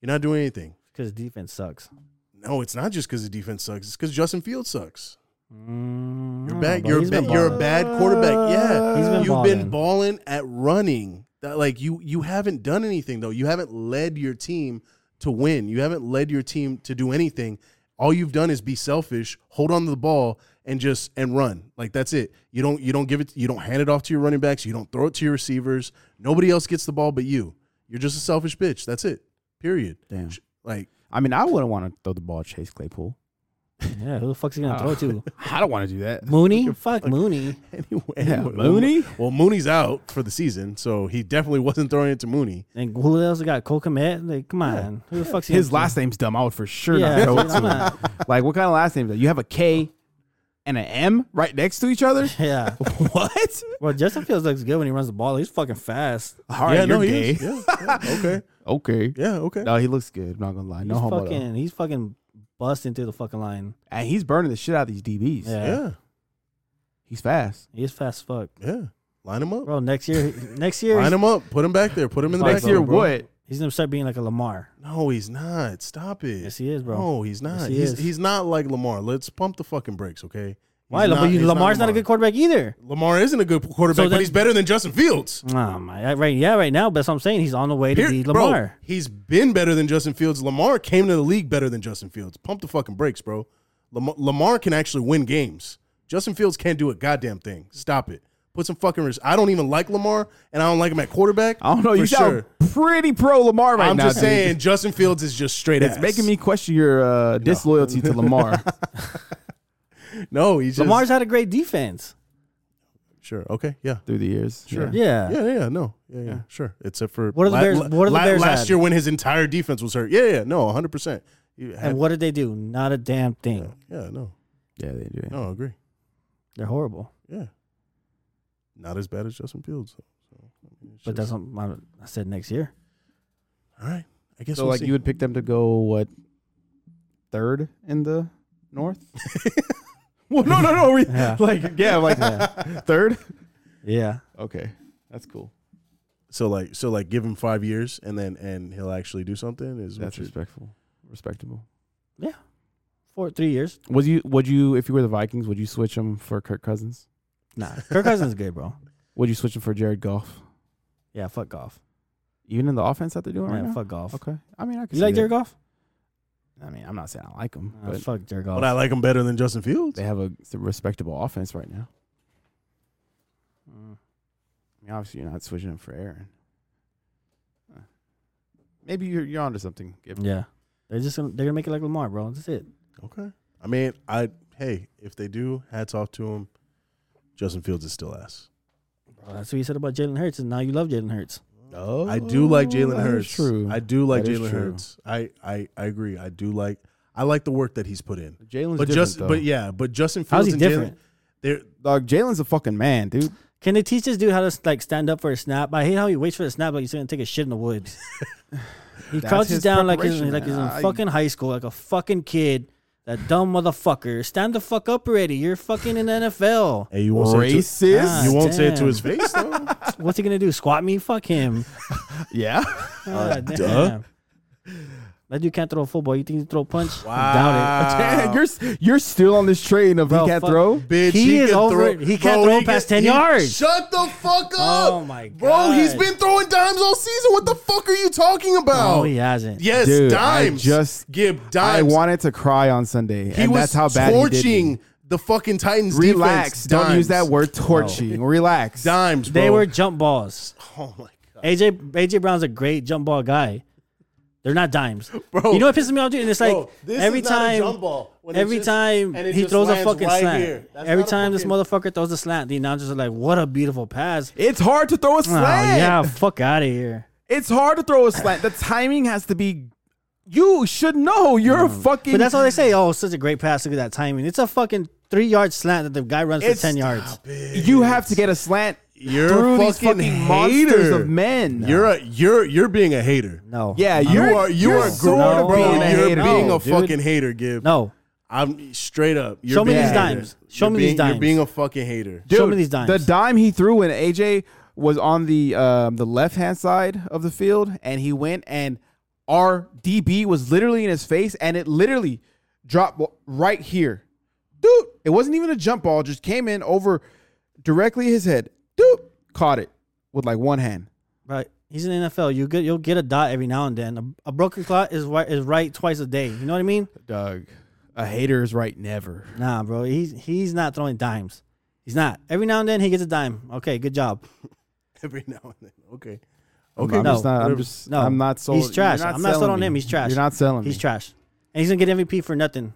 S3: You're not doing anything.
S5: Because defense sucks.
S3: No, it's not just because the defense sucks. It's because Justin Fields sucks.
S5: Mm, I
S3: You're
S5: don't
S3: bad.
S5: know, bro.
S3: You're a,
S5: He's been
S3: ba- you're a
S5: balling.
S3: bad quarterback. Yeah,
S5: He's been
S3: you've been
S5: balling.
S3: balling at running. That like you you haven't done anything though. You haven't led your team to win. You haven't led your team to do anything. All you've done is be selfish, hold on to the ball, and just and run. Like that's it. You don't you don't give it. You don't hand it off to your running backs. You don't throw it to your receivers. Nobody else gets the ball but you. You're just a selfish bitch. That's it. Period.
S4: Damn.
S3: Like
S4: I mean, I wouldn't want to throw the ball at Chase Claypool.
S5: Yeah, who the fuck's he gonna
S4: Oh.
S5: throw to?
S4: I don't want to do that.
S5: Mooney? Fuck Mooney.
S3: anyway,
S4: Yeah,
S3: well,
S4: Mooney?
S3: Well, Mooney's out for the season, so he definitely wasn't throwing it to Mooney.
S5: And who else got Cole Komet? Like, come on. Who the fuck's he
S4: His
S5: gonna
S4: last name's dumb. I would for
S5: throw?
S4: sure
S5: yeah,
S4: not
S5: dude,
S4: throw
S5: I'm
S4: it to him.
S5: not-
S4: Like, what kind of last name is that? You have a K and an M right next to each other?
S5: Yeah.
S4: what?
S5: Well, Justin Fields looks good when he runs the ball. He's fucking fast.
S4: All right, you're
S3: he
S4: gay.
S3: is. Yeah, yeah, okay.
S4: Okay.
S3: Yeah, okay.
S4: No, he looks good. I'm not gonna lie. No
S5: he's
S4: homo. though.
S5: fucking, he's fucking busting through the fucking line.
S4: And he's burning the shit out of these DBs.
S5: Yeah.
S3: Yeah,
S4: He's fast.
S5: He's fast as fuck.
S3: yeah. Line him up.
S5: Bro, next year, next year,
S3: Line
S5: he's,
S3: him up. Put him back there. Put him in the
S5: Like,
S4: Next
S3: back
S4: year,
S3: row, bro.
S4: what?
S5: he's gonna start being like a Lamar.
S3: No, he's not. Stop it.
S5: Yes, he is, bro.
S3: No, he's not.
S5: Yes, he
S3: he's
S5: is.
S3: he's not like Lamar. Let's pump the fucking brakes, okay?
S5: Why? Lamar,
S3: not- he's not
S5: Lamar's not, a
S3: Lamar.
S5: good quarterback either.
S3: Lamar isn't a good quarterback,
S5: So
S3: but
S5: then-
S3: he's better than Justin Fields.
S5: Oh my! Right? Yeah, right now. But that's what I'm saying. He's on the way to
S3: Here-
S5: be
S3: bro,
S5: Lamar.
S3: he's been better than Justin Fields. Lamar came to the league better than Justin Fields. Pump the fucking brakes, bro. Lamar, Lamar can actually win games. Justin Fields can't do a goddamn thing. Stop it. Put some fucking. Res- I don't even like Lamar, and I don't like him at quarterback.
S4: I don't know.
S3: for
S4: You sound pretty pro Lamar right
S3: I'm
S4: now.
S3: just
S4: dude.
S3: saying, Justin Fields is just straight
S4: It's
S3: ass.
S4: making me question your uh, disloyalty to Lamar.
S3: no. He's just
S5: Lamar's had a great defense.
S3: sure. Okay, yeah,
S4: through the years.
S3: Sure.
S4: Yeah.
S5: Yeah.
S3: yeah, yeah, yeah. No, yeah, yeah, sure. Except for
S5: What are the Bears- what are the Bears
S3: last
S5: had?
S3: year when his entire defense was hurt? Yeah, yeah, no, 100. percent Yeah,
S5: And what did they do? Not a damn thing.
S3: no,
S4: Yeah, they do.
S3: no, I agree.
S5: They're horrible.
S3: Yeah. Not as bad as Justin Fields. So,
S5: But that's not. my- I said next year.
S3: all right. I guess
S4: So,
S3: we'll
S4: like,
S3: see.
S4: you would pick them to go what third in the North? well, no, no, no. we-
S5: Yeah.
S4: Like, yeah, like third.
S5: Yeah.
S4: Okay, that's cool.
S3: so like so like give him five years and then and he'll actually do something is what
S4: That's
S3: you-
S4: respectful, respectable.
S5: Four, three years.
S4: Would you? Would you? If you were the Vikings, would you switch him for Kirk Cousins?
S5: Nah. Kirk Cousins is good, bro.
S4: Would you switch him for Jared Goff?
S5: Yeah. Fuck golf.
S4: Even in the offense that they're doing right
S5: Yeah.
S4: now.
S5: Fuck golf.
S4: Okay, I mean, I could.
S5: You like
S4: see that.
S5: Jared Goff?
S4: I mean, I'm not saying I like him,
S5: Nah,
S4: but
S5: fuck Jared Goff.
S3: But I like him better than Justin Fields.
S4: they have a respectable offense right now. Mm. I mean, obviously, you're not switching him for Aaron. Uh, Maybe you're you're onto something. Gibbs.
S5: yeah. They're just gonna, they're gonna make it like Lamar, bro. That's it.
S3: Okay. I mean, I hey, if they do, hats off to him. Justin Fields is still ass.
S5: Bro, that's what you said about Jalen Hurts, and now you love Jalen Hurts.
S4: Oh,
S3: I do like Jalen
S4: that is
S3: Hurts.
S4: True.
S3: I do like
S4: That is
S3: Jalen
S4: true.
S3: Hurts. I, I I agree. I do like I like the work that he's put in.
S4: Jalen's
S3: But
S4: different,
S3: just
S4: though.
S3: but yeah, but Justin Fields
S5: How's he
S3: and
S5: different?
S3: Jalen they're
S4: Dog, Jalen's a fucking man, dude.
S5: Can they teach this dude how to like stand up for a snap? I hate how he waits for the snap like he's gonna take a shit in the woods. he
S4: That's
S5: crouches
S4: his
S5: down like he's
S4: preparation,
S5: like he's in
S4: man. I-
S5: fucking high school, like a fucking kid. That dumb motherfucker. Stand the fuck up already. You're fucking in the NFL.
S3: hey, you won't say it to,
S4: Racist.
S5: Ah,
S3: you won't say it to
S5: damn.
S3: his face though.
S5: What's he gonna do? Squat me? Fuck him.
S4: yeah.
S5: God
S3: duh.
S5: damn. That dude can't throw a football. You think he can throw a punch?
S3: Uh,
S5: Doubt it.
S4: you're s- you're still on this train of
S5: Bro,
S4: he can't
S5: fuck.
S4: throw.
S3: Bitch,
S5: He is
S3: can
S5: over- he can't throw past 10 yards.
S3: Shut the fuck up.
S5: Oh, my
S3: Bro, he's
S5: God.
S3: been throwing dimes all season. What the fuck are you talking about?
S5: No, he hasn't.
S3: Yes,
S4: Oh, Dude, I
S3: dimes.
S4: just-
S3: give
S4: I
S3: dimes.
S4: wanted to cry on Sunday,
S3: he
S4: and
S3: was
S4: that's how bad
S3: torching
S4: he did me.
S3: the fucking Titans
S4: Relax.
S3: defense.
S4: Don't
S3: Dimes. Oh.
S4: use that word torching. Relax.
S3: Dimes, bro.
S5: They were jump balls.
S3: Oh my god.
S5: AJ AJ Brown's a great jump ball guy. They're not dimes,
S3: Bro.
S5: You know what pisses me off, dude? And it's like
S3: Bro, this
S5: every
S3: is not a
S5: time,
S3: jump ball when it
S5: every
S3: just-
S5: time
S3: and it
S5: he
S3: just
S5: throws a
S3: lands
S5: fucking
S3: right
S5: slant.
S3: here. That's
S5: Every
S3: not a
S5: time this
S3: fucking-
S5: motherfucker throws a slant, the announcers are like, "What a beautiful pass!"
S4: It's hard to throw a
S5: Oh,
S4: slant.
S5: yeah, fuck out of here.
S4: It's hard to throw a slant. The timing has to be. You should know. You're a fucking.
S5: Mm. But that's all they say. Oh, such a great pass. Look at that timing. It's a fucking three yard slant that the guy runs for
S4: It's-
S5: ten yards.
S4: you have to get a slant
S3: You're
S4: through
S3: a
S4: these
S3: fucking,
S4: fucking monsters
S3: hater.
S4: of men.
S3: You're a you're you're being a hater.
S5: No.
S4: yeah.
S3: You
S4: You're,
S3: are you
S4: you're
S3: are
S4: sort
S3: grown,
S4: of
S3: bro.
S4: being a
S3: you're
S4: hater.
S3: being
S4: No,
S3: a
S4: dude.
S3: fucking hater, Gib.
S5: No.
S3: I'm straight up. You're
S5: Show me
S3: being
S4: these
S3: a hater.
S5: dimes. Show
S3: You're
S5: me these
S3: being-
S5: dimes.
S3: You're being a fucking hater.
S4: Dude,
S5: Show me these dimes.
S4: The dime he threw when AJ was on the um, the left hand side of the field, and he went and our DB was literally in his face, and it literally dropped right here, dude. It wasn't even a jump ball; just came in over directly his head. Dude, caught it with like one hand.
S5: Right. He's in the NFL. You get you'll get a dot every now and then. A, a broken clock is right is right twice a day. You know what I mean?
S4: Doug, a hater is right never.
S5: Nah, bro. He's he's not throwing dimes. He's not. Every now and then he gets a dime. Okay, good job.
S3: Every now and then. Okay.
S4: Okay, I'm
S5: No.
S4: just not. I'm just.
S5: No,
S4: I'm not sold.
S5: He's trash.
S4: You're
S5: I'm not sold
S4: selling
S5: on
S4: me.
S5: him. He's trash.
S4: You're not selling.
S5: He's
S4: me.
S5: trash, and he's gonna get MVP for nothing.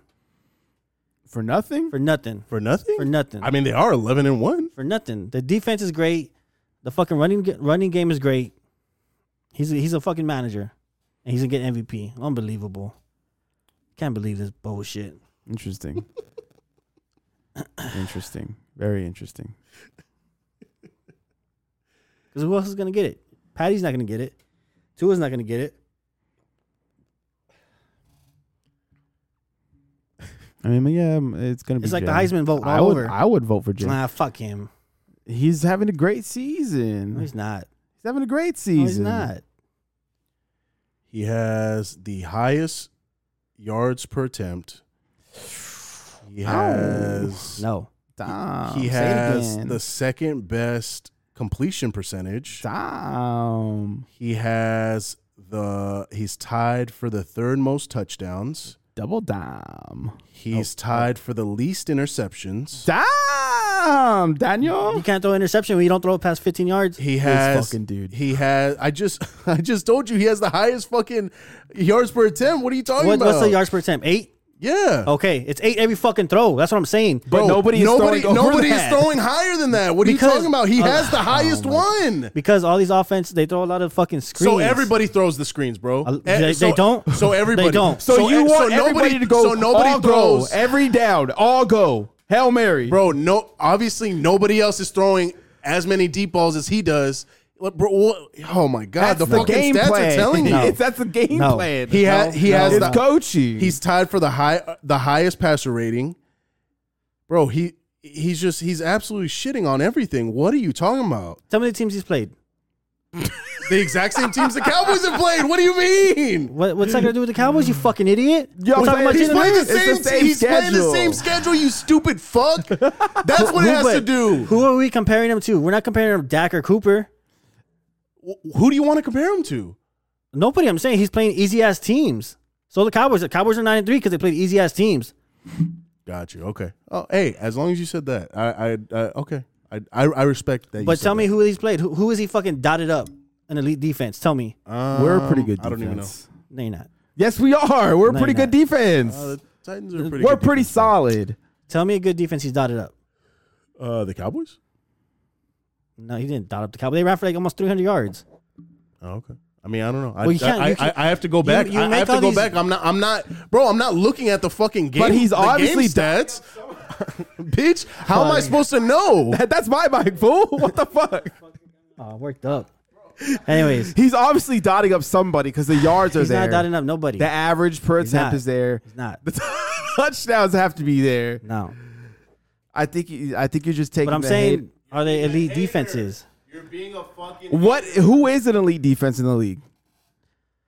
S4: for nothing.
S5: For nothing.
S3: For nothing?
S5: For nothing.
S3: I mean, they are 11 and 1.
S5: For nothing. The defense is great. The fucking running ga- running game is great. He's a, he's a fucking manager, and he's gonna get MVP. Unbelievable. Can't believe this bullshit.
S4: Interesting. interesting. Very interesting.
S5: Because who else is gonna get it? Patty's not gonna get it. Tua's not gonna get it.
S4: I mean, yeah, um, it's gonna be.
S5: It's like the
S4: Jalen.
S5: Heisman vote all
S4: I would,
S5: over.
S4: I would vote for Jalen.
S5: Nah, fuck him.
S4: He's having a great season.
S5: No,
S4: He's
S5: he's not.
S4: having a great season.
S5: No, he's not.
S3: He has the highest yards per attempt. He has
S5: No.
S4: Stop. Say
S3: he
S4: it
S3: has
S4: again.
S3: the second best completion percentage.
S4: Damn.
S3: He has the he's tied for the third most touchdowns.
S4: Double dime.
S3: He's tied for the least interceptions.
S4: Damn,
S5: You
S4: Daniel.
S5: can't throw an interception when you don't throw it past 15 yards.
S3: He has
S4: fucking dude.
S3: He has. I just I just told you he has the highest fucking yards per attempt. What are you talking
S5: What,
S3: about?
S5: what's the yards per attempt? Eight?
S3: Yeah.
S5: Okay, it's eight every fucking throw. That's what I'm saying.
S4: Oh, But nobody is
S3: nobody,
S4: throwing over
S3: nobody
S4: that.
S3: is throwing higher than that. What are
S5: Because-
S3: you talking about? He
S5: Oh,
S3: has the highest one.
S5: because all these offense, they throw a lot of fucking screens.
S3: So everybody throws the screens, bro.
S5: Uh,
S3: Eh,
S5: they-
S3: so-
S5: they don't?
S3: So
S5: They
S3: everybody
S5: don't.
S4: So, you
S3: eh,
S4: want everybody to go.
S3: So nobody
S4: all
S3: throws, Eh,
S4: go, every down, all go. Hail Mary,
S3: bro. No, obviously nobody else is throwing as many deep balls as he does. Look, Bro, what- oh my god,
S4: That's
S3: the,
S4: the,
S3: fucking
S4: game
S3: stats
S4: plan.
S3: are telling
S5: No.
S3: you.
S4: It's that's the game
S5: No.
S4: plan.
S3: He ha- he has
S4: it's
S3: the-
S4: coaching.
S3: He's tied for the high uh, the highest passer rating. Bro, he he's just he's absolutely shitting on everything. What are you talking about?
S5: Tell me the teams he's played.
S3: The exact same teams the Cowboys have played. What do you mean?
S5: What, what's that gonna do with the Cowboys? You fucking idiot.
S4: Yo,
S5: We're talking
S4: man,
S5: about
S4: he's
S5: you in the
S4: playing
S5: league.
S4: It's the same
S3: he's playing the
S4: schedule.
S3: same schedule, you stupid fuck. That's what it
S5: Who-
S3: has
S5: but
S3: to do. Who,
S5: Who are we comparing him to? We're not comparing him to Dak or Cooper.
S3: who do you want to compare him to?
S5: Nobody. I'm saying he's playing easy ass teams. So the Cowboys, the Cowboys are nine and three because they played easy ass teams.
S3: Got you. Okay. Oh, hey, as long as you said that, I, I, uh, okay, I, I, I respect that. you
S5: But
S3: said
S5: tell me
S3: that.
S5: who he's played. Who, who is he fucking dotted up? An elite defense. Tell me.
S4: Uh.
S3: Um,
S4: We're a pretty good. Defense.
S3: I don't even know.
S5: No, you're not.
S4: Yes, we are. We're a
S5: No,
S4: pretty
S5: you're
S4: good defense.
S3: Uh, the Titans are pretty.
S4: We're
S3: good
S4: pretty
S3: defense.
S4: solid.
S5: Tell me a good defense he's dotted up.
S3: Uh, the Cowboys.
S5: No, he didn't dot up the Cowboys. They ran for like almost 300 yards.
S3: Oh, okay. I mean, I don't know. I,
S5: Well, you can't-
S3: I,
S5: you
S3: I,
S5: can't-
S3: I have to go back.
S5: you
S3: I- I
S5: make
S3: have
S5: all
S3: to go
S5: these-
S3: back. I'm not. I'm not, bro. I'm not looking at the fucking game.
S4: But he's
S3: the game
S4: obviously-
S3: stats. Bitch, how am I supposed to know?
S4: That- that's my mic, fool. What the fuck?
S5: Oh, worked up. Anyways,
S4: He's obviously dotting up somebody because the yards are
S5: he's
S4: there.
S5: not dotting up nobody.
S4: The average per
S5: He's
S4: attempt
S5: not.
S4: is there.
S5: He's not.
S4: The touchdowns have to be there.
S5: No.
S4: I think. you- I think you're just taking.
S5: But I'm
S4: the
S5: saying, are they elite defenses?
S3: You're being a fucking.
S4: hate. what? Who is an elite defense in the league?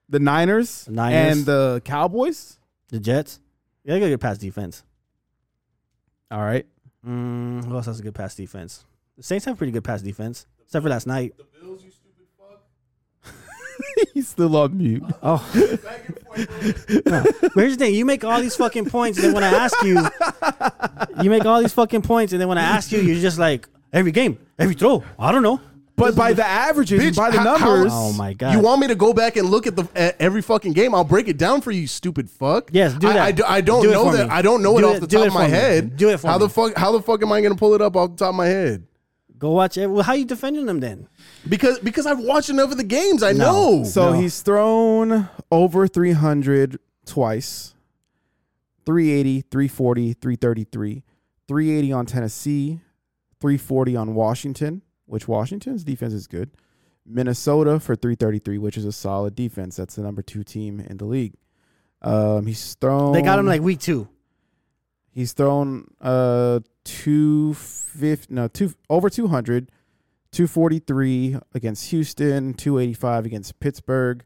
S4: The Niners,
S5: Niners.
S4: and the Cowboys.
S5: The Jets? Yeah, they got a good pass defense.
S4: All right.
S5: Mm, who else has a good pass defense? The Saints have a pretty good pass defense, except for last night.
S4: He's still on mute.
S5: Oh. No. But here's the thing you make all these fucking points, and then when I ask you, you make all these fucking points, and then when I ask you, you're just like, every game, every throw. I don't know.
S4: But by the averages, and
S3: Bitch,
S4: by the
S3: how-
S4: numbers,
S3: how-
S5: Oh my God.
S3: You want me to go back and look at the at every fucking game? I'll break it down for you, stupid fuck.
S5: Yes, do
S3: I-
S5: that.
S3: I, do- I don't
S5: Do it
S3: know
S5: for
S3: that.
S5: me.
S3: I don't know it
S5: Do
S3: off
S5: it-
S3: the
S5: do
S3: top
S5: it
S3: of
S5: for
S3: my
S5: me.
S3: head.
S5: Do it for
S3: how the
S5: me.
S3: fuck? How the fuck am I gonna pull it up off the top of my head?
S5: Go watch it. Well, how you defending them then?
S3: Because because I've watched enough of the games. I
S5: No.
S3: know.
S4: So
S5: No.
S4: he's thrown over 300 twice 380, 340, 333, 380 on Tennessee, 340 on Washington, which Washington's defense is good. Minnesota for 333, which is a solid defense. That's the number two team in the league. Um, he's thrown.
S5: They got him like week two.
S4: He's thrown uh two fifty no two over 200, 243 against Houston, two eighty five against Pittsburgh,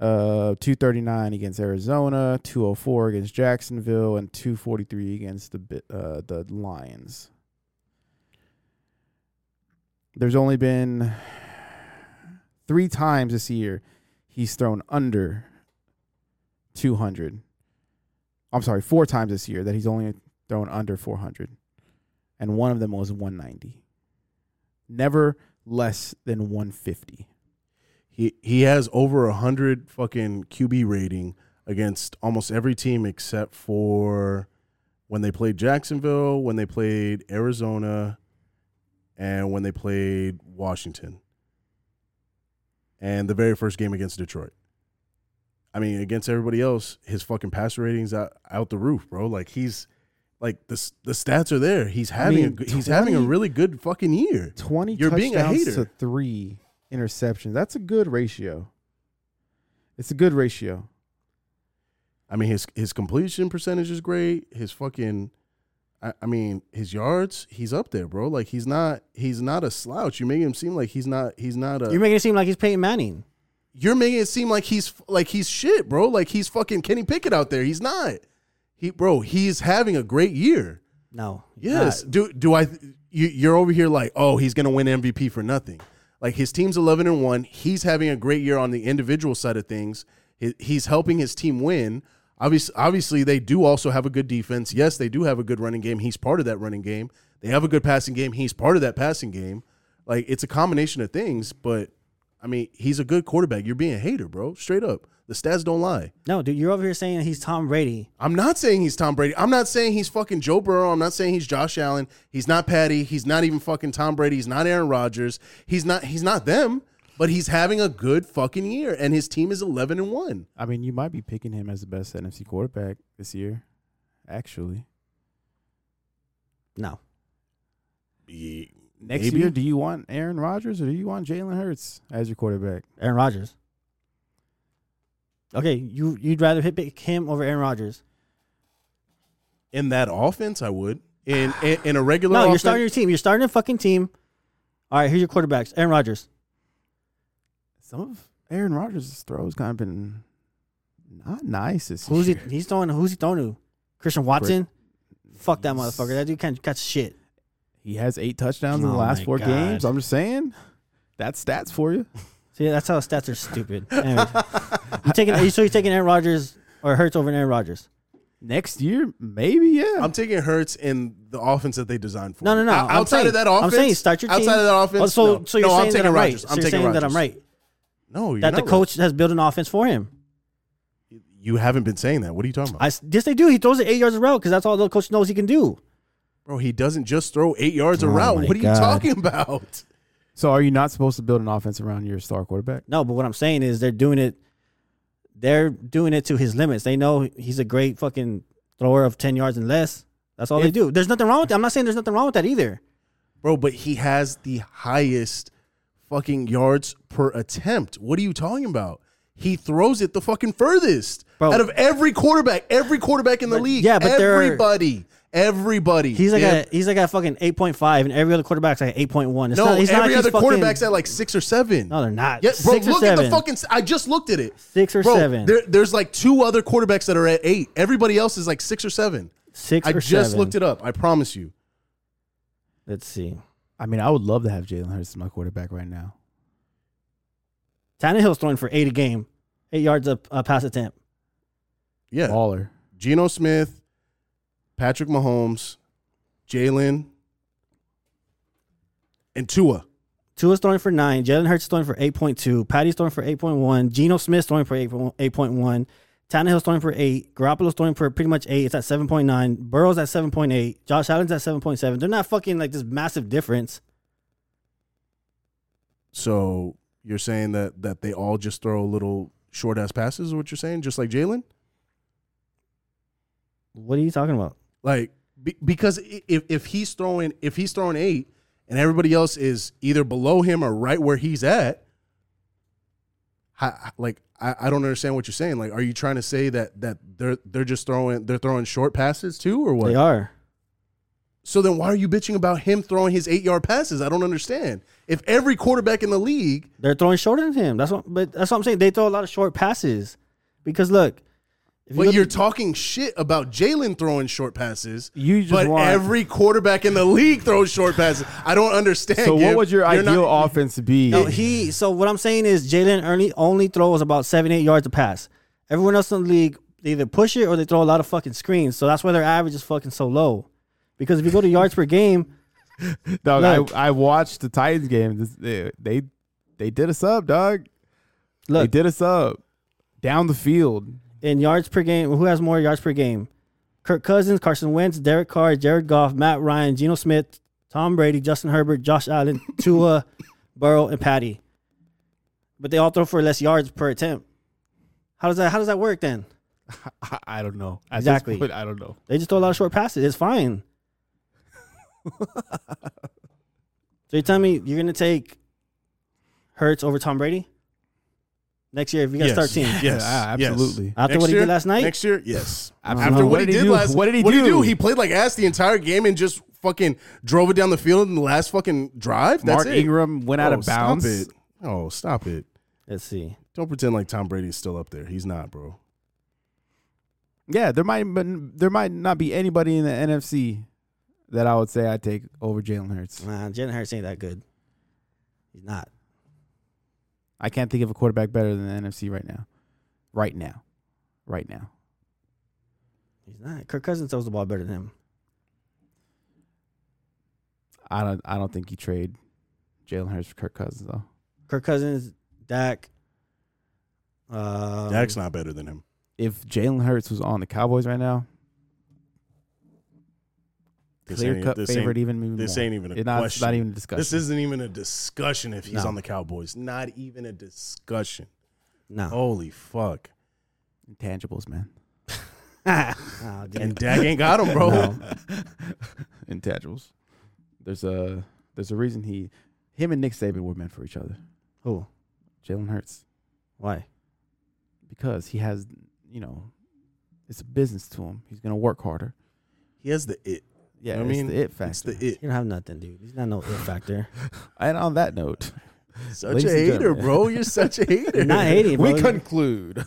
S4: uh two thirty nine against Arizona, two hundred four against Jacksonville, and two forty three against the Bi- uh the Lions. There's only been three times this year he's thrown under two hundred. I'm sorry, four times this year that he's only thrown under 400. And one of them was 190. Never less than 150.
S3: He he has over a hundred fucking QB rating against almost every team except for when they played Jacksonville, when they played Arizona, and when they played Washington, and the very first game against Detroit. I mean, against everybody else, his fucking passer ratings out, out the roof, bro. Like he's like the s- the stats are there. He's having a
S4: mean,
S3: good he's having a
S4: 20
S3: really good fucking year.
S4: 20
S3: You're
S4: touchdowns
S3: being a hater.
S4: to three interceptions. That's a good ratio. It's a good ratio.
S3: I mean, his his completion percentage is great. His fucking, I, I mean, his yards, he's up there, bro. Like he's not he's not a slouch. You make him seem like he's not he's not a.
S5: You're
S3: You're,
S5: making it seem like he's Peyton Manning.
S3: making it seem like he's like he's shit, bro. Like he's fucking Kenny Pickett out there. He's not. He bro, he's having a great year.
S5: No.
S3: Yes. do do I? You, you're over here like, oh, he's gonna win MVP for nothing. Like his team's 11 and one. He's having a great year on the individual side of things. He, he's helping his team win. Obviously, obviously, they do also have a good defense. Yes, they do have a good running game. He's part of that running game. They have a good passing game. He's part of that passing game. Like it's a combination of things. But I mean, he's a good quarterback. You're being a hater, bro. Straight up. The stats don't lie.
S5: No, dude, you're over here saying he's Tom Brady.
S3: I'm not saying he's Tom Brady. I'm not saying he's fucking Joe Burrow. I'm not saying he's Josh Allen. He's not Patty. He's not even fucking Tom Brady. He's not Aaron Rodgers. He's not he's not them, but he's having a good fucking year and his team is 11 and 1.
S4: I mean, you might be picking him as the best NFC quarterback this year, actually.
S5: No.
S4: Next
S3: Maybe.
S4: year, do you want Aaron Rodgers or do you want Jalen Hurts as your quarterback?
S5: Aaron Rodgers. Okay, you you'd rather hit pick him over Aaron Rodgers.
S3: In that offense, I would. In in, in a regular
S5: No, you're
S3: offense-
S5: starting your team. You're starting a fucking team. All right, here's your quarterbacks. Aaron Rodgers.
S4: Some of Aaron Rodgers' throws kind of been not nice this
S5: Who's he
S4: year.
S5: he's throwing who's he throwing to? Christian Watson? Fuck that motherfucker. That dude can't catch shit.
S4: He has eight touchdowns in the
S5: Oh
S4: last
S5: my
S4: four
S5: God.
S4: games. I'm just saying, that's stats for you.
S5: See, that's how stats are stupid. Anyways, you taking so you're taking Aaron Rodgers or Hurts over Aaron Rodgers.
S4: Next year, maybe yeah.
S3: I'm taking Hurts in the offense that they designed for.
S5: No, no, no.
S3: O-
S5: I'm
S3: Outside
S5: saying-
S3: of that offense,
S5: I'm saying start your team.
S3: outside of that offense.
S5: Oh, so,
S3: no.
S5: so you're
S3: No,
S5: saying
S3: I'm taking
S5: that I'm right.
S3: Rodgers.
S5: So
S3: I'm
S5: you're
S3: taking
S5: saying that I'm
S3: Rodgers.
S5: right.
S3: No, you're
S5: that
S3: not
S5: the
S3: right.
S5: coach has built an offense for him.
S3: You haven't been saying that. What are you talking about?
S5: I s- yes, they do. He throws it eight yards a route because that's all the coach knows he can do.
S3: Bro, he doesn't just throw eight
S5: Oh
S3: yards a route.
S4: my
S3: What are you
S4: God.
S3: talking about?
S4: so are you not supposed to build an offense around your star quarterback?
S5: No, but what I'm saying is they're doing it. They're doing it to his limits. They know he's a great fucking thrower of ten yards and less. That's all they do. There's nothing wrong with that. I'm not saying there's nothing wrong with that either.
S3: Bro, but he has the highest fucking yards per attempt. What are you talking about? He throws it the fucking furthest
S5: Bro.
S3: out of every quarterback, every quarterback in the league.
S5: yeah, but there are-
S3: everybody, everybody.
S5: He's like
S3: They
S5: a he's like a fucking eight point five, and every other quarterback's like eight point one. It's
S3: no,
S5: not, he's not
S3: every
S5: like
S3: other
S5: he's fucking-
S3: quarterback's at like six or seven.
S5: No, they're not.
S3: Yeah, bro,
S5: Six or
S3: look at
S5: seven.
S3: the fucking. I just looked at it.
S5: Six or
S3: Bro,
S5: seven.
S3: There, there's like two other quarterbacks that are at eight. Everybody else is like six or seven.
S5: six.
S3: I
S5: or
S3: just
S5: seven.
S3: looked it up. I promise you.
S5: Let's see.
S4: I mean, I would love to have Jalen Hurts as my quarterback right now.
S5: Tannehill's throwing for eight a game, eight yards a, a pass attempt.
S3: Yeah.
S4: Baller.
S3: Geno Smith, Patrick Mahomes, Jalen, and Tua.
S5: Tua's throwing for nine. Jalen Hurts is throwing for 8.2. Patty's throwing for 8.1. Geno Smith's throwing for 8.1. Tannehill's throwing for 8. Garoppolo's throwing for pretty much 8. It's at 7.9. Burrow's at 7.8. Josh Allen's at 7.7. They're not fucking like this massive difference.
S3: So you're saying that that they all just throw little short ass passes, is what you're saying? Just like Jalen?
S5: What are you talking about?
S3: Like be, because i- if if he's throwing if he's throwing eight and everybody else is either below him or right where he's at, how, like I, I don't understand what you're saying. Like, are you trying to say that that they're they're just throwing they're throwing short passes too, or what?
S5: They are.
S3: So then why are you bitching about him throwing his eight yard passes? I don't understand. If every quarterback in the league,
S5: They're throwing shorter than him. That's what but that's what I'm saying. They throw a lot of short passes. Because look, if
S3: but
S5: look-
S3: you're talking shit about Jalen throwing short passes.
S4: You just
S3: but
S4: want-
S3: every quarterback in the league throws short passes. I don't understand.
S4: So what
S3: Gib.
S4: would your
S3: You're
S4: ideal
S3: not-
S4: offense be?
S5: No, he. So what I'm saying is Jalen only only throws about seven eight yards a pass. Everyone else in the league they either push it or they throw a lot of fucking screens. So that's why their average is fucking so low. Because if you go to yards per game,
S4: dog,
S5: Look.
S4: I, I watched the Titans game. This, they, they they did us up, dog. They
S5: look
S4: did us up down the field.
S5: in yards per game, who has more yards per game? Kirk Cousins, Carson Wentz, Derek Carr, Jared Goff, Matt Ryan, Geno Smith, Tom Brady, Justin Herbert, Josh Allen, Tua, Burrow, and Patty. But they all throw for less yards per attempt. How does that? How does that work then?
S4: I, I don't know. At this
S5: Exactly.
S4: point, I don't know.
S5: They just throw a lot of short passes. It's fine. so you tell me you're gonna take Hurts over Tom Brady next year if you guys
S3: Yes.
S5: start team
S3: Yes,
S4: Yeah,
S3: yes.
S4: absolutely.
S5: after
S3: Next
S5: what he
S3: year-
S5: did last night?
S3: Next year, yes.
S4: Absolutely.
S3: After what,
S4: What
S3: he
S4: did he
S3: did
S4: do?
S3: last,
S4: What did he
S3: He,
S4: do?
S3: played like ass the entire game and just fucking drove it down the field in the last fucking drive. That's
S4: Mark
S3: it.
S4: Ingram went out
S3: Oh,
S4: of bounds.
S3: Stop it. Oh, stop it!
S5: Let's see.
S3: Don't pretend like Tom Brady is still up there. He's not, bro.
S4: Yeah, there might been, there might not be anybody in the NFC that I would say I take over Jalen Hurts.
S3: Mm.
S5: Nah, Jalen Hurts ain't that good. He's not.
S4: I can't think of a quarterback better than the NFC right now. Right now. Right now.
S5: He's not. Kirk Cousins throws the ball better than him.
S4: I don't I don't think you trade Jalen Hurts for Kirk Cousins though.
S5: Kirk Cousins, Dak. Um,
S3: Dak's not better than him.
S4: If Jalen Hurts was on the Cowboys right now,
S3: This
S4: clear
S3: ain't- e,
S4: cut
S3: this
S4: favorite
S3: ain't-
S4: even even
S3: This
S4: more.
S3: ain't even a
S4: It's not, it's
S3: question.
S4: not even a discussion.
S3: This isn't even a discussion if he's
S4: No.
S3: on the Cowboys. Not even a discussion.
S5: no.
S3: Holy fuck.
S4: intangibles, man.
S5: Nah, dude.
S3: And Dak ain't got him, bro.
S4: No. intangibles. There's a there's a reason he him and Nick Saban were meant for each other.
S5: Who?
S4: Jalen Hurts.
S5: Why?
S4: Because he has you know it's a business to him. He's gonna work harder.
S3: He has the it.
S4: Yeah,
S3: I
S4: it's
S3: mean,
S4: the it
S3: It's
S4: factor.
S3: the it.
S5: He don't have nothing, dude. He's not no it factor.
S4: And on that note,
S3: Such
S4: Ladies
S3: a
S4: and
S3: hater,
S4: gentlemen.
S3: bro. You're such a hater.
S5: You're not hating, bro.
S4: we conclude.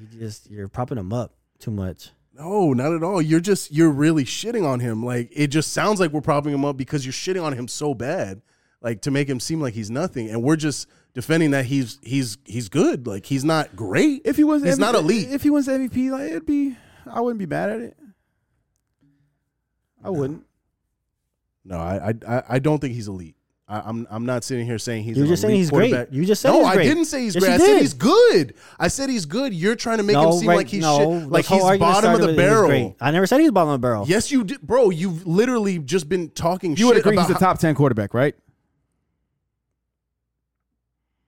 S5: you just you're propping him up too much.
S3: No, not at all. You're just you're really shitting on him. Like it just sounds like we're propping him up because you're shitting on him so bad, like to make him seem like he's nothing, and we're just defending that he's he's he's good. Like he's not great.
S4: If he was,
S3: He's
S4: MVP,
S3: not elite.
S4: If he was MVP, like it'd be, I wouldn't be mad at it. I wouldn't.
S3: Oh, no, I I- I I don't think he's elite. I, I'm I'm not sitting here saying he's.
S5: You're
S3: an
S5: just saying
S3: elite
S5: he's great.
S3: quarterback.
S5: You just said
S3: no.
S5: he's
S3: I
S5: great.
S3: didn't say he's
S5: Yes,
S3: great. I
S5: you
S3: said
S5: did.
S3: he's good. I said he's good. You're trying to make him seem
S5: right-
S3: like he's
S5: no,
S3: shit. Like
S5: this whole
S3: he's
S5: argument
S3: bottom of
S5: started
S3: the
S5: with he's
S3: barrel.
S5: great. I never said he's bottom of the barrel.
S3: Yes, you did, bro. You've literally just been talking.
S4: You would
S3: shit
S4: agree he's
S3: about
S4: a top ten quarterback, right?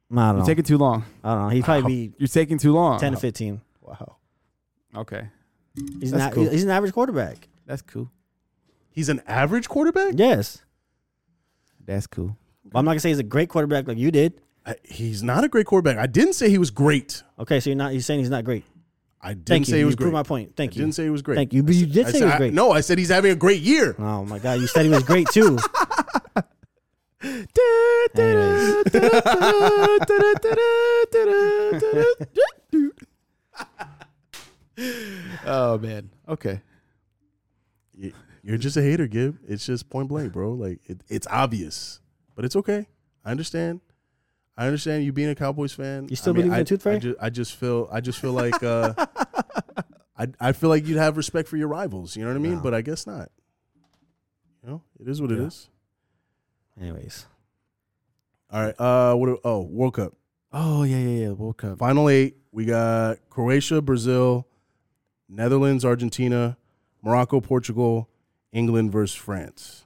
S5: I don't
S4: You're
S5: know.
S4: taking too long.
S5: I don't know. He'd probably be
S4: You're taking too long.
S5: ten to fifteen.
S4: Wow. Okay,
S5: He's
S4: That's
S5: not.
S4: cool.
S5: He's an average quarterback.
S4: that's cool.
S3: He's an average quarterback.
S5: Yes,
S4: That's cool.
S5: but I'm not gonna say he's a great quarterback like you did.
S3: I- he's not a great quarterback. I didn't say he was great.
S5: Okay, so you're not. You're saying he's not great.
S3: I didn't
S5: Thank you.
S3: say he
S5: you
S3: was
S5: proved
S3: great.
S5: my point. Thank
S3: I
S5: you.
S3: didn't say he was great.
S5: Thank you. But you did
S3: I said,
S5: say he was
S3: I-
S5: great.
S3: no, I said he's having a great year.
S5: Oh my god, you said he was great too. Anyways,
S4: oh man. Okay.
S3: You- You're just a hater, Gib. It's just point blank, bro. Like it, it's obvious, but it's okay. I understand. I understand you being a Cowboys fan.
S5: You still
S3: I mean,
S5: believe in
S3: I-
S5: tooth
S3: I
S5: fairy?
S3: just, I just feel. I just feel like. Uh, I I feel like you'd have respect for your rivals. You know what I mean?
S5: No.
S3: But I guess not. You know, it is what it
S4: Yeah.
S3: is.
S5: anyways,
S3: All right. Uh, what? are- oh, World Cup.
S4: Oh yeah, yeah, yeah. World Cup.
S3: Final eight, we got Croatia, Brazil, Netherlands, Argentina, Morocco, Portugal, England versus France.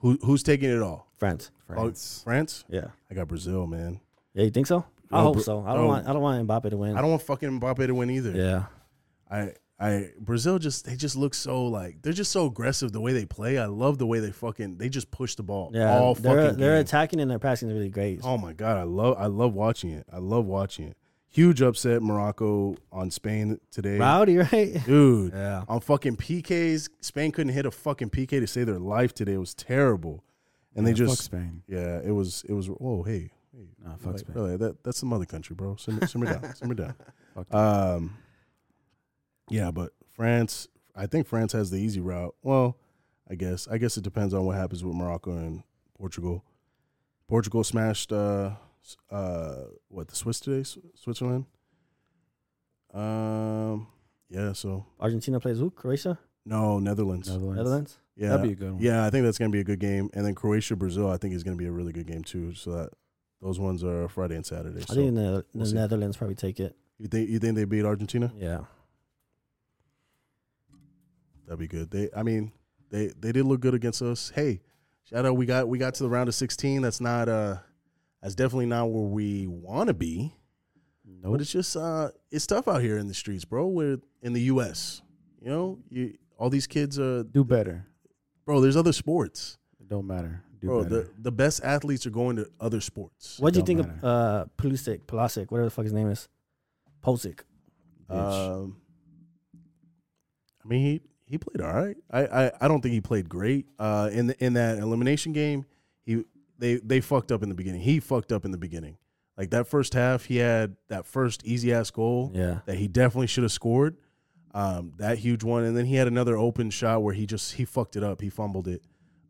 S3: Who who's taking it all?
S5: France.
S3: Oh,
S4: France.
S3: France?
S5: Yeah.
S3: I got Brazil, man.
S5: Yeah, you think so? I
S3: No,
S5: hope
S3: Bra-
S5: so. I don't
S3: no.
S5: want. I don't want Mbappe to win.
S3: Oh, I don't want fucking Mbappe to win either.
S5: yeah.
S3: I I Brazil just they just look so like they're just so aggressive the way they play. I love the way they fucking they just push the ball
S5: Yeah.
S3: all
S5: they're
S3: fucking
S5: they're
S3: game.
S5: attacking and their passing is really great.
S3: Oh my god, I love I love watching it. I love watching it. Huge upset Morocco on Spain today.
S5: Rowdy, right?
S3: Dude,
S5: Yeah.
S3: on fucking PKs. Spain couldn't hit a fucking PK to save their life today. It was terrible, and they
S4: Yeah,
S3: just
S4: fuck Spain.
S3: yeah, it was it was. Whoa, hey, hey
S4: No, fuck
S3: like,
S4: Spain.
S3: really, that that's some other country, bro. Simmer, simmer down, simmer down. Um, yeah, but France, I think France has the easy route. Well, I guess I guess it depends on what happens with Morocco and Portugal. Portugal smashed uh s- uh what the Swiss today, Sw- Switzerland. Um, yeah, so
S5: Argentina plays who? Croatia,
S3: no, Netherlands.
S4: Netherlands.
S5: Netherlands.
S3: Yeah.
S4: That'd be a good one.
S3: yeah, I think that's going to be a good game. And then Croatia Brazil, I think is going to be a really good game too. So that those ones are Friday and Saturday.
S5: I
S3: So
S5: think the,
S3: we'll
S5: the
S3: see.
S5: Netherlands probably take it.
S3: you think you think they beat Argentina?
S5: Yeah.
S3: That'd be good. They I mean, they they did look good against us. Hey, shout out we got we got to the round of 16. That's not uh that's definitely not where we want to be.
S4: Nope.
S3: But it's just uh it's tough out here in the streets, bro. We're in the US. You know, you all these kids are
S4: Do better.
S3: bro, there's other sports.
S4: It don't matter. Do
S3: Bro,
S4: better.
S3: the, the best athletes are going to other sports.
S5: What do you
S4: Don't
S5: think of
S4: matter.
S5: uh, Pulisic, Pulisic, whatever the fuck his name is, Pulisic?
S4: Bitch.
S3: Um, I mean, he he played all right. I, I, I don't think he played great. Uh, in the, in that elimination game, he they they fucked up in the beginning. He fucked up in the beginning. Like that first half, he had that first easy ass goal
S5: Yeah.
S3: that he definitely should have scored. Um, that huge one, and then he had another open shot where he just he fucked it up. He fumbled it,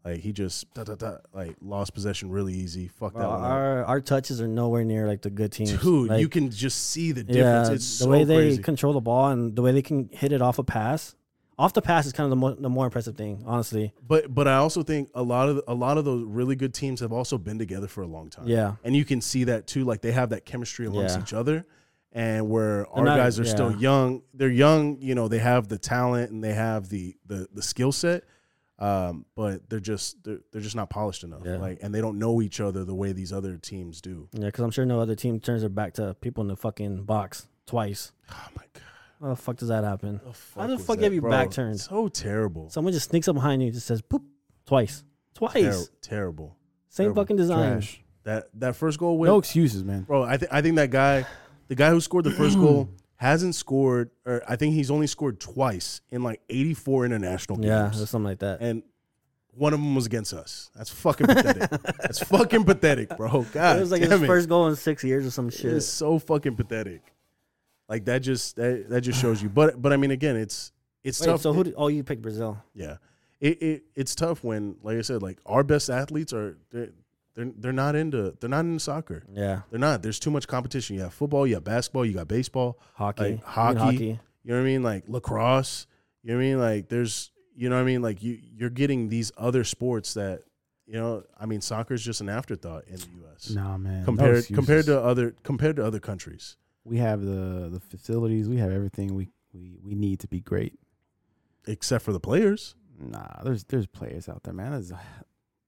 S3: like he just da, da, da, like lost possession really easy. Fucked that
S5: Bro,
S3: one. up.
S5: our our touches are nowhere near like the good teams.
S3: Dude,
S5: Like,
S3: you can just see the difference.
S5: Yeah,
S3: it's
S5: the
S3: so
S5: way they
S3: crazy.
S5: control the ball and the way they can hit it off a pass. Off the pass is kind of the, mo- the more impressive thing, honestly.
S3: But but I also think a lot of a lot of those really good teams have also been together for a long time.
S5: Yeah.
S3: and you can see that too. Like they have that chemistry amongst
S5: Yeah.
S3: each other, and where our
S5: not-
S3: guys are still
S5: yeah.
S3: young. They're young. You know, they have the talent and they have the the the skill set. Um, but they're just they're, they're just not polished enough.
S5: Yeah.
S3: Like, and they don't know each other the way these other teams do.
S5: Yeah, because I'm sure no other team turns their back to people in the fucking box twice.
S3: Oh my god!
S5: How the fuck does that happen? How the
S3: was
S5: fuck
S3: that,
S5: have you
S3: bro?
S5: back turned?
S3: So terrible.
S5: Someone just sneaks up behind you and just says poop twice. Twice.
S3: Ter- terrible.
S5: Same
S3: terrible.
S5: fucking design.
S4: Trash.
S3: That that first goal win.
S4: No excuses, man.
S3: Bro, I, th- I think that guy, the guy who scored the first goal, hasn't scored, or I think he's only scored twice in like 84 international games.
S5: Yeah, or something like that.
S3: And one of them was against us. That's fucking pathetic. That's fucking pathetic, bro. God,
S5: it was like
S3: damn
S5: his
S3: it.
S5: first goal in six years or some shit.
S3: It's so fucking pathetic. Like that just that, that just shows you. But but I mean again, it's it's
S5: Wait,
S3: tough.
S5: so who? Did, oh, you picked Brazil.
S3: yeah, it, it it's tough when like I said, like our best athletes are they're they're, they're not into they're not into soccer.
S5: Yeah,
S3: They're not. There's too much competition. You have football, you have basketball, you got baseball,
S5: hockey,
S3: like
S5: You mean
S3: hockey,
S5: hockey.
S3: You know what I mean? Like lacrosse. You know what I mean? Like there's you know what I mean? Like you you're getting these other sports that you know, I mean soccer's just an afterthought in the US.
S4: Nah, man. no
S3: Compared
S4: excuses.
S3: compared to other compared to other countries.
S4: we have the the facilities, we have everything we we, we need to be great.
S3: Except for the players.
S4: Nah, there's there's players out there, man. There's a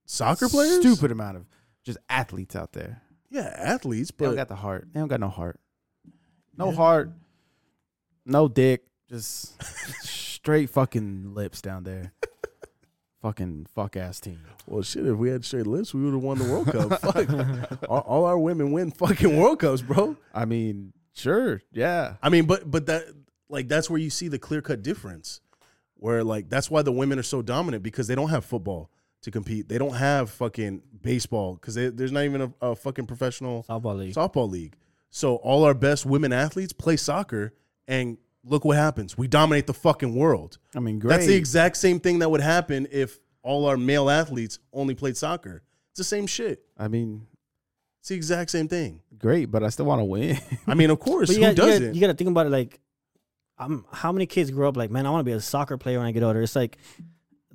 S3: Soccer players?
S4: stupid amount of just athletes out there.
S3: Yeah, athletes,
S4: They
S3: but
S4: don't got the heart. They don't got no heart. No
S3: Yeah.
S4: heart. No dick. Just straight fucking lips down there. fucking fuck ass team.
S3: well shit, if we had straight lips, we would have won the World Cup. Fuck. All, all our women win fucking World Cups, bro.
S4: I mean, sure, yeah.
S3: I mean, but but that like that's where you see the clear cut difference, where like that's why the women are so dominant because they don't have football to compete. They don't have fucking baseball because there's not even a, a fucking professional
S5: softball league.
S3: softball league. So all our best women athletes play soccer, and look what happens. We dominate the fucking world.
S4: I mean, great.
S3: That's the exact same thing that would happen if all our male athletes only played soccer. It's the same shit.
S4: I mean,
S3: It's the exact same thing.
S4: great, but I still want to win.
S3: I mean, of course,
S5: But
S3: who
S5: you gotta, You
S3: doesn't?
S5: gotta, you gotta think about it like, um, how many kids grow up like, man, I want to be a soccer player when I get older. It's like,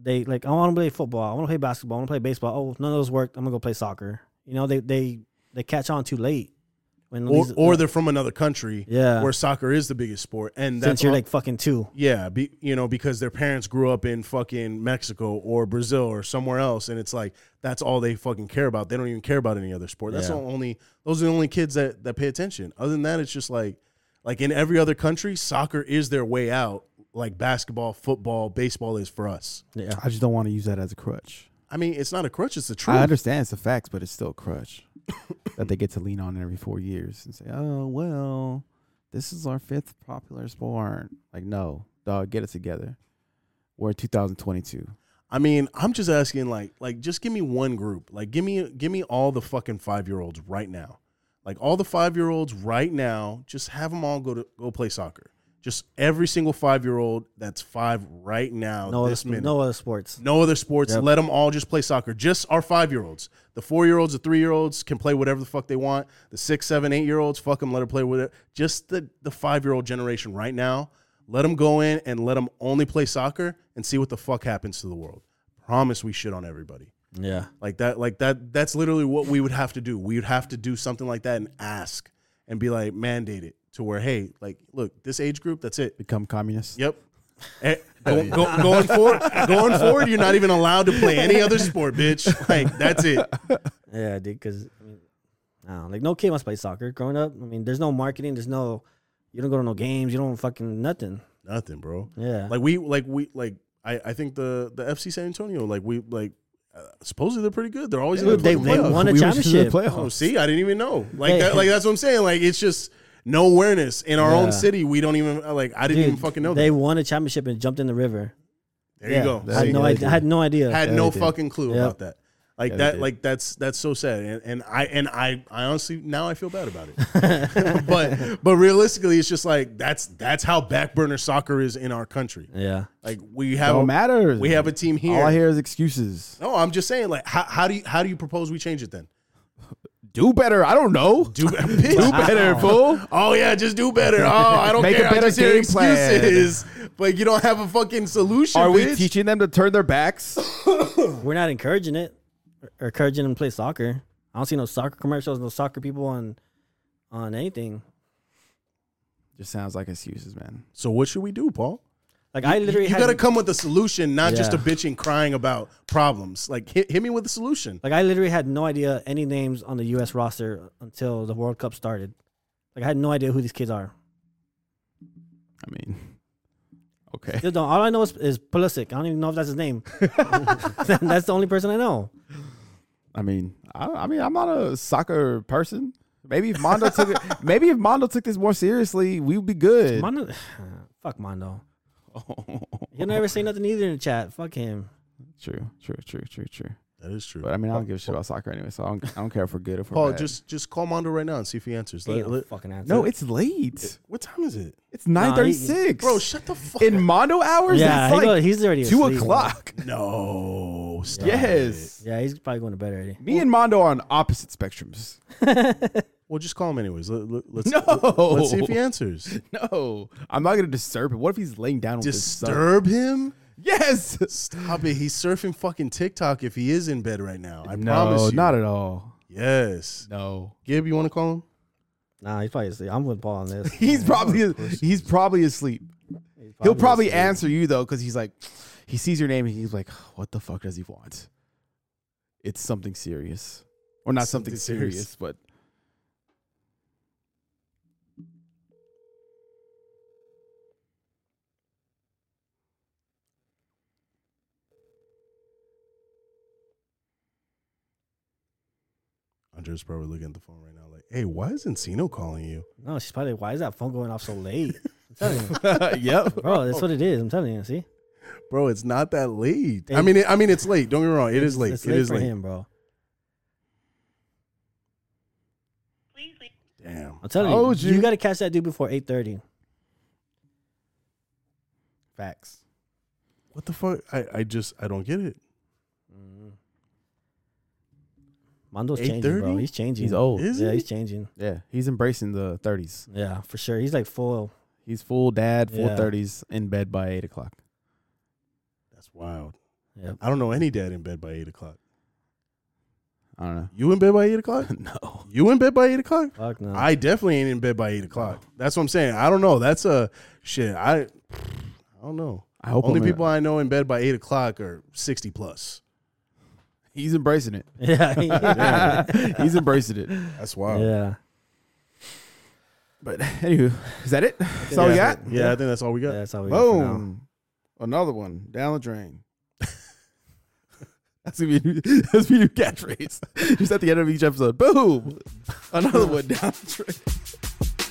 S5: they like, "Oh, I want to play football, I want to play basketball, I want to play baseball. Oh, none of those worked. I'm gonna go play soccer. You know, they they they catch on too late. When
S3: or,
S5: these- uh,
S3: or they're from another country
S5: Yeah.
S3: where soccer is the biggest sport and that's
S5: since you're
S3: all-
S5: like fucking two.
S3: yeah be, you know because their parents grew up in fucking mexico or brazil or somewhere else and it's like that's all they fucking care about they don't even care about any other sport that's
S5: Yeah.
S3: the only those are the only kids that that pay attention other than that it's just like like in every other country soccer is their way out like basketball football baseball is for us
S5: Yeah,
S4: I just don't want to use that as a crutch.
S3: i mean it's not a crutch it's the truth
S4: I understand it's the facts, but it's still a crutch that they get to lean on every four years and say, "Oh well, this is our fifth popular sport." Like, no, dog, get it together. We're in 2022.
S3: I mean, I'm just asking, like, like just give me one group, like give me, give me all the fucking five year olds right now, like all the five year olds right now, just have them all go to go play soccer. Just every single five year old that's five right now,
S5: no, other,
S3: this minute,
S5: sp- no other sports.
S3: no other sports.
S5: Yep.
S3: Let them all just play soccer. Just our five year olds. The four year olds, the three year olds can play whatever the fuck they want. The six, seven, eight year olds, fuck them. Let her play with it. Just the, the five year old generation right now. Let them go in and let them only play soccer and see what the fuck happens to the world. Promise we shit on everybody
S5: Yeah,
S3: like that. Like that. That's literally what we would have to do. We would have to do something like that and ask and be like mandate it to where hey, like look, this age group, that's it.
S4: Become communist.
S3: Yep. Eh, go, go, going forward, going forward, you're not even allowed to play any other sport, bitch. Like that's it.
S5: yeah, dude. Because I mean, I don't know, like no kid must play soccer growing up. I mean, there's no marketing. There's no, you don't go to no games. You don't fucking nothing.
S3: Nothing, bro.
S5: Yeah,
S3: Like we, like we, like I, I think the the FC San Antonio, like we, like uh, supposedly they're pretty good. They're always in
S5: Dude,
S3: the
S5: they-
S3: fucking
S5: they
S3: playoffs.
S5: won a
S4: We went to the
S5: championship.
S4: playoffs.
S3: Oh, see, I didn't even know. Like,
S5: Hey.
S3: that, like that's what I'm saying. Like, it's just no awareness in our
S5: Yeah.
S3: own city. We don't even like. I didn't
S5: Dude,
S3: even fucking know.
S5: They
S3: that.
S5: won a championship and jumped in the river.
S3: There
S5: Yeah,
S3: you go.
S5: I had
S3: See?
S5: no
S4: Yeah,
S5: idea.
S4: they
S5: had no idea.
S3: had no
S4: did.
S3: fucking clue
S5: Yep.
S3: about that. Like
S4: Yeah, they
S3: that,
S4: did.
S3: like that's that's so sad, and, and I and I, I honestly now I feel bad about it. but but realistically, it's just like that's that's how back burner soccer is in our country.
S5: Yeah.
S3: Like we have
S4: Don't
S3: a,
S4: matter.
S3: we have a team here.
S4: All I hear is excuses.
S3: no, I'm just saying, like how, how do you how do you propose we change it then?
S4: Do better. I don't know.
S3: Do, do
S4: better, fool.
S3: Oh yeah, just do better. Oh, I don't
S4: Make a
S3: care. I
S4: better
S3: just hear
S4: game plan.
S3: excuses, but you don't have a fucking solution.
S4: Are we
S3: bitch.
S4: teaching them to turn their backs?
S5: We're not encouraging it. We're encouraging them to play soccer. I don't see no soccer commercials, no soccer people on on anything.
S4: Just sounds like excuses, man.
S3: So what should we do, Paul?
S5: Like I literally
S3: you
S5: had
S3: gotta come with a solution, not just a
S5: Yeah.
S3: bitch and crying about problems. Like hit, hit me with a solution.
S5: like I literally had no idea any names on the US roster until the World Cup started. Like I had no idea who these kids are.
S4: I mean, okay.
S5: Still don't. All I know is, is Pulisic. I don't even know if that's his name. that's the only person I know.
S4: I mean, I, I mean, I'm not a soccer person. Maybe if Mondo took it, maybe if Mondo took this more seriously, we would be good.
S5: Mondo, fuck Mondo. He'll never say nothing either in the chat. Fuck him.
S4: true, true, true, true, true.
S3: That is true.
S4: But I mean, I don't give a shit about soccer anyway, so I don't, I don't care if we're good or if we're
S3: Oh, Paul,
S4: bad.
S3: just just call Mondo right now and see if he answers.
S5: He
S3: Let-
S5: don't
S3: let-
S5: fucking answer.
S4: no, it's late.
S3: what time is it,
S4: It's nine thirty-six,
S3: bro? Shut the fuck.
S4: In Mondo hours,
S5: yeah.
S4: that's
S5: He
S4: like
S5: go- he's already
S4: two
S5: asleep.
S4: o'clock.
S3: no, stop it.
S4: Yes,
S5: Yeah, he's probably going to bed already.
S4: me and Mondo are on opposite spectrums.
S3: Well, just call him anyways. Let, let, let's
S4: No.
S3: let, us see if he answers.
S4: No, I'm not gonna disturb him. What if he's laying down with his son?
S3: Disturb him.
S4: Yes.
S3: Stop it. He's surfing fucking TikTok if he is in bed right now. I
S4: no,
S3: promise you.
S4: not at all.
S3: yes.
S4: No.
S3: Gib, you want to call him?
S5: Nah, he's probably asleep. I'm with Paul on this.
S4: He's probably he's probably asleep. He'll probably
S5: asleep.
S4: answer you though, because he's like, he sees your name and he's like, what the fuck does he want? It's something serious, or not something,
S3: Something
S4: serious,
S3: serious.
S4: but
S3: Andre's probably looking at the phone right now, like, hey, why is Encino calling you?
S5: No, she's probably. Why is that phone going off so late? I'm telling you,
S4: yep.
S5: bro. That's what it is. I'm telling you. See,
S3: Bro, it's not that late. I
S5: It-
S3: mean, it, I mean, it's late. Don't get me wrong. It is late.
S5: it's
S3: it
S5: late
S3: is
S5: for
S3: late.
S5: him, bro.
S3: Damn. Oh,
S5: I'm telling you,
S4: Told
S5: you,
S4: you.
S5: got to catch that dude before 8:30.
S4: Facts.
S3: What the fuck? I, I just I don't get it.
S5: Mondo's changing, bro.
S3: 8:30?
S5: He's changing.
S4: He's old.
S3: Is
S5: yeah,
S3: he?
S5: he's changing.
S4: Yeah, he's embracing the 30s.
S5: Yeah, for sure. He's like full.
S4: He's full dad, full
S5: Yeah.
S4: 30s, in bed by eight o'clock.
S3: That's wild.
S5: Yep.
S3: I don't know any dad in bed by eight o'clock.
S4: I don't know.
S3: You in bed by eight o'clock?
S4: no.
S3: You in bed by eight o'clock?
S5: Fuck no.
S3: I definitely ain't in bed by eight o'clock. That's what I'm saying. I don't know. That's a shit. I I don't know.
S4: I hope
S3: Only
S4: I'm-
S3: people I know in bed by eight o'clock are sixty plus.
S4: He's embracing it.
S5: yeah, yeah.
S4: he's embracing it.
S3: That's wild.
S5: yeah.
S4: But anywho, is that it? That's all we
S3: Yeah,
S4: got.
S3: yeah, I think that's all we got.
S5: That's all we got for now.
S4: Boom. Another one down the drain. that's gonna be a new, that's gonna be a new catchphrase. Just at the end of each episode. Boom. Another one down the drain.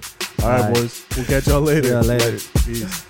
S3: Dig. All right,
S5: All right.
S3: boys. We'll catch y'all later.
S5: See y'all later.
S3: Peace.